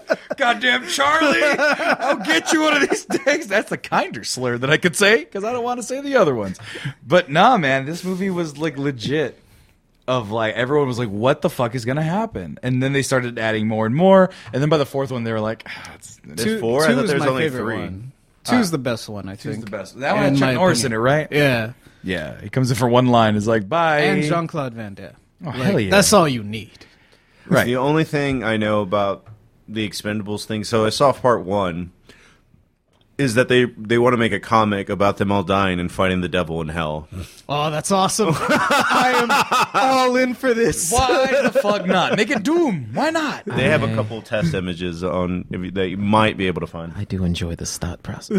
S3: [LAUGHS]
S1: Goddamn Charlie! I'll get you one of these days. That's a kinder slur that I could say because I don't want to say the other ones. But nah, man, this movie was like legit. Of like everyone was like, "What the fuck is gonna happen?" And then they started adding more and more. And then by the fourth one, they were like, ah, it's, it's
S3: Two-
S2: four? I
S3: two
S2: thought
S3: is
S2: there was
S3: my
S2: only
S3: favorite
S2: three.
S3: One. Two's the best one, I think.
S1: the best. That one had
S3: In
S1: Chuck
S3: my
S1: Norris in
S3: opinion.
S1: it, right?
S3: Yeah,
S1: Yeah, he comes in for one line, is like, "Bye."
S3: and Jean Claude Van Damme.
S1: Oh, hell yeah.
S3: That's all you need.
S1: right?
S2: The only thing I know about the Expendables thing, so I saw part one, is that they they want to make a comic about them all dying and fighting the devil in [LAUGHS] hell.
S3: Oh,
S1: [LAUGHS]
S3: that's awesome! I am all in for this.
S1: [LAUGHS] Why
S3: [LAUGHS]
S1: the fuck not? Make it Doom. Why not?
S2: They have a couple test images on if you- that you might be able to find.
S4: I do enjoy this
S1: [LAUGHS]
S4: thought process.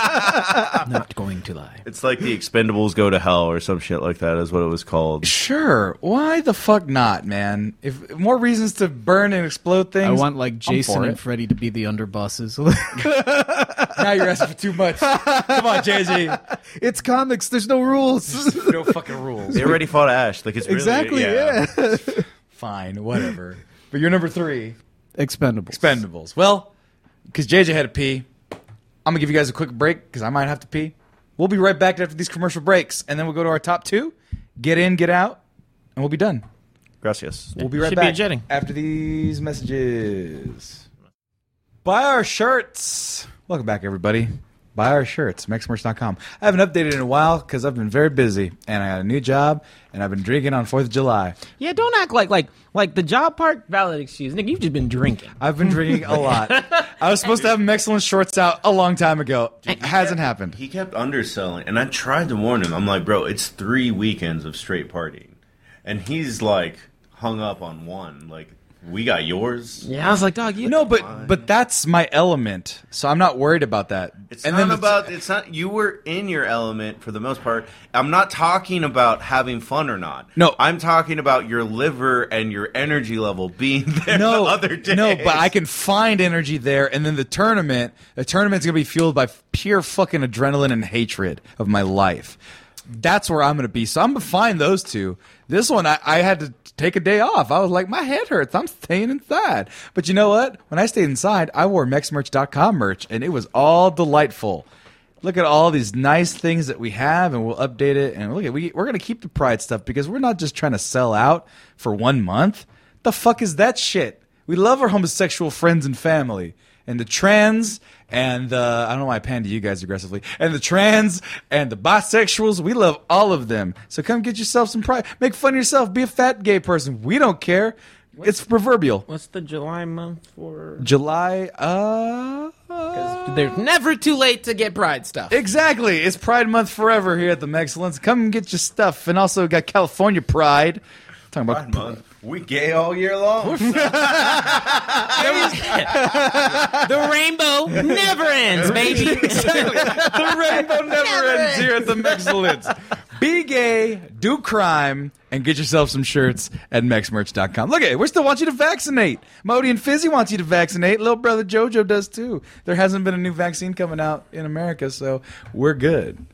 S4: Not going to lie.
S2: It's like the Expendables go to hell or some shit like that is what it was called.
S1: Sure. Why the fuck not, man? If more reasons to burn and explode things.
S3: I want like
S1: I'm
S3: Jason
S1: for
S3: and
S1: it.
S3: Freddy to be the underbosses.
S1: now you're asking for too much. Come on, JJ.
S3: [LAUGHS] it's comics. There's no rules.
S1: [LAUGHS] No fucking rules.
S2: They already fought Ash. Like it's really,
S3: exactly.
S2: yeah.
S3: Yeah.
S1: [LAUGHS] Fine, whatever. But you're number three.
S3: [LAUGHS] Expendables.
S1: Expendables. Well, because JJ had to pee, I'm gonna give you guys a quick break because I might have to pee. We'll be right back after these commercial breaks, and then we'll go to our top two. Get in, get out, and we'll be done.
S2: Gracias.
S1: We'll be right
S6: Should be
S1: back
S6: jetting.
S1: after these messages. Buy our shirts. Welcome back, everybody. Buy our shirts, maxmerch.com. I haven't updated in a while because I've been very busy and I got a new job and I've been drinking on 4th of July.
S6: Yeah, don't act like like like the job part valid excuse. Nigga, you've just been drinking.
S1: I've been drinking a
S6: [LAUGHS]
S1: lot. I was supposed to have Mexilin shorts out a long time ago. It hasn't happened.
S2: He kept underselling, and I tried to warn him. I'm like, bro, it's three weekends of straight partying, and he's like hung up on one. Like, we got yours.
S6: Yeah, I was like, dog, you
S1: No, but but that's my element, so I'm not worried about that.
S2: It's
S1: And
S2: not
S1: then the-
S2: about. It's not. You were in your element for the most part. I'm not talking about having fun or not.
S1: No.
S2: I'm talking about your liver and your energy level being [LAUGHS] there.
S1: no
S2: the other day.
S1: No, but I can find energy there, and then the tournament. The tournament's gonna be fueled by f- pure fucking adrenaline and hatred of my life. That's where I'm gonna be. So I'm gonna find those two. This one, I, I had to take a day off. I was like, my head hurts. I'm staying inside. But you know what? When I stayed inside, I wore MexMerch.com merch, and it was all delightful. Look at all these nice things that we have, and we'll update it. And look at we we're gonna keep the pride stuff because we're not just trying to sell out for one month. The fuck is that shit? We love our homosexual friends and family, and the trans, and the I don't know why I panned to you guys aggressively, and the trans and the bisexuals. We love all of them. So come get yourself some pride. Make fun of yourself. Be a fat gay person. We don't care. It's proverbial.
S4: What's the July month for?
S1: July. Uh,
S4: There's never too late to get pride stuff.
S1: exactly. It's Pride Month forever here at the Excellence. Come and get your stuff. And also got California Pride. Talking about
S2: Month. We gay all year long.
S4: the rainbow never ends, baby.
S1: the rainbow [LAUGHS] never ends here at the Excellence. Be gay, do crime, and get yourself some shirts at mexmerch.com. Look at it. We still want you to vaccinate. Modi and Fizzy wants you to vaccinate. Little brother Jojo does too. There hasn't been a new vaccine coming out in America, so we're good.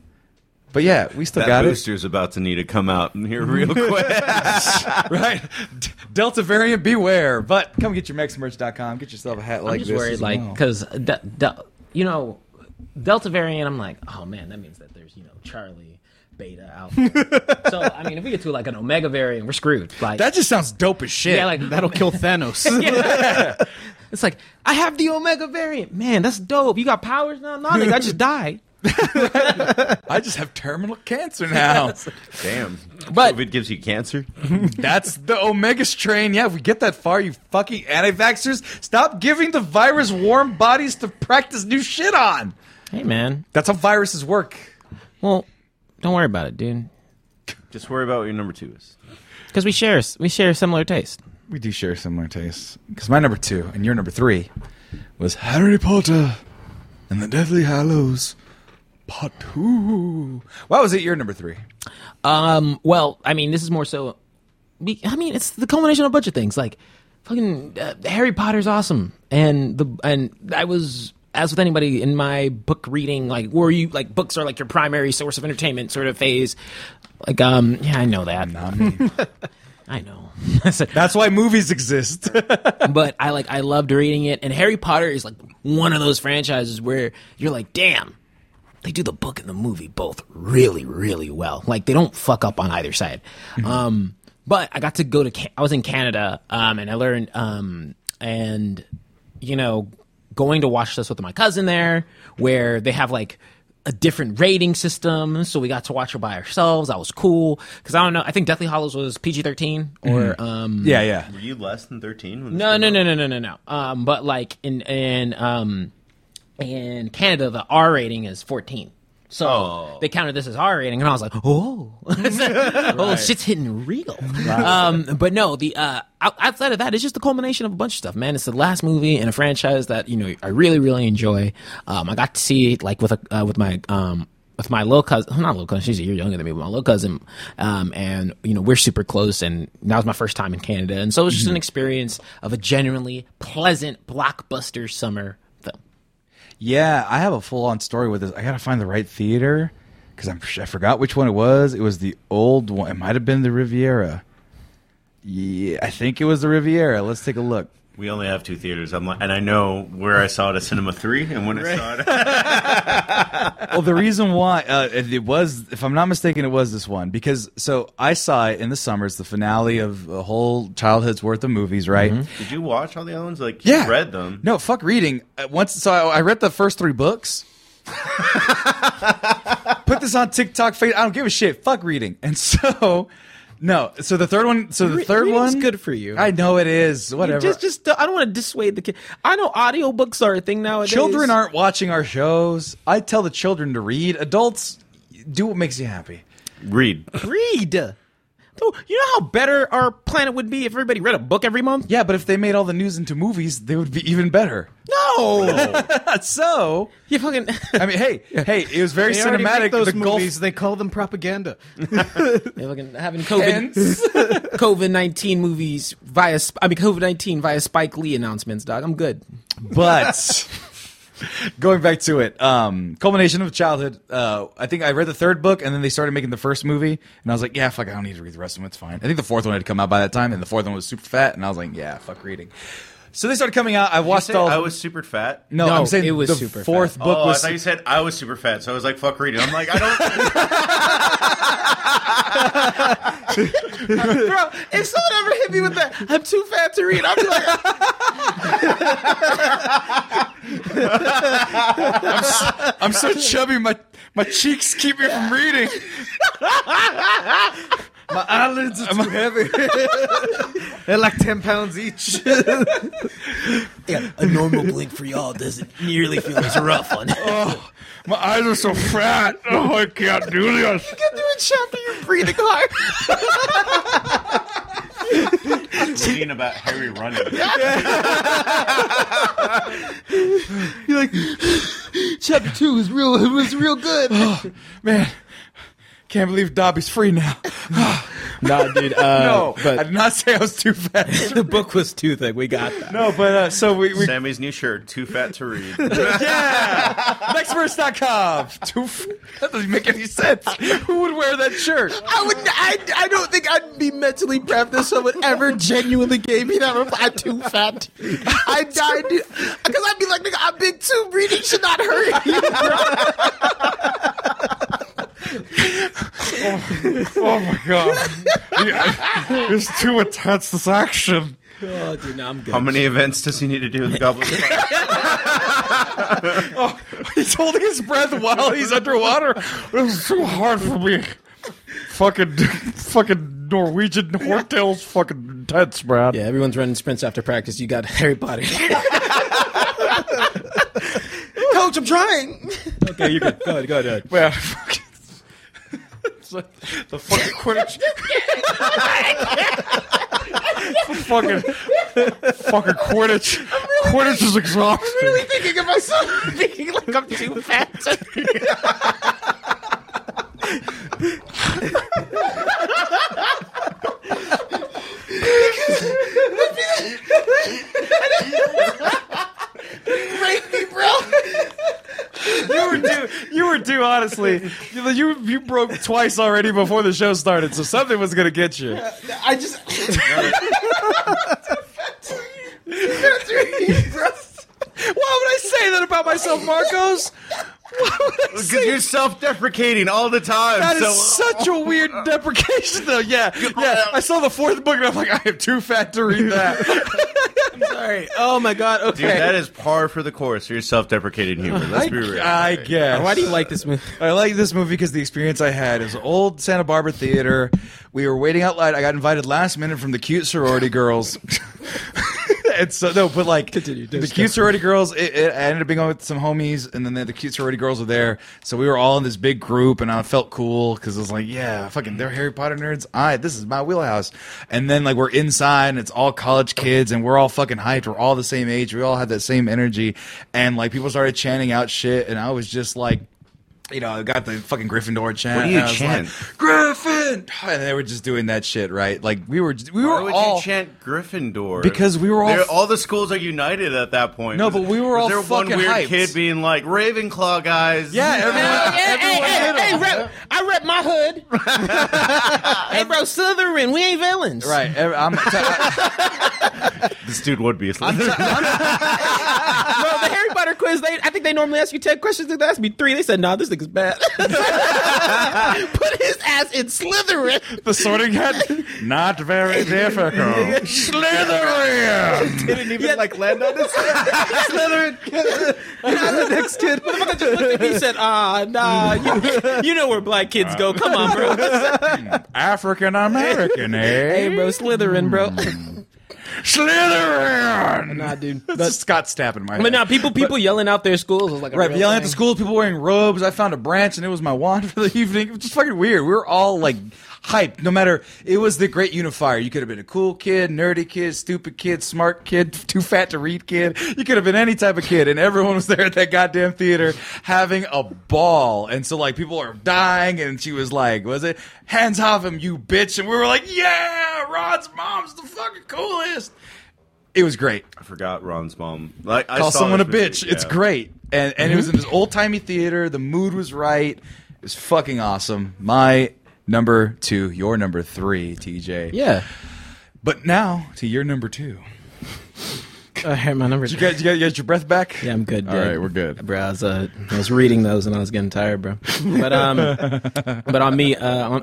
S1: But yeah, we still
S2: That
S1: got it.
S2: booster's about to need to come out here real quick.
S1: [LAUGHS] right? D- Delta variant, beware. But come get your MexMerch.com. Get yourself a hat like
S4: I'm just
S1: this.
S4: worried,
S1: as
S4: like,
S1: well.
S4: because you know, Delta variant. I'm like, oh man, that means that there's you know Charlie Beta [LAUGHS] Alpha. so I mean, if we get to like an Omega variant, we're screwed. Like
S1: that just sounds dope as shit.
S4: yeah, like
S3: That'll kill [LAUGHS] Thanos.
S4: [LAUGHS] Yeah. It's like I have the Omega variant, man. That's dope. You got powers now, nah, nigga. I just died.
S1: I just have terminal
S4: [LAUGHS]
S1: cancer now.
S2: Damn.
S4: But-
S2: COVID gives you cancer.
S1: That's the Omega strain. Yeah, if we get that far, you fucking anti-vaxxers, stop giving the virus warm bodies to practice new shit on.
S4: [LAUGHS] Hey, man.
S1: That's how viruses work.
S4: Well, don't worry about it, dude.
S2: Just worry about what your number two is.
S4: Because we share we share similar taste.
S1: We do share similar tastes. Because my number two and your number three was Harry Potter and the Deathly Hallows Part Two. Why was it your number three?
S4: Um. Well, I mean, this is more so. we- I mean, it's the culmination of a bunch of things. Like, fucking uh, Harry Potter's awesome, and the and I was as with anybody in my book reading, like, were you like books are like your primary source of entertainment sort of phase. Like, um, yeah, I know that. I know. [LAUGHS]
S1: That's why movies exist.
S4: but I like I loved reading it, and Harry Potter is like one of those franchises where you're like, damn, they do the book and the movie both really, really well. Like they don't fuck up on either side. Um, but I got to go to Ca- I was in Canada, um, and I learned, um, and you know, going to watch this with my cousin there, where they have like a different rating system, so we got to watch it by ourselves. That was cool because I don't know. I think Deathly Hollows was PG thirteen or um,
S1: [LAUGHS] yeah, yeah.
S2: Were you less than 13? When this
S4: no,
S2: came
S4: no,
S2: out?
S4: no, no, no, no, no. Um, but like in in um, in Canada, the R rating is fourteen. So they counted this as R rating, and I was like, oh, [LAUGHS] oh, shit's hitting real. Um, but no, the uh, out- outside of that, it's just the culmination of a bunch of stuff, man. It's the last movie in a franchise that you know I really, really enjoy. Um, I got to see it like with a uh, with my um with my little cousin, not little cousin, she's a year younger than me, but my little cousin, um, and you know we're super close, and that was my first time in Canada, and so it was just an experience of a genuinely pleasant blockbuster summer film.
S1: Yeah, I have a full on story with this. I gotta find the right theater because I'm I forgot which one it was. It was the old one. It might have been the Riviera. Yeah, I think it was the Riviera. Let's take a look.
S2: We only have two theaters. I'm like, and I know where I saw it at Cinema 3 and when I saw it [LAUGHS] at
S1: well, the reason why uh, it it was, if I'm not mistaken, it was this one because so I saw it in the summer. It's the finale of a whole childhood's worth of movies, right?
S2: Did you watch all the other ones? Like, you
S1: Yeah,
S2: read them.
S1: No, fuck reading. Uh, Once, so I, I read the first three
S2: [LAUGHS]
S1: books. Put this on TikTok. Face. I don't give a shit. Fuck reading. And so, no. So the third one. So the
S4: Re-
S1: third
S4: reading's
S1: one.
S4: good for you.
S1: I know it is. Whatever.
S4: Just, just I don't want to dissuade the kid. I know audiobooks are a thing nowadays.
S1: children aren't watching our shows. I tell the children to read. Adults, do what makes you happy.
S2: Read.
S4: read. You know how better our planet would be if everybody read a book every month.
S1: Yeah, but if they made all the news into movies, they would be even better.
S4: [LAUGHS]
S1: [LAUGHS]
S4: No,
S1: so,
S4: [LAUGHS] you fucking. [LAUGHS]
S1: I mean, hey, hey, it was very
S3: They already
S1: cinematic.
S3: make those
S1: the
S3: movies. They call them propaganda.
S4: They're looking, having
S1: Golf
S4: COVID [LAUGHS] COVID nineteen movies via Sp- I mean COVID nineteen via Spike Lee announcements, dog. I'm good.
S1: but [LAUGHS] going back to it um culmination of childhood uh i think i read the third book and then they started making the first movie and i was like yeah fuck i don't need to read the rest of them it's fine i think the fourth one had come out by that time and the fourth one was super fat and i was like yeah fuck reading
S6: So they started coming out. I watched all.
S2: I was super fat.
S6: no,
S1: No,
S6: I'm saying
S1: it was
S6: the
S1: super
S6: fourth
S1: fat.
S6: book
S2: Oh, I
S6: was.
S2: thought you said I was super fat, so I was like, "Fuck reading." I'm like, I don't.
S4: Bro, if someone ever hit me with that, I'm too fat to read. I'll be like,
S6: I'm so chubby, my my cheeks keep me from reading.
S3: My eyelids are too heavy. They're like ten pounds each. [LAUGHS]
S4: yeah, a normal blink for y'all doesn't nearly feel as rough [LAUGHS] on it.
S6: My eyes are so fat. Oh, I can't do this.
S4: do it, chapter. You're breathing hard.
S2: reading about Harry running.
S4: chapter two is real. It was real [LAUGHS] good.
S6: [LAUGHS] Man, can't believe Dobby's free now. [SIGHS]
S1: Nah, dude. Uh,
S6: no, I
S1: but
S6: did not say I was too fat.
S1: [LAUGHS] the book was too thick. We got that.
S6: no, but uh, so we, we
S2: Sammy's new shirt, too fat to read.
S6: nextverse.com. Too f- that doesn't make any sense. Who would wear that shirt?
S4: I would. I, I don't think I'd be mentally prepped if someone ever genuinely gave me that reply. I'm too fat. I died because I'd be like, nigga, I'm big too. Reading should not hurt you.
S6: [LAUGHS] Oh my god, Yeah, it's too intense. This action.
S1: Oh, dude, no, I'm good.
S2: How many events does he need to do with the Goblin? Slayer?
S6: He's holding his breath
S1: Oh,
S6: while he's underwater. This is too hard for me. Fucking, fucking Norwegian horntails. Fucking intense, man.
S1: Yeah, everyone's running sprints after practice. You got Harry Potter.
S4: [LAUGHS] Coach, I'm trying.
S1: okay, you good. Go ahead, go ahead.
S6: Man, fucking. It's like the fucking
S1: [LAUGHS]
S6: Quidditch. [LAUGHS] fucking, fucking Quidditch. Quidditch is exhausting.
S4: thinking of myself [LAUGHS] thinking like I'm too fat. [LAUGHS] Rape me, bro.
S6: You were due. You were due. Honestly, you you, you broke twice already before the show started, so something was gonna get you.
S4: I just. That's right, bro.
S6: Why would I say that about myself, Marcos? Why would I
S2: Because
S6: say
S2: you're self-deprecating all the time.
S6: that is
S2: so
S6: such a weird deprecation, though. Yeah, yeah. I saw the fourth book, and I'm like, I am too fat to read that.
S1: [LAUGHS] Sorry. Oh my God. Okay.
S2: Dude, that is par for the course. for Your self-deprecating humor. Let's be real.
S6: I guess.
S1: Why do you like this movie?
S6: I like this movie because the experience I had is old Santa Barbara theater. We were waiting out loud. I got invited last minute from the cute sorority girls. [LAUGHS] and so no, but like
S1: Continue,
S6: the
S1: don't
S6: cute sorority girls. It, it, I ended up being with some homies, and then the, the cute sorority girls were there. So we were all in this big group, and I felt cool because it was like, yeah, fucking, they're Harry Potter nerds. I this is my wheelhouse. And then like we're inside, and it's all college kids, and we're all fucking hyped. We're all the same age. We all had that same energy, and like people started chanting out shit, and I was just like you know, I got the fucking Gryffindor chant.
S2: What do you
S6: and I was
S2: chant?
S6: Like, Griffin, [SIGHS] and they were just doing that shit, right? Like we were, we
S2: Why
S6: were
S2: would
S6: all
S2: you chant Gryffindor?
S6: because we were all.
S2: They're- all the schools are united at that point.
S6: No,
S2: Was-
S6: but we were
S2: was
S6: all
S2: there
S6: fucking
S2: one weird
S6: hyped.
S2: kid being like Ravenclaw guys. [LAUGHS]
S6: yeah, everyone,
S4: Hey, hey,
S6: everyone
S4: hey,
S6: did 'em.
S4: hey, rep, I rep my hood. [LAUGHS] hey, bro, Southern, we ain't villains.
S6: Right, every- I'm,
S2: this dude would be. Slytherin.
S1: Bro, the Harry Potter quiz, they, I think they normally ask you 10 questions. They asked me three. They said, nah, this nigga's
S7: [LAUGHS]
S1: bad.
S4: Put his ass in Slytherin.
S6: the Sorting Hat, not very difficult. Slytherin.
S3: Didn't even like land on this. [LAUGHS]
S1: Next kid. Motherfucker [LAUGHS] just looked at me and said, ah, nah, you, you know where black kids go. Come on, bro.
S6: African
S1: [LAUGHS]
S6: American,
S1: hey,
S6: eh?
S1: bro, Slytherin, bro.
S6: Slytherin.
S1: nah, dude.
S6: [LAUGHS] That's
S1: But,
S6: just Scott Stapp in my
S1: but
S6: head.
S1: now people people yelling out their schools is like a
S6: Right,
S1: real
S6: but yelling at
S1: thing.
S6: the school, people wearing robes. I found a branch and it was my wand for the [LAUGHS] evening. It was just fucking weird. We were all like hyped. No matter, it was the great unifier. You could have been a cool kid, nerdy kid, stupid kid, smart kid, [LAUGHS] too fat to read kid. You could have been any type of kid, and everyone was there at that goddamn theater having a ball. And so like people are dying, and she was like, "Was it hands off him, you bitch?" And we were like, "Yeah, Rod's mom's the fucking coolest." It was great
S2: I forgot Ron's mom. Like I
S6: call
S2: saw
S6: someone a
S2: this movie,
S6: bitch. It's
S2: yeah.
S6: great. And and it was in this
S1: Mm-hmm.
S6: old timey theater. The mood was right. It was fucking awesome. My number two, your number three, TJ.
S1: Yeah.
S6: But now to your number two.
S4: uh, my number.
S1: You guys, you guys, you got your breath back?
S4: Yeah, I'm good.
S7: All
S4: dude.
S7: right, we're good.
S4: Bro, I was, uh, I was reading those and I was getting tired, bro.
S7: [LAUGHS]
S4: But um, but on me, uh, on,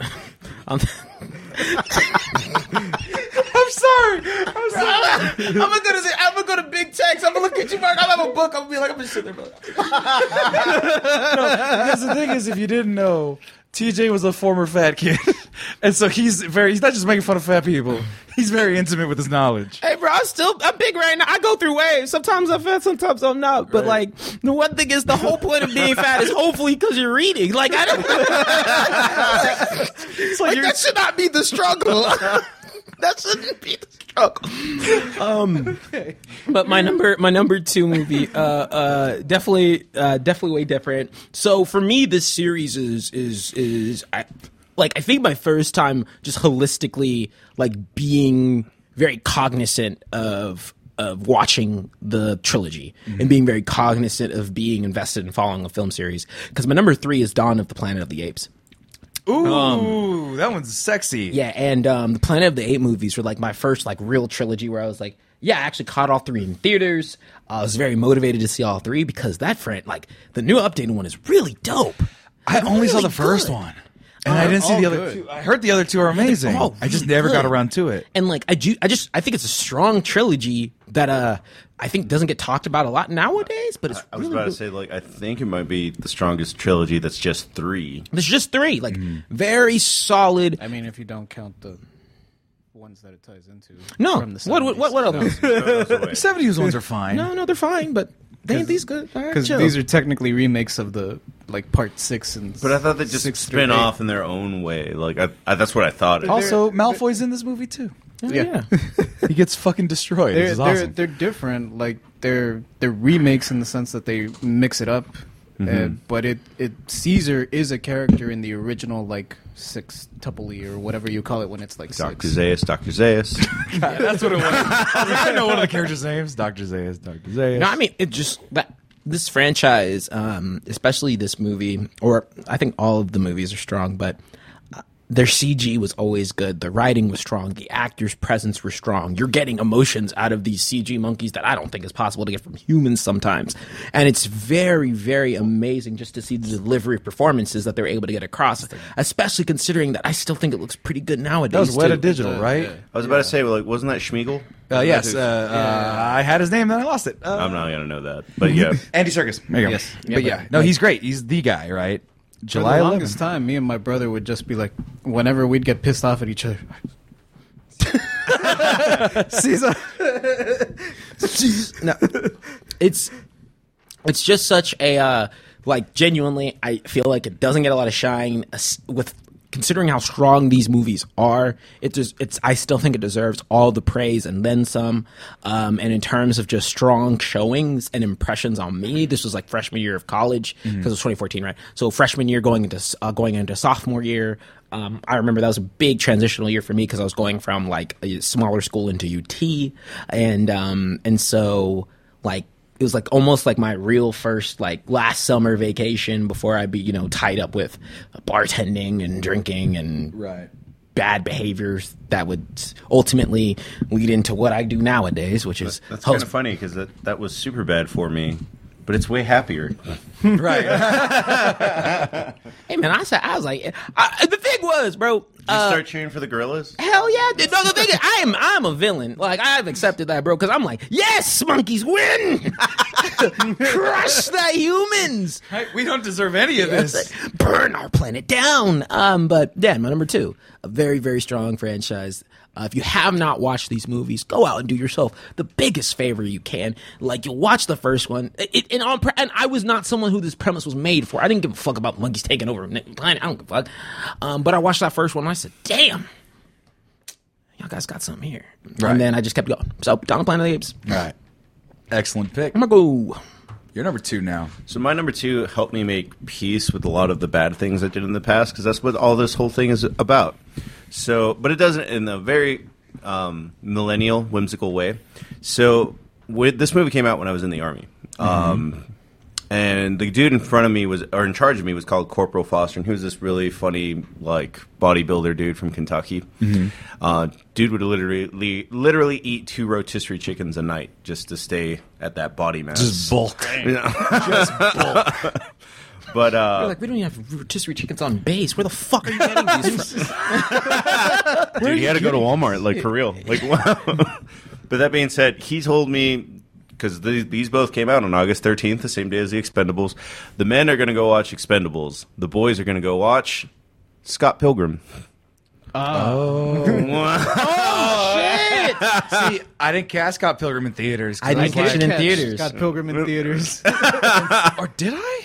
S4: on
S1: I'm sorry. I'm sorry.
S8: I'm gonna go to the- I'm gonna go to big text. I'm gonna look at you, Mark. I'll have a book. I'm gonna be like, I'm gonna sit there, bro.
S1: Because the thing is, if you didn't know, TJ was a former fat kid, [LAUGHS] and so he's very—he's not just making fun of fat people. He's very intimate with his knowledge.
S4: Hey, bro, I'm still I'm big right now. I go through waves. Sometimes I'm fat, sometimes I'm not. But like, the one thing is, the whole point of being fat is hopefully because you're reading. Like, I don't. [LAUGHS] like that should not be the struggle. [LAUGHS] that shouldn't be the struggle. Um, but my number my number two movie, uh, uh, definitely uh, definitely way different. So for me, this series is is is I, like I think my first time just holistically like being very cognizant of of watching the trilogy and being very cognizant of being invested in following a film series because my number three is Dawn of the Planet of the Apes.
S1: Ooh, that one's sexy.
S4: Yeah, and um, the Planet of the Eight movies were like my first like real trilogy where I was like, yeah, I actually caught all three in theaters. Uh, I was very motivated to see all three because that friend, like the new updated one, is really dope.
S1: I only saw
S4: Really
S1: the first
S4: good.
S1: one, and I didn't see the other two. I heard the other two are amazing.
S4: all
S1: I just
S4: really
S1: never got
S4: oh, good.
S1: around to it.
S4: And like I do, I just I think it's a strong trilogy that uh I think doesn't get talked about a lot nowadays, but it's
S2: I was
S4: really
S2: about to
S4: good.
S2: say, like, I think it might be the strongest trilogy that's just
S6: [LAUGHS]
S2: three.
S4: There's just three, like
S1: Mm.
S4: very solid.
S3: I mean, if you don't count the ones that it ties into.
S4: No,
S3: from the
S4: what what what, what else?
S1: The '70s ones are fine.
S4: No, no, they're fine, but they ain't these good. All right,
S3: Because
S4: chill.
S3: these are technically remakes of the like part six and.
S2: But I thought they just
S3: six through
S2: spin
S3: eight.
S2: off in their own way. Like, I, I, that's what I thought. It
S1: Also, Malfoy's in this movie too.
S3: Yeah.
S1: He gets fucking destroyed.
S3: They're,
S1: This is awesome.
S3: they're they're different. Like they're they're remakes in the sense that they mix it up,
S1: Mm-hmm.
S3: uh, but it it Caesar is a character in the original like six tuple or whatever you call it when it's like
S2: Dr.
S3: six.
S2: Zaius, Dr. Zaius.
S1: That's what it was. I know [LAUGHS] one of the characters' names. Dr. Zayas, Dr. Zayas.
S4: No, I mean it just that this franchise, um, especially this movie, or I think all of the movies are strong, but uh, their CG was always good. The writing was strong. The actors' presence were strong. You're getting emotions out of these CG monkeys that I don't think is possible to get from humans sometimes. And it's very, very amazing just to see the delivery of performances that they're able to get across, especially considering that I still think it looks pretty good nowadays.
S1: that was Weta
S4: too.
S3: Uh,
S1: Digital, right?
S2: I was about to say, like, wasn't that Schmiegel?
S1: Uh, yes. Uh, uh, I had his name, then I lost it. Uh,
S2: I'm not gonna know that, but yeah,
S1: Andy Serkis. There you go.
S3: Yes.
S1: But yeah, no, he's great. He's the guy, right?
S3: For
S1: July
S3: the
S1: 11th.
S3: longest time, me and my brother would just be like, whenever we'd get pissed off at each other,
S1: Caesar.
S4: [LAUGHS] no, it's it's just such a uh, like genuinely. I feel like it doesn't get a lot of shine as- with considering how strong these movies are. It just it's I still think it deserves all the praise and then some. Um, and in terms of just strong showings and impressions on me, this was like freshman year of college because it was 2014, right? So freshman year going into s- uh, going into sophomore year. Um, I remember that was a big transitional year for me because I was going from like a smaller school into UT, and um, and so like it was like almost like my real first like last summer vacation before I be you know tied up with bartending and drinking and
S1: Right.
S4: bad behaviors that would ultimately lead into what I do nowadays, which is
S2: that's kind of funny because that that was super bad for me, but it's way happier.
S1: Right.
S4: hey man, I said I was like I, the thing was bro.
S2: Did you
S4: Uh,
S2: start cheering for the gorillas?
S4: Hell yeah! dude. No, the thing is, I am I'm a villain. Like I've accepted that, bro. Because I'm like, yes, monkeys win, [LAUGHS] crush the humans.
S1: we don't deserve any of
S4: It's
S1: this.
S4: like, burn our planet down. Um, but yeah, my number two, a very very strong franchise. Uh, if you have not watched these movies, go out and do yourself the biggest favor you can. Like you watch the first one, it, it- and on pre- and I was not someone who this premise was made for. I didn't give a fuck about monkeys taking over the planet. I don't give a fuck. Um, but I watched that first one, and I said, damn. Y'all guys got something here,
S1: Right.
S4: and then I just kept going. So, Dawn of the Planet of the Apes.
S1: All right. Excellent pick.
S4: I'm gonna go.
S1: You're number two now.
S2: So my number two helped me make peace with a lot of the bad things I did in the past because that's what all this whole thing is about. So, but it doesn't in a very um, millennial, whimsical way. So, with, this movie came out when I was in the army. Um, and the dude in front of me was or in charge of me was called Corporal Foster, and he was this really funny like bodybuilder dude from Kentucky.
S1: Mm-hmm.
S2: Uh, dude would literally literally eat two rotisserie chickens a night just to stay at that body mass.
S1: Just bulk.
S2: [LAUGHS] but uh,
S4: like we don't even have rotisserie chickens on base. Where the fuck are you getting these from?
S2: Dude, he had to go to Walmart, like for real. Like, [LAUGHS] wow. but that being said, he told me because these both came out on August 13th, the same day as the Expendables. The men are going to go watch Expendables. The boys are going to go watch Scott Pilgrim. Oh.
S1: [LAUGHS] See, I didn't cast Scott Pilgrim in theaters. 'cause
S4: I
S1: was
S4: didn't catch it in
S3: Catch
S4: theaters.
S3: Scott Pilgrim in theaters.
S1: [LAUGHS] like- or did I?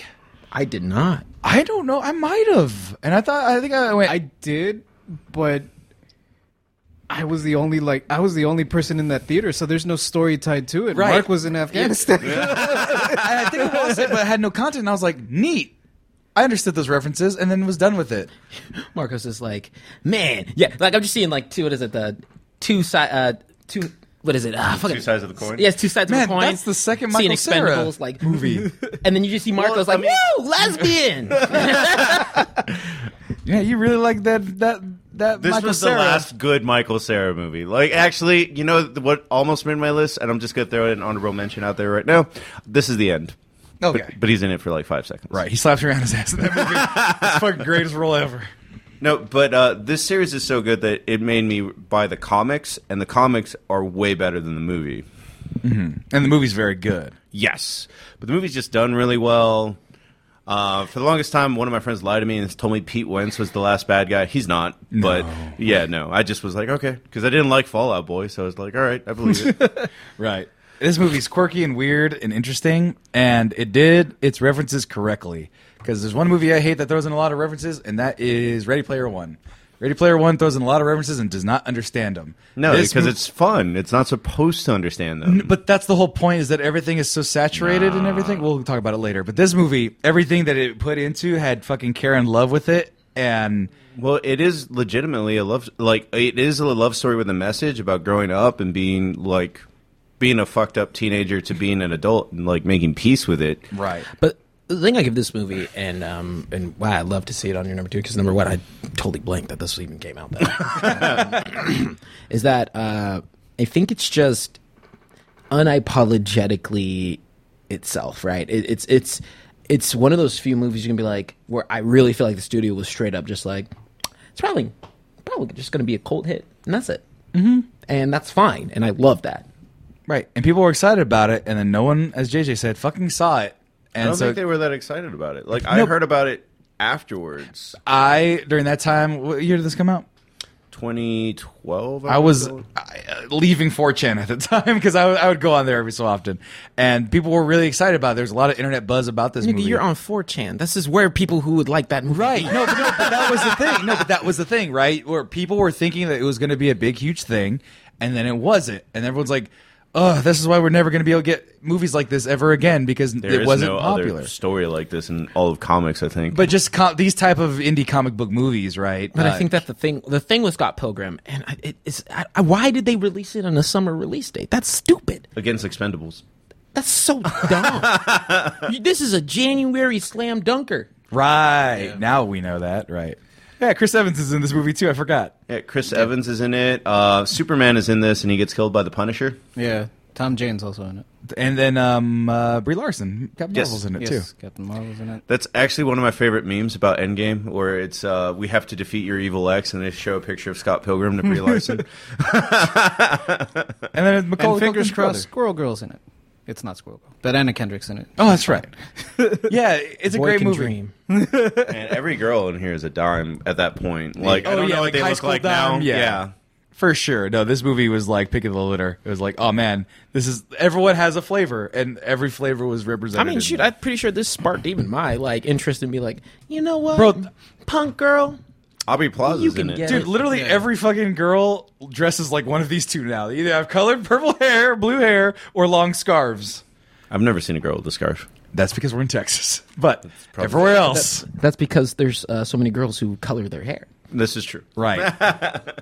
S4: I did not.
S1: I don't know. I might have. And I thought. I think I went.
S3: I did, but I was the only like I was the only person in that theater, so there's no story tied to it.
S1: Right.
S3: Mark was in
S4: [LAUGHS]
S3: Afghanistan.
S1: [LAUGHS] I, I think I was it, but I had no content. And I was like, neat. I understood those references, and then was done with it.
S4: Marcos is like, man, yeah. Like I'm just seeing like two. What is it? The two side. Uh, two. What is it? Ah, fucking-
S2: Two sides of the coin?
S4: Yes, two sides
S1: Man,
S4: of the coin.
S1: that's the second
S4: Seeing
S1: Michael Cera
S4: Expendables, like
S1: movie.
S4: [LAUGHS] and then you just see Marcos
S2: Well, I
S4: like, woo,
S2: [LAUGHS]
S4: lesbian.
S1: Yeah, you really like that that that
S2: [LAUGHS] This
S1: Michael
S2: was
S1: Cera.
S2: the last good Michael Sarah movie. Like, actually, you know th- what almost made my list, and I'm just going to throw an honorable mention out there right now. This is the end.
S1: Okay.
S2: But, but he's in it for like five seconds.
S1: right, he slaps around his ass in that [LAUGHS] movie. it's fucking greatest role ever.
S2: No, but uh, this series is so good that it made me buy the comics, and the comics are way better than the movie.
S1: And the movie's very good.
S2: Yes, but the movie's just done really well. Uh, for the longest time, one of my friends lied to me and told me Pete Wentz was the last bad guy. He's not, but yeah, no. I just was like, okay, because I didn't like Fallout Boy, so I was like, all right, I believe it.
S1: Right. This movie's quirky and weird and interesting, and it did its references correctly. Because there's one movie I hate that throws in a lot of references, and that is Ready Player One. Ready Player One throws in a lot of references and does not understand them.
S2: no,
S1: This
S2: because
S1: mov-
S2: it's fun. It's not supposed to understand them.
S1: But that's the whole point is that everything is so saturated and everything. We'll talk about it later. But this movie, everything that it put into had fucking care and love with it. And
S2: Well, it is legitimately a love like it is a love story with a message about growing up and being like being a fucked up teenager to being an adult and like making peace with it.
S1: right.
S4: But the thing I give this movie, and um, and why I love to see it on your number two, because number one, I totally blanked that this even came out. [LAUGHS] That um, [CLEARS THROAT] is that uh, I think it's just unapologetically itself, right? It, it's it's it's one of those few movies you can be like, where I really feel like the studio was straight up just like, it's probably probably just going to be a cult hit, and that's it, mm-hmm. and that's fine, and I love that.
S1: Right. And people were excited about it, and then no one, as JJ said, fucking saw it. And
S2: I don't
S1: so
S2: think they were that excited about it. Like I
S1: No.
S2: heard about it afterwards.
S1: I, during that time, what year did this come out?
S2: 2012.
S1: I was
S2: think.
S1: I, uh, leaving 4chan at the [LAUGHS] time because I, would- I would go on there every so often. And people were really excited about it. There's a lot of internet buzz about this movie.
S4: You're on 4chan. This is where people who would like that movie
S1: Right. [LAUGHS] No, but, no, but that was the thing. No, but that was the thing, right? Where people were thinking that it was going to be a big, huge thing, and then it wasn't. And everyone's like, oh, this is why we're never going to be able to get movies like this ever again because
S2: There
S1: it
S2: is
S1: wasn't
S2: no
S1: popular.
S2: other story like this in all of comics. I think.
S1: But just com- these type of indie comic book movies, right?
S4: But
S1: Uh,
S4: I think that the thing, the thing with Scott Pilgrim, and I, it, it's I, I, why did they release it on a summer release date? That's stupid.
S2: against Expendables.
S4: That's so dumb. You- this is a January slam dunker.
S1: right now we know that, right? Yeah, Chris Evans is in this movie too. I forgot.
S2: Yeah, Chris Evans is in it. Uh, Superman is in this, and he gets killed by the Punisher.
S3: yeah. Tom Jane's also in it.
S1: And then um, uh, Brie Larson, Captain
S2: Yes.
S1: Marvel's in it
S3: Yes,
S1: too.
S3: Captain Marvel's in it.
S2: That's actually one of my favorite memes about Endgame, where it's uh, we have to defeat your evil ex, and they show a picture of Scott Pilgrim to Brie
S1: [LAUGHS]
S2: Larson.
S1: And then Macaulay
S3: and fingers
S1: Culkin's
S3: crossed,
S1: brother.
S3: Oh, Squirrel Girl's in it. It's not Squirrel Girl, but Anna Kendrick's in it.
S1: Oh, that's right. Yeah, it's a
S4: Boy
S1: great
S4: can
S1: movie.
S4: dream.
S2: and every girl in here is a dime at that point. Like, I
S1: Oh,
S2: don't
S1: yeah,
S2: know what
S1: like
S2: they
S1: high
S2: look
S1: school
S2: like
S1: dime,
S2: now.
S1: yeah. For sure. No, this movie was like pick of the litter. It was like, oh man, this is everyone has a flavor, and every flavor was
S4: I
S1: represented.
S4: mean,
S1: in
S4: shoot,
S1: that.
S4: I'm pretty sure this sparked even my like interest in be like, you know what,
S1: Bro, th-
S4: punk girl.
S2: Aubrey
S4: You
S2: Plaza's
S4: can
S2: in it.
S4: get
S1: dude, literally every fucking girl dresses like one of these two now. They either have colored purple hair, blue hair, or long scarves.
S2: I've never seen a girl with a scarf.
S1: That's because we're in Texas, but everywhere else,
S4: That's because there's uh, so many girls who color their hair.
S2: This is true.
S1: right?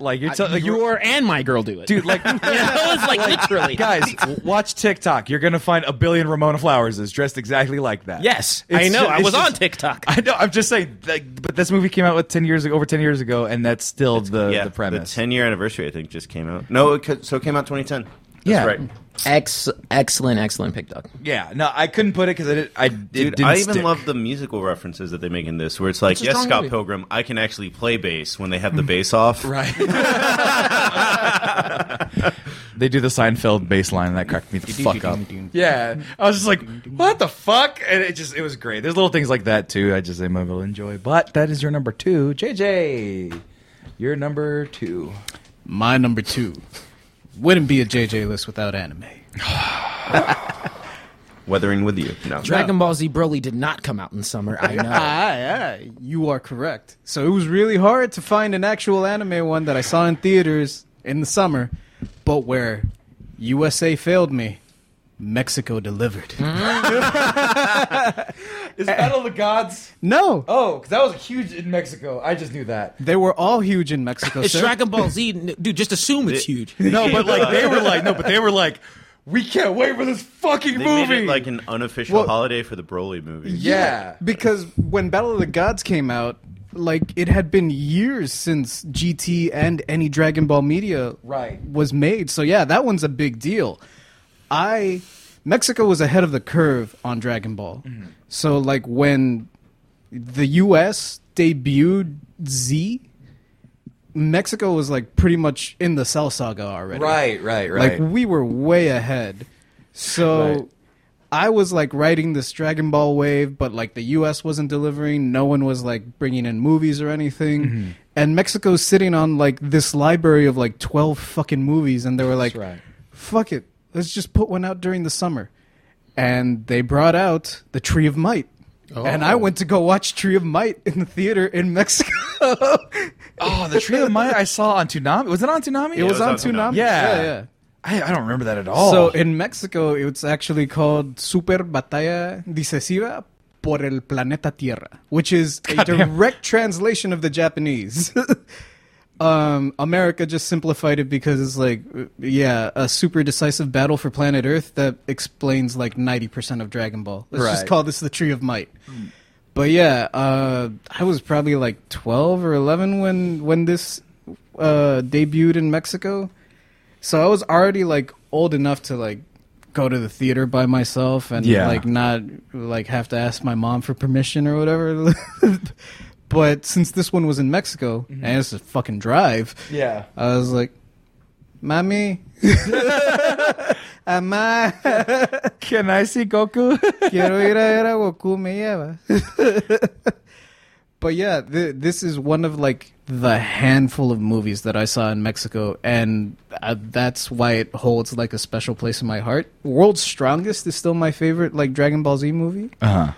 S1: like you're telling uh, you
S6: Your and my girl do it,
S1: dude. Like
S6: that was
S4: [LAUGHS]
S6: like literally.
S1: [LAUGHS] guys, w- watch TikTok. You're gonna find a billion Ramona Flowerses dressed exactly like that.
S6: Yes,
S1: It's
S6: I know.
S1: ju-
S6: I
S1: it's
S6: was on
S1: just-
S6: TikTok.
S1: I know. I'm just saying. Like, but this movie came out with ten years ago, over ten years ago, and that's still the,
S2: yeah,
S1: the premise.
S2: ten year anniversary I think just came out. No, it co- so it came out 2010. That's
S1: Yeah.
S2: right.
S4: Ex- excellent, excellent pick, Doug.
S1: yeah. No, I couldn't put it because I did. I it
S2: Dude,
S1: didn't
S2: I even
S1: stick.
S2: love the musical references that they make in this, where it's like, yes, Scott Pilgrim, I can actually play bass when they have the bass
S1: [LAUGHS]
S2: off. [LAUGHS]
S1: Right. [LAUGHS] they do the Seinfeld bass line, and that cracked me the fuck up. Yeah. I was just like, what the fuck? And it just, it was great. There's little things like that, too. I just am able to enjoy. But that is your number two, JJ. Your number two.
S3: My number two wouldn't be a JJ list without anime.
S2: Weathering with you. No.
S6: Dragon Ball Z Broly did not come out in summer. I know.
S3: Ah, yeah, you are correct. So it was really hard to find an actual anime one that I saw in theaters in the summer, but where USA failed me, Mexico delivered.
S1: Mm-hmm. Is Battle of the Gods?
S3: No,
S1: Oh, because that was huge in Mexico. I just knew that.
S3: they were all huge in Mexico.
S6: It's
S3: sir.
S6: Dragon Ball Z, n- dude. Just assume it's [LAUGHS] huge.
S1: No, but like, they were like, no, but they were like, we can't wait for this fucking
S2: [LAUGHS] They
S1: movie.
S2: made it like an unofficial
S3: Well-
S2: holiday for the Broly movie.
S1: yeah.
S3: because when Battle of the Gods came out, like it had been years since GT and any Dragon Ball media
S1: Right.
S3: was made. So yeah, that one's a big deal. I Mexico was ahead of the curve on Dragon Ball.
S1: Mm-hmm.
S3: So like when the US debuted Z, Mexico was like pretty much in the Cell Saga already.
S1: Right, right, right.
S3: Like we were way ahead. So
S1: Right.
S3: I was like riding this Dragon Ball wave, but like the US wasn't delivering. No one was like bringing in movies or anything.
S1: Mm-hmm.
S3: And Mexico's sitting on like this library of like 12 fucking movies. And they were like,
S1: right.
S3: fuck it. Let's just put one out during the summer. And they brought out The Tree of Might. And I went to go watch Tree of Might in the theater in Mexico.
S1: Oh, the Tree of Maya I saw on Toonami. Was it on Toonami?
S3: it, was
S2: was
S3: on
S2: on
S3: Toonami.
S2: Toonami.
S1: Yeah.
S3: yeah, yeah.
S1: I, I don't remember that at all.
S3: So in Mexico, it's actually called Super Batalla Decisiva por el Planeta Tierra, which is a direct translation of the Japanese. [LAUGHS] um, America just simplified it because it's like, uh, yeah, a super decisive battle for planet Earth that explains like 90% of Dragon Ball. Let's just
S1: Right.
S3: call this the Tree of Might. But yeah, uh, I was probably like 12 or 11 when, when this uh, debuted in Mexico. So I was already like old enough to like go to the theater by myself and
S1: Yeah.
S3: like not like have to ask my mom for permission or whatever. [LAUGHS] but since this one was in Mexico and it's a fucking drive,
S1: yeah.
S3: I was like, [LAUGHS] "Mommy, ama,
S1: [LAUGHS] Can I see Goku?
S3: quiero ir a ver a Goku, me lleva." [LAUGHS] but yeah, th- this is one of like the handful of movies that I saw in Mexico, and uh, that's why it holds like a special place in my heart. World's Strongest is still my favorite, like Dragon Ball Z movie.
S1: Uh-huh.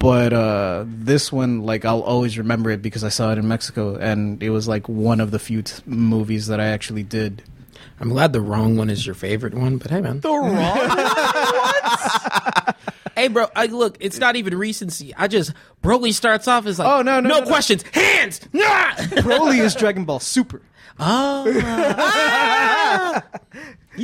S3: But uh, this one, like, I'll always remember it because I saw it in Mexico, and it was like one of the few t- movies that I actually did.
S4: I'm glad the wrong one is your favorite one, but hey, man.
S1: The
S6: [LAUGHS]
S1: wrong.
S6: Hey, bro. I, look, it's not even recency. I just Broly starts off as like,
S3: Oh, no, no,
S6: no,
S3: no, no.
S6: questions, hands. Nah!
S3: [LAUGHS] Broly is Dragon Ball Super.
S6: [LAUGHS] you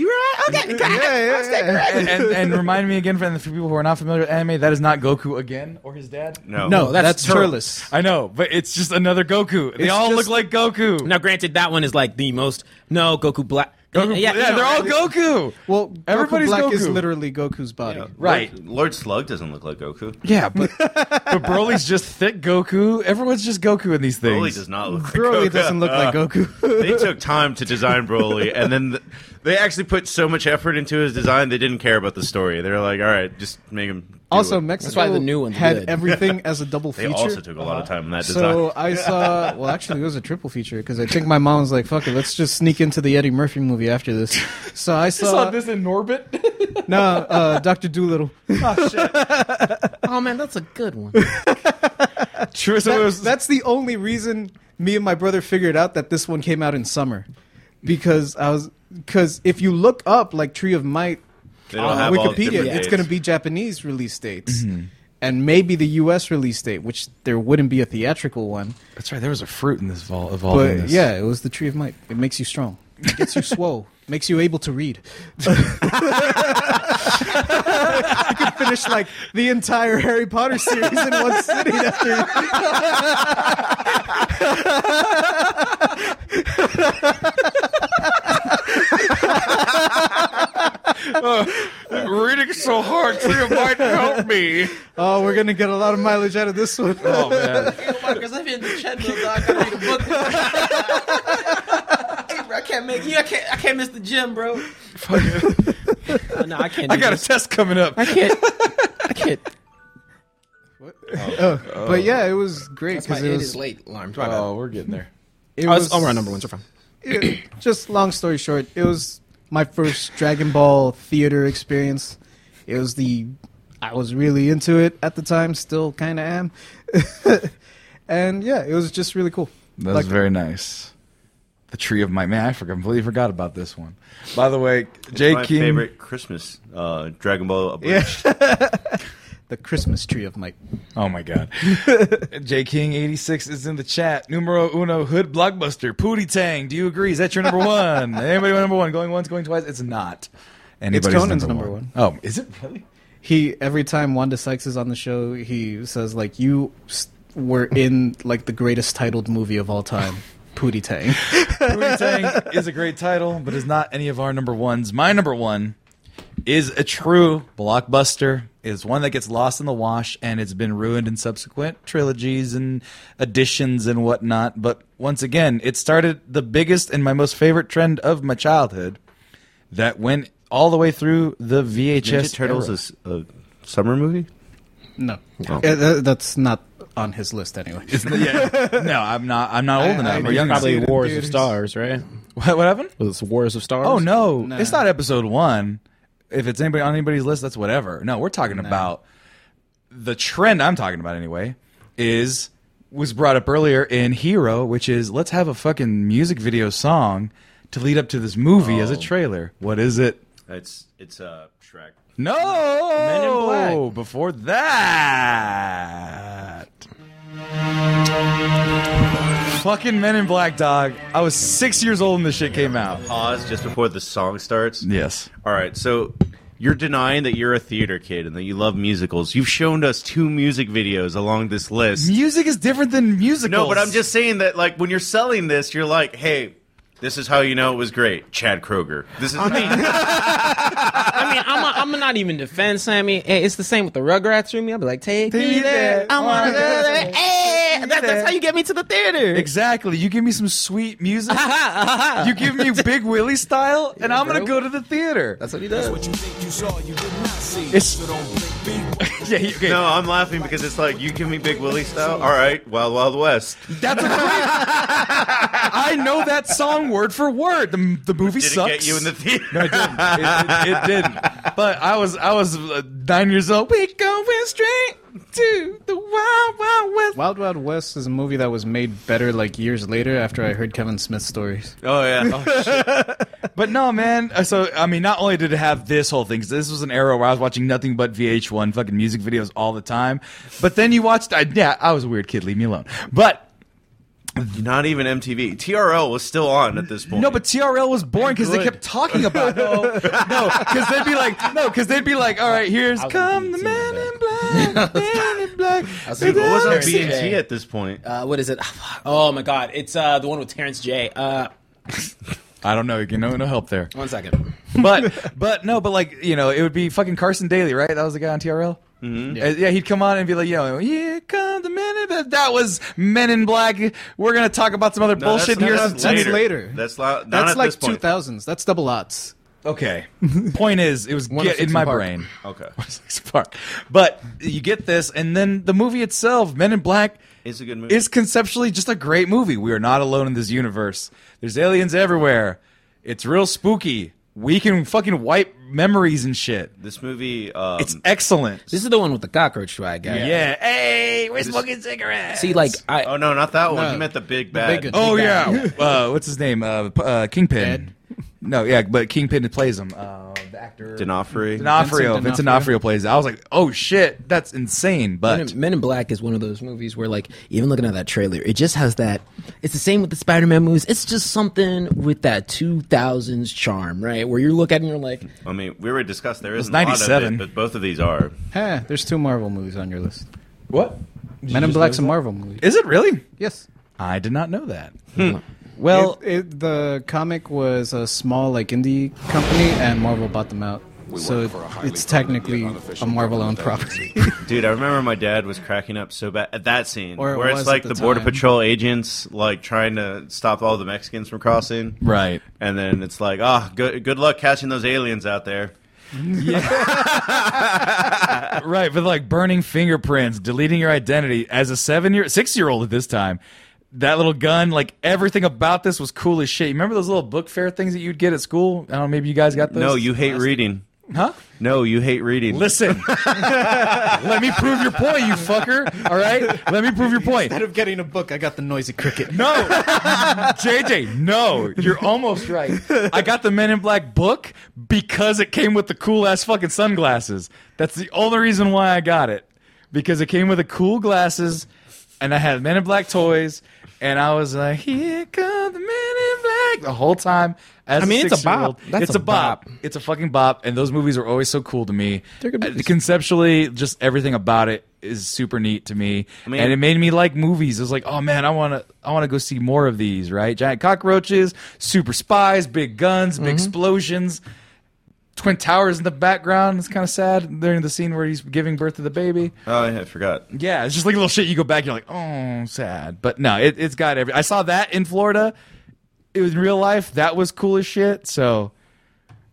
S6: right? Okay,
S3: yeah, yeah.
S1: and, and, and remind me again, for the few people who are not familiar with anime, that is not Goku again or his dad.
S2: No.
S3: No, that's,
S6: that's Turles.
S3: Turles.
S1: I know, but it's just another Goku. They
S3: It's
S1: all look
S3: just-
S1: like Goku.
S6: Now, granted, that one is like the most no Goku Black.
S1: Goku- yeah,
S6: you know,
S1: they're all
S6: right?
S1: Goku.
S3: Well, Goku
S1: Everybody's
S3: Black is
S1: Goku.
S3: literally Goku's body.
S1: Right.
S2: Lord, Lord Slug doesn't look like Goku.
S1: Yeah, but but Broly's just thick Goku. Everyone's just Goku in these things.
S2: Broly does not look like
S3: Broly
S2: Goku.
S3: doesn't look
S2: Uh, [LAUGHS]
S3: like Goku.
S2: they took time to design Broly, and then th they actually put so much effort into his design they didn't care about the story. They were like, "All right, just make him." do
S3: also,
S2: it."
S3: Mexico
S4: why the new one's
S3: had
S4: good.
S3: everything as a double
S2: they
S3: feature.
S2: also took a lot of time in that design.
S3: So
S2: [LAUGHS]
S3: I saw. Well, actually, it was a triple feature because I think my mom was like, "Fuck it, let's just sneak into the Eddie Murphy movie after this." So I saw,
S1: in Norbit.
S3: [LAUGHS] no uh, Doctor
S2: [LAUGHS]
S3: Doolittle.
S6: Oh man, that's a good one.
S1: True. So it
S3: That-
S1: was,
S3: that's the only reason me and my brother figured out that this one came out in summer because I was because if you look up like Tree of Might
S2: they don't
S3: on
S2: have all the
S3: uh, Wikipedia,
S2: different
S3: it's
S2: dates.
S1: Mm-hmm.
S3: going to be Japanese release dates. and maybe the U.S. release date, which there wouldn't be a theatrical one.
S1: That's right. There was a fruit in this vol-
S3: But
S1: evolving this.
S3: yeah, it was the Tree of Might. It makes you strong. It
S1: [LAUGHS]
S3: gets you swole. Makes you able to read. you can finish like the entire Harry Potter series in one sitting. After
S5: Reading so hard, Tree of Might help
S3: [LAUGHS]
S5: me.
S3: oh, we're gonna get a lot of mileage out of this one.
S1: Oh,
S4: Marcus, I've been in the treadmill, dog. I gotta read a book. hey,
S2: [LAUGHS]
S4: bro, I can't make you. I can't. I can't miss the gym, bro. Uh,
S6: no, I can't.
S1: I got a test coming up.
S6: I can't. I
S2: [LAUGHS]
S6: can't.
S3: Oh, [LAUGHS] but yeah, it was great
S4: My,
S3: because
S4: it
S3: it
S4: is
S3: was.
S4: late alarm.
S1: Oh, we're getting there.
S3: It
S6: Oh,
S3: was
S6: it's- oh, we're on number ones. We're fine.
S3: it- [CLEARS THROAT] just long story short, it was my first Dragon Ball theater experience. It was the I was really into it at the time, still kind of am. [LAUGHS] and yeah, it was just really cool.
S1: That was
S3: Like-
S1: very nice. The tree of my man. I for- completely forgot about this one. By the way, Jay
S2: my
S1: King.
S2: favorite Christmas uh, Dragon Ball. abridged.
S3: The Christmas tree of Mike.
S1: Oh my god.
S3: [LAUGHS]
S1: Jay King eighty six is in the chat. Numero uno hood blockbuster. Pootie Tang. Do you agree? Is that
S3: [LAUGHS]
S1: your number one? Anybody number one? Going once, going twice? It's not. Anybody's
S3: Conan's number
S1: Oh, is it really?
S3: He every time Wanda Sykes is on the show, he says like you s- were in like the greatest titled movie of all time, Pootie Tang. [LAUGHS]
S1: Pootie Tang is a great title, but is not any of our number ones. My number one is a true blockbuster. Is one that gets lost in the wash and it's been ruined in subsequent trilogies and editions and whatnot. But once again, it started the biggest and my most favorite trend of my childhood that went all the way through the VHS.
S2: Ninja Turtles
S1: era.
S2: is a summer movie.
S3: No, Uh, that- that's not on his list anyway.
S1: It's the- yeah. no, I'm not. I'm not old
S3: I-
S1: enough.
S3: I
S1: or young enough.
S6: Probably
S3: seen it in
S6: Wars of
S3: theaters.
S6: Stars, right?
S1: What, what happened?
S6: Was this Wars of Stars?
S1: Oh no,
S3: Nah.
S1: it's not episode one. If it's anybody on anybody's list, that's whatever. No, we're talking about the trend. I'm talking about anyway is was brought up earlier in Hero, which is let's have a fucking music video song to lead up to this movie as a trailer. What is it?
S2: It's it's uh, Shrek.
S1: No, Men in Black. Before that, fucking Men in Black, dog. I was six years old when this shit came out.
S2: Pause just before the song starts.
S1: Yes.
S2: All right, so you're denying that you're a theater kid and that you love musicals. You've shown us two music videos along this list.
S1: Music is different than musicals.
S2: No, but I'm just saying that like when you're selling this, you're like, hey. This is how you know it was great, Chad Kroger.
S1: [LAUGHS]
S2: This is I
S6: I mean, I'm, a, I'm not even defend Sammy. Eh, It's the same with the Rugrats room. I'll be like, take,
S1: Take
S6: me
S1: me
S6: there.
S1: there.
S6: I wanna go
S1: Wanna go
S6: there.
S1: there.
S6: Eh, that-
S1: there.
S6: that's how you get me to the theater.
S1: Exactly. You give me some sweet music. you give [LAUGHS] me Big Willie style, and I'm gonna go to the theater.
S4: That's what he does.
S9: What you think you saw, you did not see.
S1: It's-
S9: so don't blink, be
S1: yeah, you- okay.
S2: No, I'm laughing because it's like you give me Big Willie style. All right, Wild Wild West.
S1: That's a great. I know that song word for word. The, the movie
S2: Did
S1: sucks.
S2: it get you in the theater?
S1: No, it didn't. It, it- it didn't. But I was I was uh, nine years old. We going straight to the wild wild west.
S3: Wild Wild West is a movie that was made better like years later after I heard Kevin Smith's stories.
S2: [LAUGHS] oh yeah.
S1: [LAUGHS] But no, man. uh, So I mean, not only did it have this whole thing, 'cause this was an era where I was watching nothing but VH1 fucking music videos all the time. But then you watched, I, yeah, I was a weird kid. Leave me alone. But
S2: Not even MTV. TRL was still on at this point.
S1: No, but TRL was boring because they kept talking about no, no, because they'd be like, no, because they'd be like, all right, here's come the man in black, man in black.
S4: like,
S2: What was on
S4: Terrence
S2: BNT
S4: J.
S2: at this point?
S4: Uh, what is it? Oh my god, it's uh, the one with Terrence J. Uh,
S1: [LAUGHS] I don't know, you can no, no help there.
S4: one second.
S1: [LAUGHS] But but no, but like you know, it would be fucking Carson Daly, right? That was the guy on TRL. Mm-hmm. Yeah. he'd come on and be like, "Yo, here come the men in black." That was Men in Black. We're gonna talk about some other
S2: No, that's-
S1: bullshit here.
S2: that's
S1: since-
S3: that's later.
S2: That's la- not
S3: That's
S2: at
S3: like
S2: this point.
S3: 2000s. That's double odds.
S1: Okay. [LAUGHS] Point is, it was
S3: One
S1: get
S3: of six
S1: in my
S3: in Park.
S1: brain. [LAUGHS]
S2: Okay.
S1: One of six in Park. But you get this, and then the movie itself, Men in Black,
S2: It's a good movie.
S1: is conceptually just a great movie. We are not alone in this universe. There's aliens everywhere. It's real spooky. We can fucking wipe memories and shit.
S2: this movie. Um,
S1: It's excellent.
S4: This is the one with the cockroach swag guy.
S1: yeah. Hey, we're smoking cigarettes.
S4: See, like I.
S2: oh no, not that one.
S3: No.
S2: You meant the big bad.
S3: big-
S1: [LAUGHS] Oh
S3: Big
S1: yeah. uh, what's his name? Uh, P- uh, Kingpin.
S3: Ed.
S1: No, yeah, but Kingpin plays him. Uh, the actor
S2: D'Onofrio.
S1: D'Onofrio.
S3: Vincent
S1: Vincent D'Onofrio plays. it. I was like, oh shit, that's insane.
S4: Men
S1: But
S4: in, Men in Black is one of those movies where, like, even looking at that trailer, it just has that. It's the same with the Spider Man movies. It's just something with that 2000s charm, right? Where you look at it and you're like,
S2: I mean, we were discussed. There is
S1: It's 97.
S2: a lot of it, but both of these are.
S3: Heh, there's two Marvel movies on your list.
S1: what
S3: Men in Black's a Marvel movie.
S1: is it really?
S3: yes.
S1: I did not know that.
S4: well,
S3: It- it- the comic was a small like indie company, and Marvel bought them out. so
S9: work for a highly
S3: it's
S9: funded
S3: technically
S9: yet
S3: a
S9: unofficial
S3: Marvel-owned
S9: government
S3: property.
S9: [LAUGHS]
S2: Dude, I remember my dad was cracking up so bad at that scene
S3: Or it
S2: where
S3: was
S2: it's like
S3: at
S2: the,
S3: the
S2: border
S3: time.
S2: patrol agents like trying to stop all the Mexicans from crossing.
S1: Right.
S2: And then it's like, ah, good good luck catching those aliens out there.
S1: [LAUGHS] Right, but like burning fingerprints, deleting your identity as a seven year, six year old at this time. That little gun, like everything about this was cool as shit. You remember those little book fair things that you'd get at school? I don't know, maybe you guys got those?
S2: No, you hate reading.
S1: Huh?
S2: No, you hate reading.
S1: Listen, [LAUGHS] let me prove your point, you fucker. All right? Let me prove your point.
S3: Instead of getting a book, I got the noisy cricket.
S1: No, JJ, no, you're almost right. I got the Men in Black book because it came with the cool ass fucking sunglasses. That's the only reason why I got it because it came with the cool glasses, and I had Men in Black toys, and I was like, "Here come the Men in Black" the whole time. As
S6: I mean, it's a bop.
S1: six-year-old.
S6: That's
S1: it's
S6: a
S1: a bop.
S6: bop.
S1: It's a fucking bop, and those movies are always so cool to me.
S6: They're good
S1: Uh,
S6: movies.
S1: Conceptually, just everything about it is super neat to me,
S2: mean-
S1: and it made me like movies. It was like, oh man, I want to, I want to go see more of these. Right? Giant cockroaches, super spies, big guns, big explosions. Twin towers in the background. It's kind of sad during the scene where he's giving birth to the baby.
S2: Oh, yeah, I forgot.
S1: Yeah, it's just like little shit. You go back, you're like, oh, sad. But no, it, it's got every. I saw that in Florida. It was in real life. That was cool as shit. So,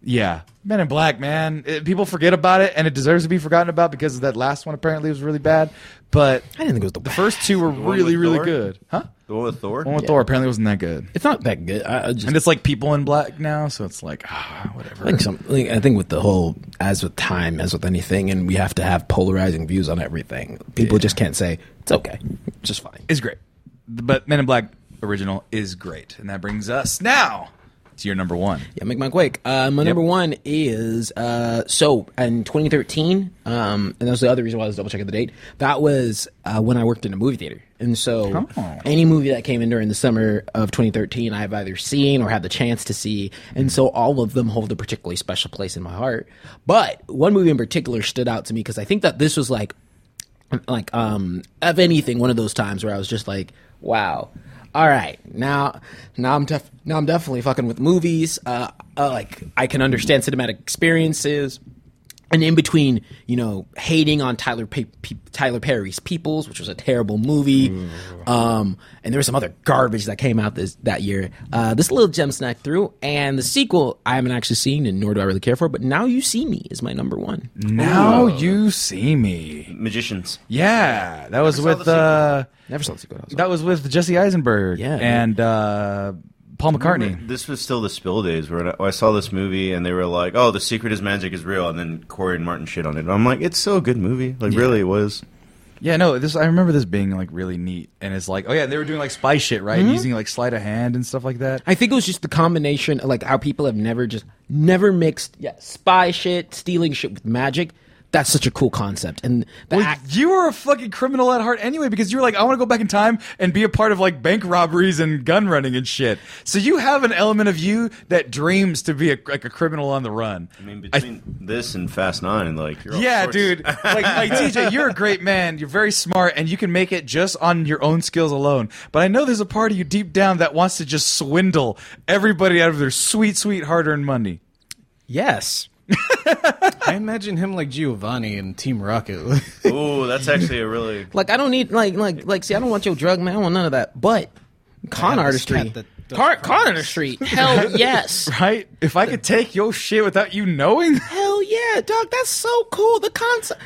S1: yeah, Men in Black, man. It- people forget about it, and it deserves to be forgotten about because that last one apparently was really bad. But
S4: I didn't think it was the,
S1: the first two were
S2: one
S1: really,
S2: with
S1: really
S2: Thor?
S1: good, huh?
S2: The one with Thor?
S1: The one with Thor apparently wasn't that good,
S4: It's not that good. I, I just
S1: and it's like people in black now, so it's like ah, whatever.
S4: I think some. Like, I think with the whole, as with time, as with anything, and we have to have polarizing views on everything. People just can't say it's okay, it's just fine.
S1: is great. But Men in Black original is great, and that brings us now to your number one.
S4: Yeah, make my quake. Uh, my number one is uh, so in 2013, um, and that was the other reason why I was double checking the date. That was uh, when I worked in a movie theater, and so
S1: Oh.
S4: any movie that came in during the summer of 2013, I've either seen or had the chance to see, and so all of them hold a particularly special place in my heart. But one movie in particular stood out to me because I think that this was like like um of anything one of those times where i was just like wow all right now now i'm def- now i'm definitely fucking with movies uh, uh like i can understand cinematic experiences and in between, you know, hating on Tyler pa- Pe- Tyler Perry's Peoples, which was a terrible movie, um, and there was some other garbage that came out this that year. Uh, this little gem snack through, and the sequel I haven't actually seen, and nor do I really care for. But now you see me is my number one.
S1: Now you see me.
S2: Magicians.
S1: Yeah, that was
S2: Never saw
S1: with
S2: the
S1: uh,
S4: Never saw the sequel. I was like,
S1: that was with Jesse Eisenberg.
S4: Yeah.
S1: and uh, Paul McCartney.
S2: This was still the Spill days where I I saw this movie and they were like, "Oh, the secret is magic is real," and then Corey and Martin shit on it. I'm like, "It's still a good movie. Like, really, it was."
S1: Yeah, no, this I remember this being like really neat, and it's like, oh yeah, they were doing like spy shit, right? And using like sleight of hand and stuff like that.
S4: I think it was just the combination of like how people have never just never mixed yeah, spy shit, stealing shit with magic. That's such a cool concept. And the
S1: Well,
S4: act,
S1: you were a fucking criminal at heart anyway because you were like, I want to go back in time and be a part of like bank robberies and gun running and shit. So you have an element of you that dreams to be a, like a criminal on the run.
S2: I mean, between this and Fast Nine, like, you're all
S1: yeah,
S2: sorts.
S1: dude. Like, like TJ, you're a great man. You're very [LAUGHS] smart, and you can make it just on your own skills alone. But I know there's a part of you deep down that wants to just swindle everybody out of their sweet, sweet hard-earned money.
S4: yes,
S3: [LAUGHS] I imagine him like Giovanni in Team Rocket.
S2: Ooh, that's actually a really.
S4: like I don't need like like like see I don't want your drug man. I don't want none of that. But con
S3: this
S4: artistry,
S3: cat that does
S4: con, con [LAUGHS] artistry, hell yes.
S1: Right? If I could take your shit without you knowing, [LAUGHS]
S4: Hell yeah, dog! That's so cool. The concept.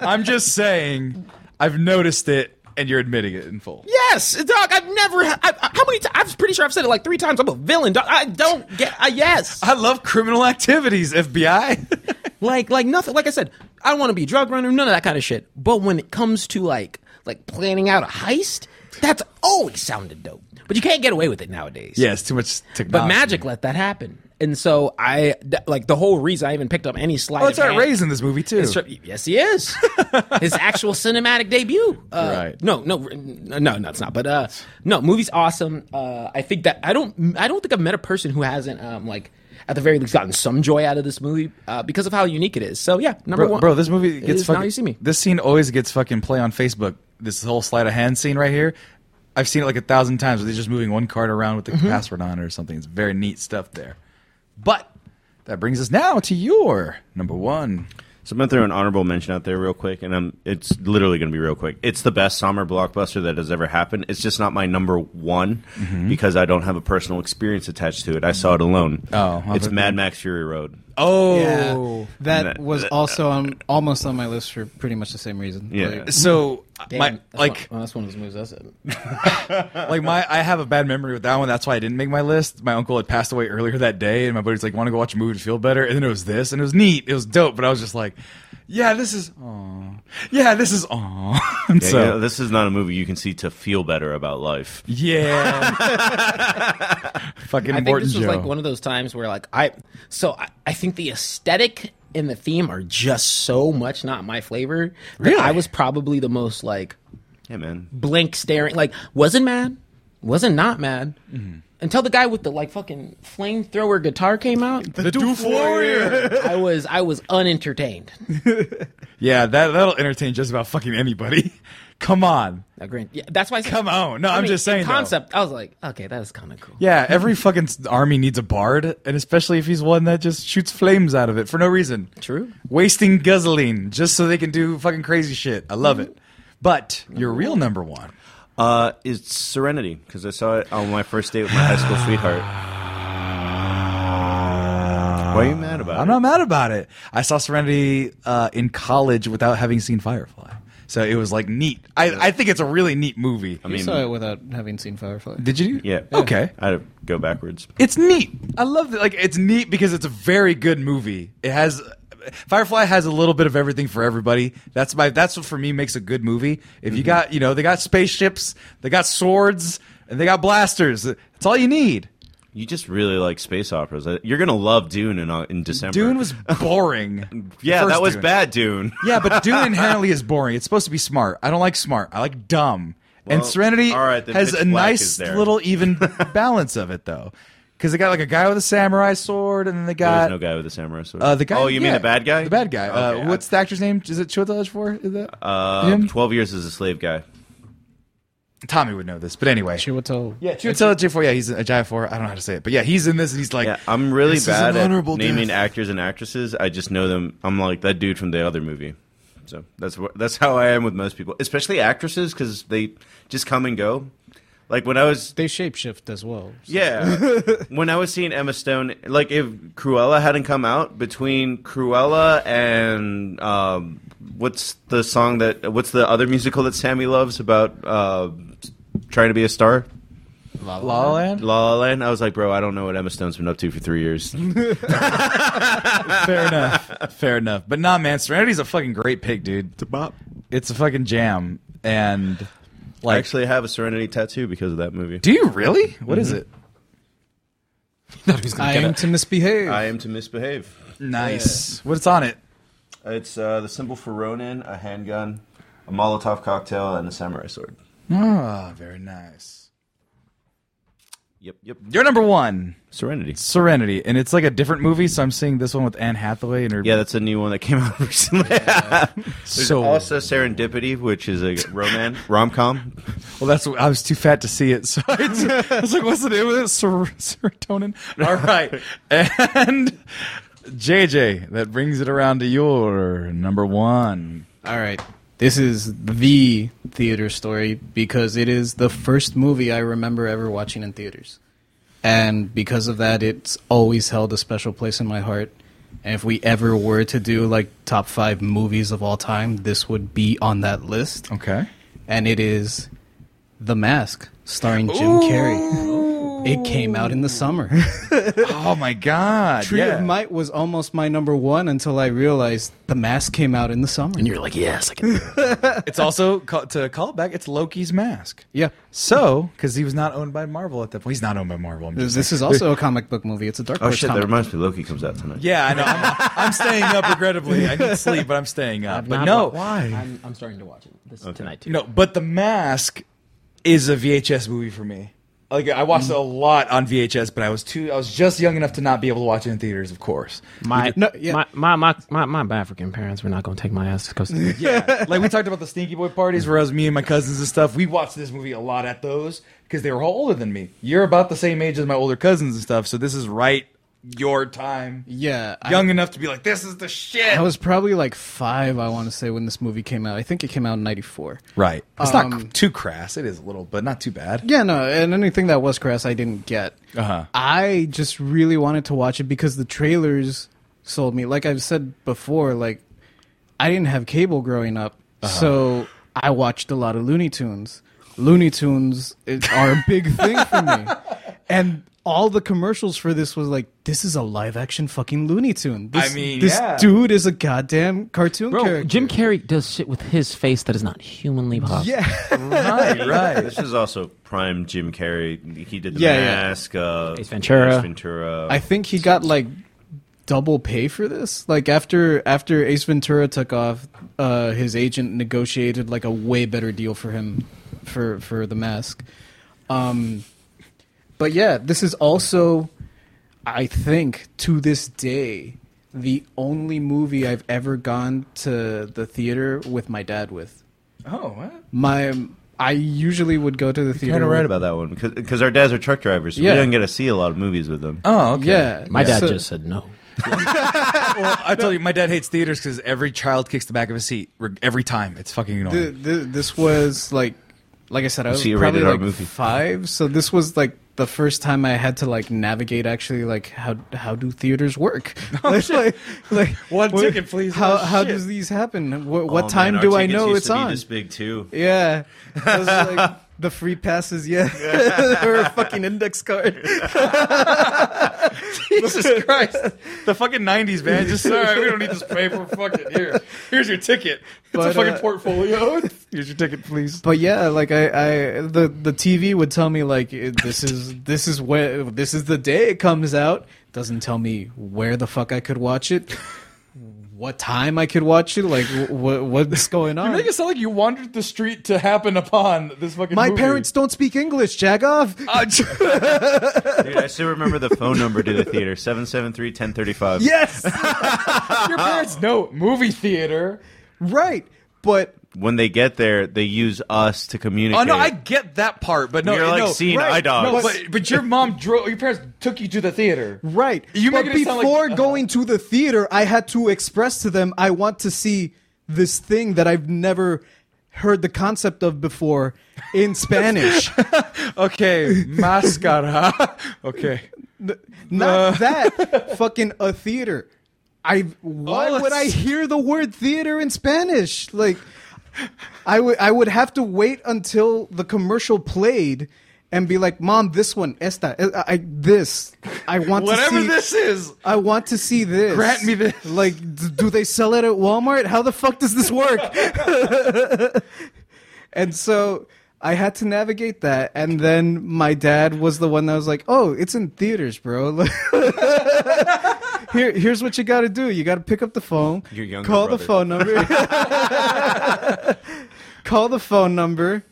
S1: I'm just saying, I've noticed it, and you're admitting it in full.
S4: Yes, dog. I've never. I, I- how many? T- I'm pretty sure I've said it like three times. I'm a villain, dog. I don't get. I yes.
S1: I love criminal activities, FBI.
S4: Like like nothing. Like I said, I don't want to be a drug runner, none of that kind of shit. But when it comes to like like planning out a heist, That's always sounded dope, but you can't get away with it nowadays.
S6: Yeah, it's too much technology.
S4: But Magic let that happen, and so I th- like the whole reason I even picked up any slide.
S6: Oh, it's
S4: of
S6: Art
S4: hand-
S6: Ray's in this movie too.
S4: It's- Yes, he
S6: [LAUGHS]
S4: is. His actual cinematic debut. Uh,
S6: Right.
S4: No, no, no, no, it's not. But uh, no, movie's awesome. Uh, I think that I don't. I don't think I've met a person who hasn't um like at the very least gotten some joy out of this movie uh, because of how unique it is. So yeah, number
S6: bro,
S4: one,
S6: bro, this movie
S4: it
S6: gets
S4: is
S6: fucking.
S4: Now you see me.
S6: This scene always gets fucking play on Facebook. This whole sleight of hand scene right here. I've seen it like a thousand times. Where they're just moving one card around with the
S4: Mm-hmm.
S6: password on it or something. It's very neat stuff there. But that brings us now to your number one.
S2: [LAUGHS] So I'm gonna throw an honorable mention out there real quick, and I'm it's literally gonna be real quick. It's the best summer blockbuster that has ever happened. It's just not my number one because I don't have a personal experience attached to it. I saw it alone.
S6: Oh,
S2: it's
S6: okay.
S2: Mad Max Fury Road.
S6: Oh,
S3: Yeah, [LAUGHS] that
S2: That-
S3: was also on, almost on my list for pretty much the same reason.
S2: Yeah.
S3: Like,
S6: so my
S4: that's
S6: like
S4: one, well, that's one of those moves. That's it.
S6: like my I have a bad memory with that one. That's why I didn't make my list. My uncle had passed away earlier that day, and my buddy's like, "Want to go watch a movie to feel better?" And then it was this, and it was neat. It was dope, but I was just like, "Yeah, this is aw. Yeah, this is aw." [LAUGHS] And
S2: Yeah,
S6: so
S2: yeah, this is not a movie you can see to feel better about life.
S6: Yeah. [LAUGHS] Fucking
S4: I think
S6: Morton
S4: this was
S6: Joe.
S4: like one of those times where like I so I, I think the aesthetic and the theme are just so much not my flavor. that
S6: Really?
S4: I was probably the most like
S2: Yeah, man.
S4: blink staring like wasn't mad, wasn't not mad.
S6: Mm-hmm.
S4: Until the guy with the like fucking flamethrower guitar came out,
S6: the Doof Warrior.
S4: I was I was unentertained.
S6: Yeah, that that'll entertain just about fucking anybody. [LAUGHS] Come on.
S4: Now, grant- yeah, that's why I said,
S6: Come on. No,
S4: I
S6: I'm
S4: mean,
S6: just
S4: in
S6: saying though.
S4: concept. I was like, okay, that is kind of cool.
S6: Yeah, every fucking s- army needs a bard, and especially if [LAUGHS] he's one that just shoots flames out of it for no reason.
S4: True.
S6: Wasting gasoline just so they can do fucking crazy shit. I love it. But your real number one.
S2: Uh, it's Serenity because I saw it on my first date with my high school sweetheart. Why are you mad about
S6: I'm
S2: it?
S6: not mad about it. I saw Serenity uh, in college without having seen Firefly. So it was like neat. I, I think it's a really neat movie.
S2: I
S3: you
S2: mean,
S3: saw it without having seen Firefly.
S6: Did you?
S2: yeah.
S6: Okay.
S2: I had to go backwards.
S6: It's neat. I love it. Like it's neat because it's a very good movie. It has Firefly has a little bit of everything for everybody. That's my that's what for me makes a good movie. If
S2: Mm-hmm.
S6: you got, you know, they got spaceships, they got swords, and they got blasters. That's all you need.
S2: You just really like space operas. Uh, You're gonna love Dune in, uh, in December.
S6: Dune was boring.
S2: [LAUGHS] yeah,
S6: First
S2: that was
S6: Dune.
S2: bad Dune. [LAUGHS]
S6: Yeah, but Dune inherently is boring. It's supposed to be smart. I don't like smart. I like dumb. and
S2: Well,
S6: Serenity
S2: all right, then
S6: has
S2: Pitch
S6: a
S2: Black is
S6: nice
S2: there.
S6: little
S2: [LAUGHS]
S6: even balance of it though. Because they got like a guy with a samurai sword, and then they got
S2: There's no guy with a samurai sword.
S6: Uh, the guy.
S2: Oh, you mean
S6: yeah,
S2: the bad guy?
S6: The bad guy.
S2: Okay,
S6: uh, what's the actor's name? Is it Chiwetel Ejiofor? Is that
S2: Uh,
S6: him?
S2: Twelve years as a slave guy.
S6: Tommy would know this, but anyway.
S3: She would tell.
S6: yeah, Chiwetel Ejiofor. Yeah, he's a Ejiofor. I don't know how to say it, but yeah, he's in this, and he's like,
S2: Yeah, I'm really
S6: This is
S2: bad
S6: an
S2: at
S6: honorable
S2: naming
S6: death.
S2: actors and actresses. I just know them. I'm like that dude from the other movie. So that's what that's how I am with most people, especially actresses, because they just come and go. Like when I was
S3: They shapeshift as well. So-
S6: [LAUGHS]
S2: Yeah. when I was seeing Emma Stone, like if Cruella hadn't come out between Cruella and um, what's the song that what's the other musical that Sammy loves about uh, trying to be a star?
S6: La La Land.
S2: La La Land. I was like, bro, I don't know what Emma Stone's been up to for three years.
S6: Fair enough. Fair enough. But nah, man, Serenity's a fucking great pick, dude. It's a bop. It's a fucking jam, and
S2: I
S6: like,
S2: actually have a Serenity tattoo because of that movie.
S6: do you really? What is it?
S3: Mm-hmm.
S6: [LAUGHS]
S3: I am to misbehave.
S2: I am to misbehave.
S6: Uh, Nice. What's on it?
S2: It's uh, the symbol for Ronin, a handgun, a Molotov cocktail, and a samurai sword.
S6: Ah, very nice.
S2: Yep, yep.
S6: You're number one,
S2: Serenity.
S6: Serenity, and it's like a different movie. So I'm seeing this one with Anne Hathaway and her
S2: Yeah, that's a new one that came out [LAUGHS] recently. There's
S6: So-
S2: also Serendipity, which is a romance rom com.
S6: Well, that's I was too fat to see it, so I,
S3: [LAUGHS]
S6: I was like, "What's the name of it? Ser- serotonin." All right, and JJ, that brings it around to your number one.
S3: All right. This is the theater story because it is the first movie I remember ever watching in theaters. And because of that, it's always held a special place in my heart. And if we ever were to do like top five movies of all time, this would be on that list.
S6: Okay,
S3: And it is The Mask, starring Jim Carrey. It came out in the summer. [LAUGHS]
S6: Oh my god!
S3: Tree
S6: yeah.
S3: of Might was almost my number one until I realized The Mask came out in the summer.
S10: And you're like, yes, I
S6: [LAUGHS]
S10: can.
S6: it's also ca- to call back. It's Loki's mask.
S3: Yeah.
S6: So, because he was not owned by Marvel at that point, he's not owned by Marvel. I'm just
S3: This is also a comic book movie. It's a Dark
S2: Oh
S3: Horse
S2: shit! That
S3: comic.
S2: reminds me. Loki comes out tonight.
S6: yeah, I know. I'm, I'm staying up regrettably. I need sleep, but I'm staying up. But no,
S4: I'm, I'm starting to watch it this, tonight too.
S6: No, but The Mask is a VHS movie for me. Like I watched a lot on VHS, but I was too I was just young enough to not be able to watch it in theaters, of course.
S4: My,
S3: No, yeah.
S4: my, my, my, my, my African parents were not going to take my ass to Costa
S6: [LAUGHS]
S4: Rica.
S6: Yeah. like we talked about the Stinky Boy parties where I was me and my cousins and stuff. We watched this movie a lot at those because they were all older than me. You're about the same age as my older cousins and stuff, so this is right your time.
S3: Yeah. I-
S6: Young enough to be like, this is the shit.
S3: I was probably like five, I want to say, when this movie came out. I think it came out in 94.
S6: right. It's not
S3: Um,
S6: cr- too crass. It is a little, but not too bad.
S3: Yeah, no, and anything that was crass, I didn't get.
S6: Uh-huh.
S3: I just really wanted to watch it because the trailers sold me. Like I've said before, like I didn't have cable growing up,
S6: Uh-huh.
S3: so I watched a lot of Looney Tunes. Looney Tunes is- are a
S6: [LAUGHS]
S3: big thing for me, and all the commercials for this was like, "This is a live action fucking Looney Tune." This,
S6: I mean,
S3: this
S6: yeah.
S3: dude is a goddamn cartoon
S4: Bro,
S3: character.
S4: Jim Carrey does shit with his face that is not humanly possible.
S2: [LAUGHS]
S3: yeah,
S6: right, right.
S2: This is also prime Jim Carrey. He did the
S3: Yeah, yeah.
S2: mask. Uh,
S4: Ace Ventura.
S2: Ace Ventura.
S3: I think he got like double pay for this. Like after after Ace Ventura took off, uh, his agent negotiated like a way better deal for him for for the mask. Um, but yeah, this is also, I think, to this day, the only movie I've ever gone to the theater with my dad with.
S6: Oh, what?
S3: My I usually would go to the theater.
S2: kind of
S3: with-
S2: right about that one because our dads are truck drivers, so
S3: Yeah.
S2: we don't get to see a lot of movies with them.
S6: Oh, okay.
S3: Yeah,
S4: My dad
S3: So-
S4: just said no.
S6: well, I told you, my dad hates theaters because every child kicks the back of his seat re- every time. It's fucking
S3: Th-
S6: annoying.
S3: th- this was like, like I said, I was
S2: See a
S3: probably
S2: rated R
S3: like
S2: movie.
S3: five, so this was like the first time I had to like navigate actually like how how do theaters
S2: [LAUGHS]
S3: work?
S2: Oh,
S3: like, like, like
S6: One
S3: what-
S6: ticket, please.
S3: How
S6: Oh,
S3: how
S6: shit.
S3: does these happen? What,
S2: Oh,
S3: what time
S2: man, our
S3: do I
S2: tickets
S3: know
S2: used
S3: it's
S2: to be
S3: on?
S2: This big too.
S3: [LAUGHS] Yeah, It
S2: [LAUGHS]
S3: was like, the free passes, yeah, [LAUGHS] or a fucking index
S2: [LAUGHS]
S3: card.
S6: [LAUGHS] Jesus Christ. The fucking 90s, man. Just sorry, we don't need this paper. Fuck it. Here. Here's your ticket. It's
S3: But,
S6: a fucking
S3: uh, [LAUGHS]
S6: portfolio. [LAUGHS] Here's your ticket, please.
S3: But yeah, like I, I the the TV would tell me like it- this is this is where this is the day it comes out. Doesn't tell me where the fuck I could watch it, what time I could watch it, like what what's
S6: [LAUGHS]
S3: going on.
S6: Make it sound like you wandered the street to happen upon this fucking
S3: My
S6: movie.
S3: parents don't speak English, jagoff.
S6: Uh, [LAUGHS]
S2: Dude, I still remember the phone number to the theater 773-1035.
S3: yes,
S6: your parents know movie theater.
S3: [LAUGHS] right. But
S2: When they get there, they use us to communicate.
S6: Oh no, I get that part, but no,
S2: You're like
S6: no,
S2: seeing
S3: right.
S2: eye dogs.
S6: no, but, but your mom drove. Your parents took you to the theater.
S3: right,
S6: You
S3: but
S6: making it sound like- [LAUGHS]
S3: before
S6: uh-huh.
S3: going to the theater, I had to express to them I want to see this thing that I've never heard the concept of before
S6: [LAUGHS]
S3: in Spanish.
S6: Okay, mascara. okay. Uh.
S3: Not that fucking a theater. I why
S6: Oh,
S3: would I
S6: it's-
S3: hear the word theater in Spanish? Like I would I would have to wait until the commercial played and be like, "Mom, this one, esta, I, I this, I want to
S6: Whatever
S3: see
S6: this is.
S3: I want to see this.
S6: Grant me this.
S3: Like, d- do they sell it at Walmart? How the fuck does this work? and so I had to navigate that. And then my dad was the one that was like, oh, it's in theaters, bro. [LAUGHS] Here, here's what you got to do. You got to pick up the phone.
S2: Your younger
S3: call the
S2: brother.
S3: phone
S2: [LAUGHS]
S3: number. call the phone number.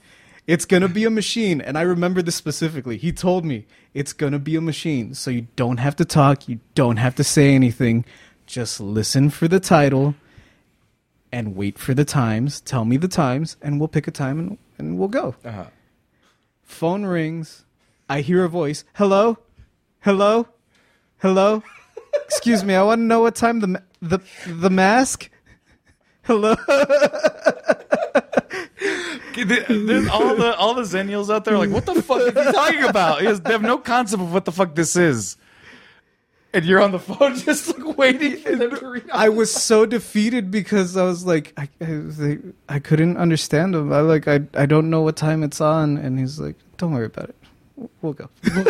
S3: It's gonna be a machine, and I remember this specifically. He told me it's gonna be a machine, so you don't have to talk, you don't have to say anything, just listen for the title, and wait for the times. Tell me the times, and we'll pick a time and, and we'll go.
S6: Uh-huh.
S3: Phone rings. I hear a voice. Hello, hello, hello. Excuse me. I want to know what time the ma- the the mask. Hello.
S6: Th- There's all the all the zennials out there are like, what the fuck are you talking about? He has- They have no concept of what the fuck this is. And you're on the phone just like waiting for them to read.
S3: I was so defeated because I was like, I, I, was like, I couldn't understand him. I like, I, I don't know what time it's on, and he's like, don't worry about it. We'll go.
S2: Go to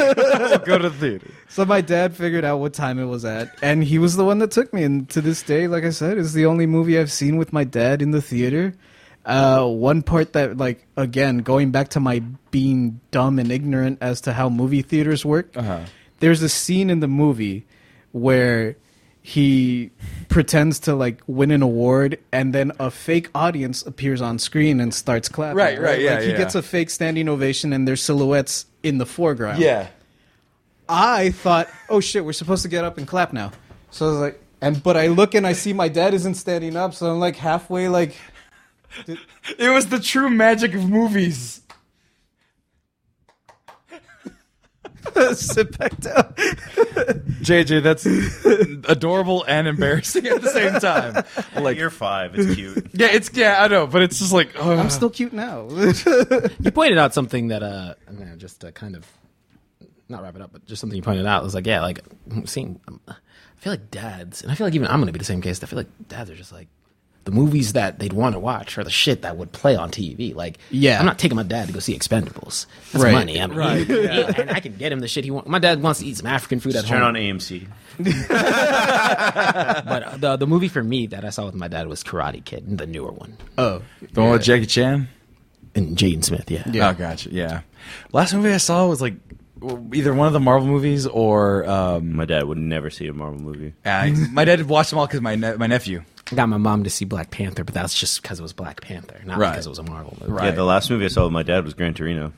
S2: the [LAUGHS] theater.
S3: So my dad figured out what time it was at, and he was the one that took me. And to this day, like I said, is the only movie I've seen with my dad in the theater. Uh, one part that, like, again, going back to my being dumb and ignorant as to how movie theaters work,
S1: Uh-huh.
S3: there's a scene in the movie where he pretends to like win an award, and then a fake audience appears on screen and starts clapping.
S1: Right, right, yeah,
S3: Like, he
S1: yeah.
S3: gets a fake standing ovation, and there's silhouettes in the foreground.
S1: Yeah.
S3: I thought, oh shit, we're supposed to get up and clap now. So I was like, and but I look and I see my dad isn't standing up, so I'm like halfway like,
S1: It was the true magic of movies.
S3: sit back down.
S1: JJ, that's adorable and embarrassing at the same time. Like,
S2: You're five. It's cute.
S6: [LAUGHS]
S1: yeah, it's yeah, I know, but it's just like,
S6: Uh.
S1: oh,
S3: I'm still cute now. [LAUGHS]
S4: You pointed out something that uh, I'm gonna just uh, kind of not wrap it up, but just something you pointed out was like, yeah, like seeing. Um, I feel like dads, and I feel like even I'm gonna be the same case. I feel like dads are just like the movies that they'd want to watch are the shit that would play on TV. Like,
S3: Yeah.
S4: I'm not taking my dad to go see Expendables. That's
S3: Right.
S4: money. I mean, [LAUGHS] and I can get him the shit he wants. My dad wants to eat some African food at
S2: Turn on
S4: home.
S2: AMC.
S4: But the the movie for me that I saw with my dad was Karate Kid, the newer one,
S3: oh,
S1: the one with Jackie Chan.
S4: and Jaden Smith. Yeah,
S1: Oh, gotcha. Yeah. Last movie I saw was like w- either one of the Marvel movies or um,
S2: My dad would never see a Marvel movie.
S1: I, [LAUGHS] my dad watched them all because my ne- my nephew.
S4: I got my mom to see Black Panther, but that's just because it was Black Panther, not
S1: Right.
S4: because it was a Marvel movie.
S1: Right.
S2: Yeah, the last movie I saw with my dad was Gran Torino.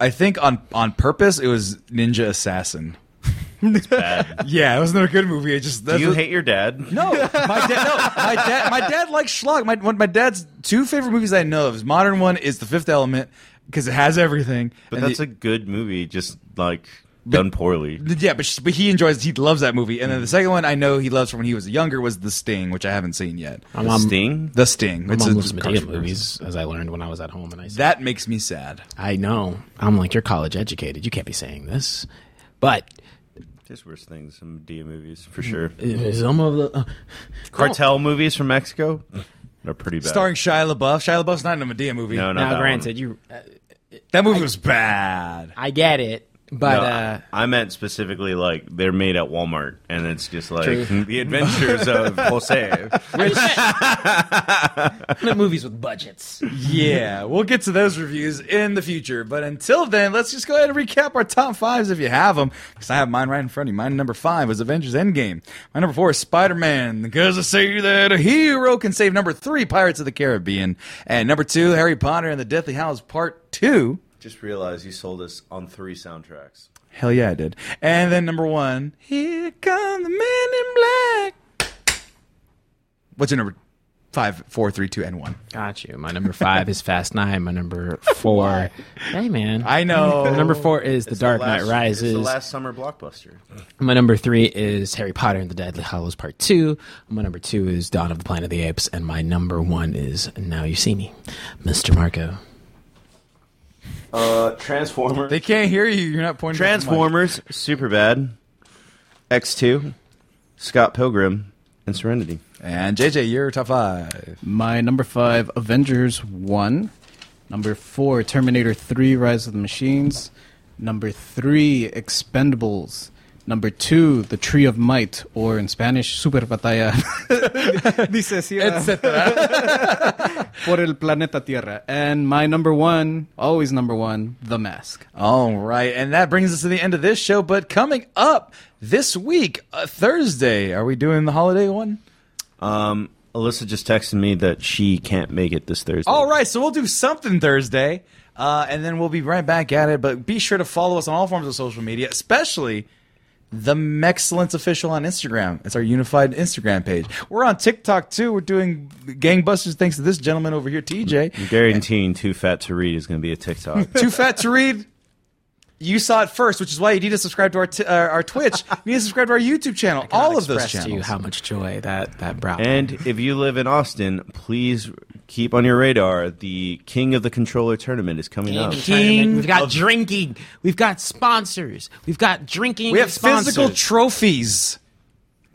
S1: I think on on purpose it was Ninja Assassin.
S2: Bad.
S1: Yeah, it was not a good movie. It just
S2: Do
S1: that's
S2: you
S1: what-
S2: hate your dad? [LAUGHS]
S1: No, my dad. No, my dad. My dad likes schlock. My one- my dad's two favorite movies I know of. His modern one is The Fifth Element because it has everything.
S2: But
S1: And
S2: that's
S1: the-
S2: a good movie, just like done poorly.
S1: yeah, but, sh- but he enjoys. He loves that movie. And then
S2: Mm.
S1: the second one I know he loves from when he was younger was The Sting, which I haven't seen yet.
S4: My mom,
S2: Sting.
S1: The Sting.
S4: my
S1: It's
S4: mom
S1: a-
S4: loves Medea movies, as I learned when I was at home, and I said,
S1: That makes me sad.
S4: I know. I'm like, you're college educated. You can't be saying this, but
S2: There's worse things. Some D movies for sure.
S4: some of the uh,
S2: Cartel movies from Mexico are pretty bad.
S1: Starring Shia LaBeouf. Shia LaBeouf's not in a Medea movie.
S2: no, not that
S4: now,
S2: one.
S4: granted, you, uh,
S1: That movie was bad.
S4: I get it, but
S2: No,
S4: uh,
S2: I meant specifically like they're made at Walmart, and it's just like [LAUGHS] the adventures
S4: [LAUGHS]
S2: of Jose.
S4: the movies with budgets.
S1: Yeah, we'll get to those reviews in the future. But until then, let's just go ahead and recap our top fives if you have them. Because I have mine right in front of you. Mine number five was Avengers Endgame. My number four is Spider Man. Because I say that a hero can save. Number three, Pirates of the Caribbean. And number two, Harry Potter and the Deathly Hallows Part Two.
S2: Just realized you sold us on three soundtracks.
S1: Hell yeah, I did. And then number one, Here Come the Men in Black. What's your number? Five, four, three, two, and one.
S4: [LAUGHS] Got you. My number five is Fast Nine. My number four, hey man,
S1: I
S4: [LAUGHS]
S1: know.
S4: My number four is The Dark
S2: Last-
S4: Knight
S2: it's
S4: Rises.
S2: the last summer blockbuster.
S4: My number three is Harry Potter and the Deadly Hollows Part Two. My number two is Dawn of the Planet of the Apes, and my number one is Now You See Me, Mr. Marco.
S2: Uh, Transformers.
S4: [LAUGHS]
S1: They can't hear you. You're not pointing. at the mic.
S2: Transformers, super bad. X two, Scott Pilgrim, and Serenity.
S1: And JJ, your top five.
S3: my number five, Avengers one, number four, Terminator three, Rise of the Machines, number three, Expendables. Number two, the Tree of Might, or in Spanish, Super [LAUGHS] Batalla. [LAUGHS] Por el planeta Tierra. And my number one, always number one, The Mask.
S1: All right, and that brings us to the end of this show. But coming up this week, uh, Thursday, are we doing the holiday one?
S2: Um, Alyssa just texted me that she can't make it this Thursday.
S1: All right, so we'll do something Thursday, uh, and then we'll be right back at it. But be sure to follow us on all forms of social media, especially the Mexcellence official on Instagram. It's our unified Instagram page. We're on TikTok too. We're doing gangbusters thanks to this gentleman over here, [LAUGHS] TJ.
S2: I'm guaranteeing Too Fat to Read is going to be a
S4: [LAUGHS]
S2: TikTok.
S1: Too fat to read. You saw it first, which is why you need to subscribe to our t- uh, our Twitch. [LAUGHS] You need to subscribe to our YouTube channel. All of those
S4: Express to you
S1: channels.
S4: how much joy that that brought.
S2: and if you live in Austin, please keep on your radar the King of the Controller tournament is coming up.
S1: King
S4: We've got
S1: of-
S4: drinking. We've got sponsors. We've got drinking.
S1: We have
S4: sponsors.
S1: physical trophies.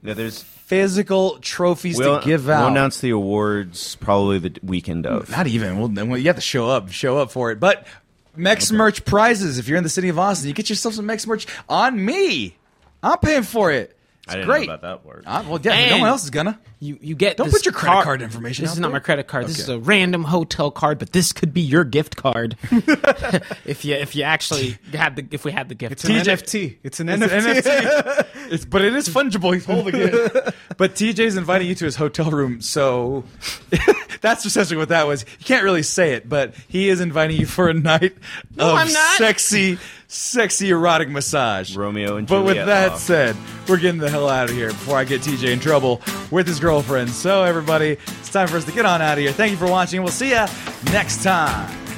S2: Yeah, there's
S1: Physical trophies
S2: we'll,
S1: to give
S2: we'll
S1: out.
S2: announce the awards probably the d- weekend of.
S1: Not even. Well, then, well, you have to show up. Show up for it. But Mex merch prizes. If you're in the city of Austin, you get yourself some Mex merch on me. I'm paying for it. It's
S2: I didn't
S1: great.
S2: know about that word.
S1: I- well, yeah, no
S4: And-
S1: one else is gonna.
S4: You you get
S1: Don't
S4: this
S1: put your credit card information
S4: This
S1: out
S4: is not
S1: there.
S4: my credit card. This
S1: Okay.
S4: is a random hotel card, but this could be your
S1: [LAUGHS]
S4: gift card [LAUGHS] if you if you actually had the if we had the gift.
S3: It's an
S4: card.
S3: NFT. It's an
S1: It's
S3: NFT.
S1: NFT. [LAUGHS] It's- but it is fungible. He's holding it. [LAUGHS] but TJ's inviting you to his hotel room, so [LAUGHS] that's essentially what that was. You can't really say it, but he is inviting you for a night of
S4: I'm not.
S1: sexy, sexy erotic massage.
S2: Romeo and
S1: But with
S2: Juliet
S1: that
S2: love.
S1: said, we're getting the hell out of here before I get TJ in trouble with his girlfriend. So everybody, it's time for us to get on out of here. Thank you for watching. We'll see ya next time.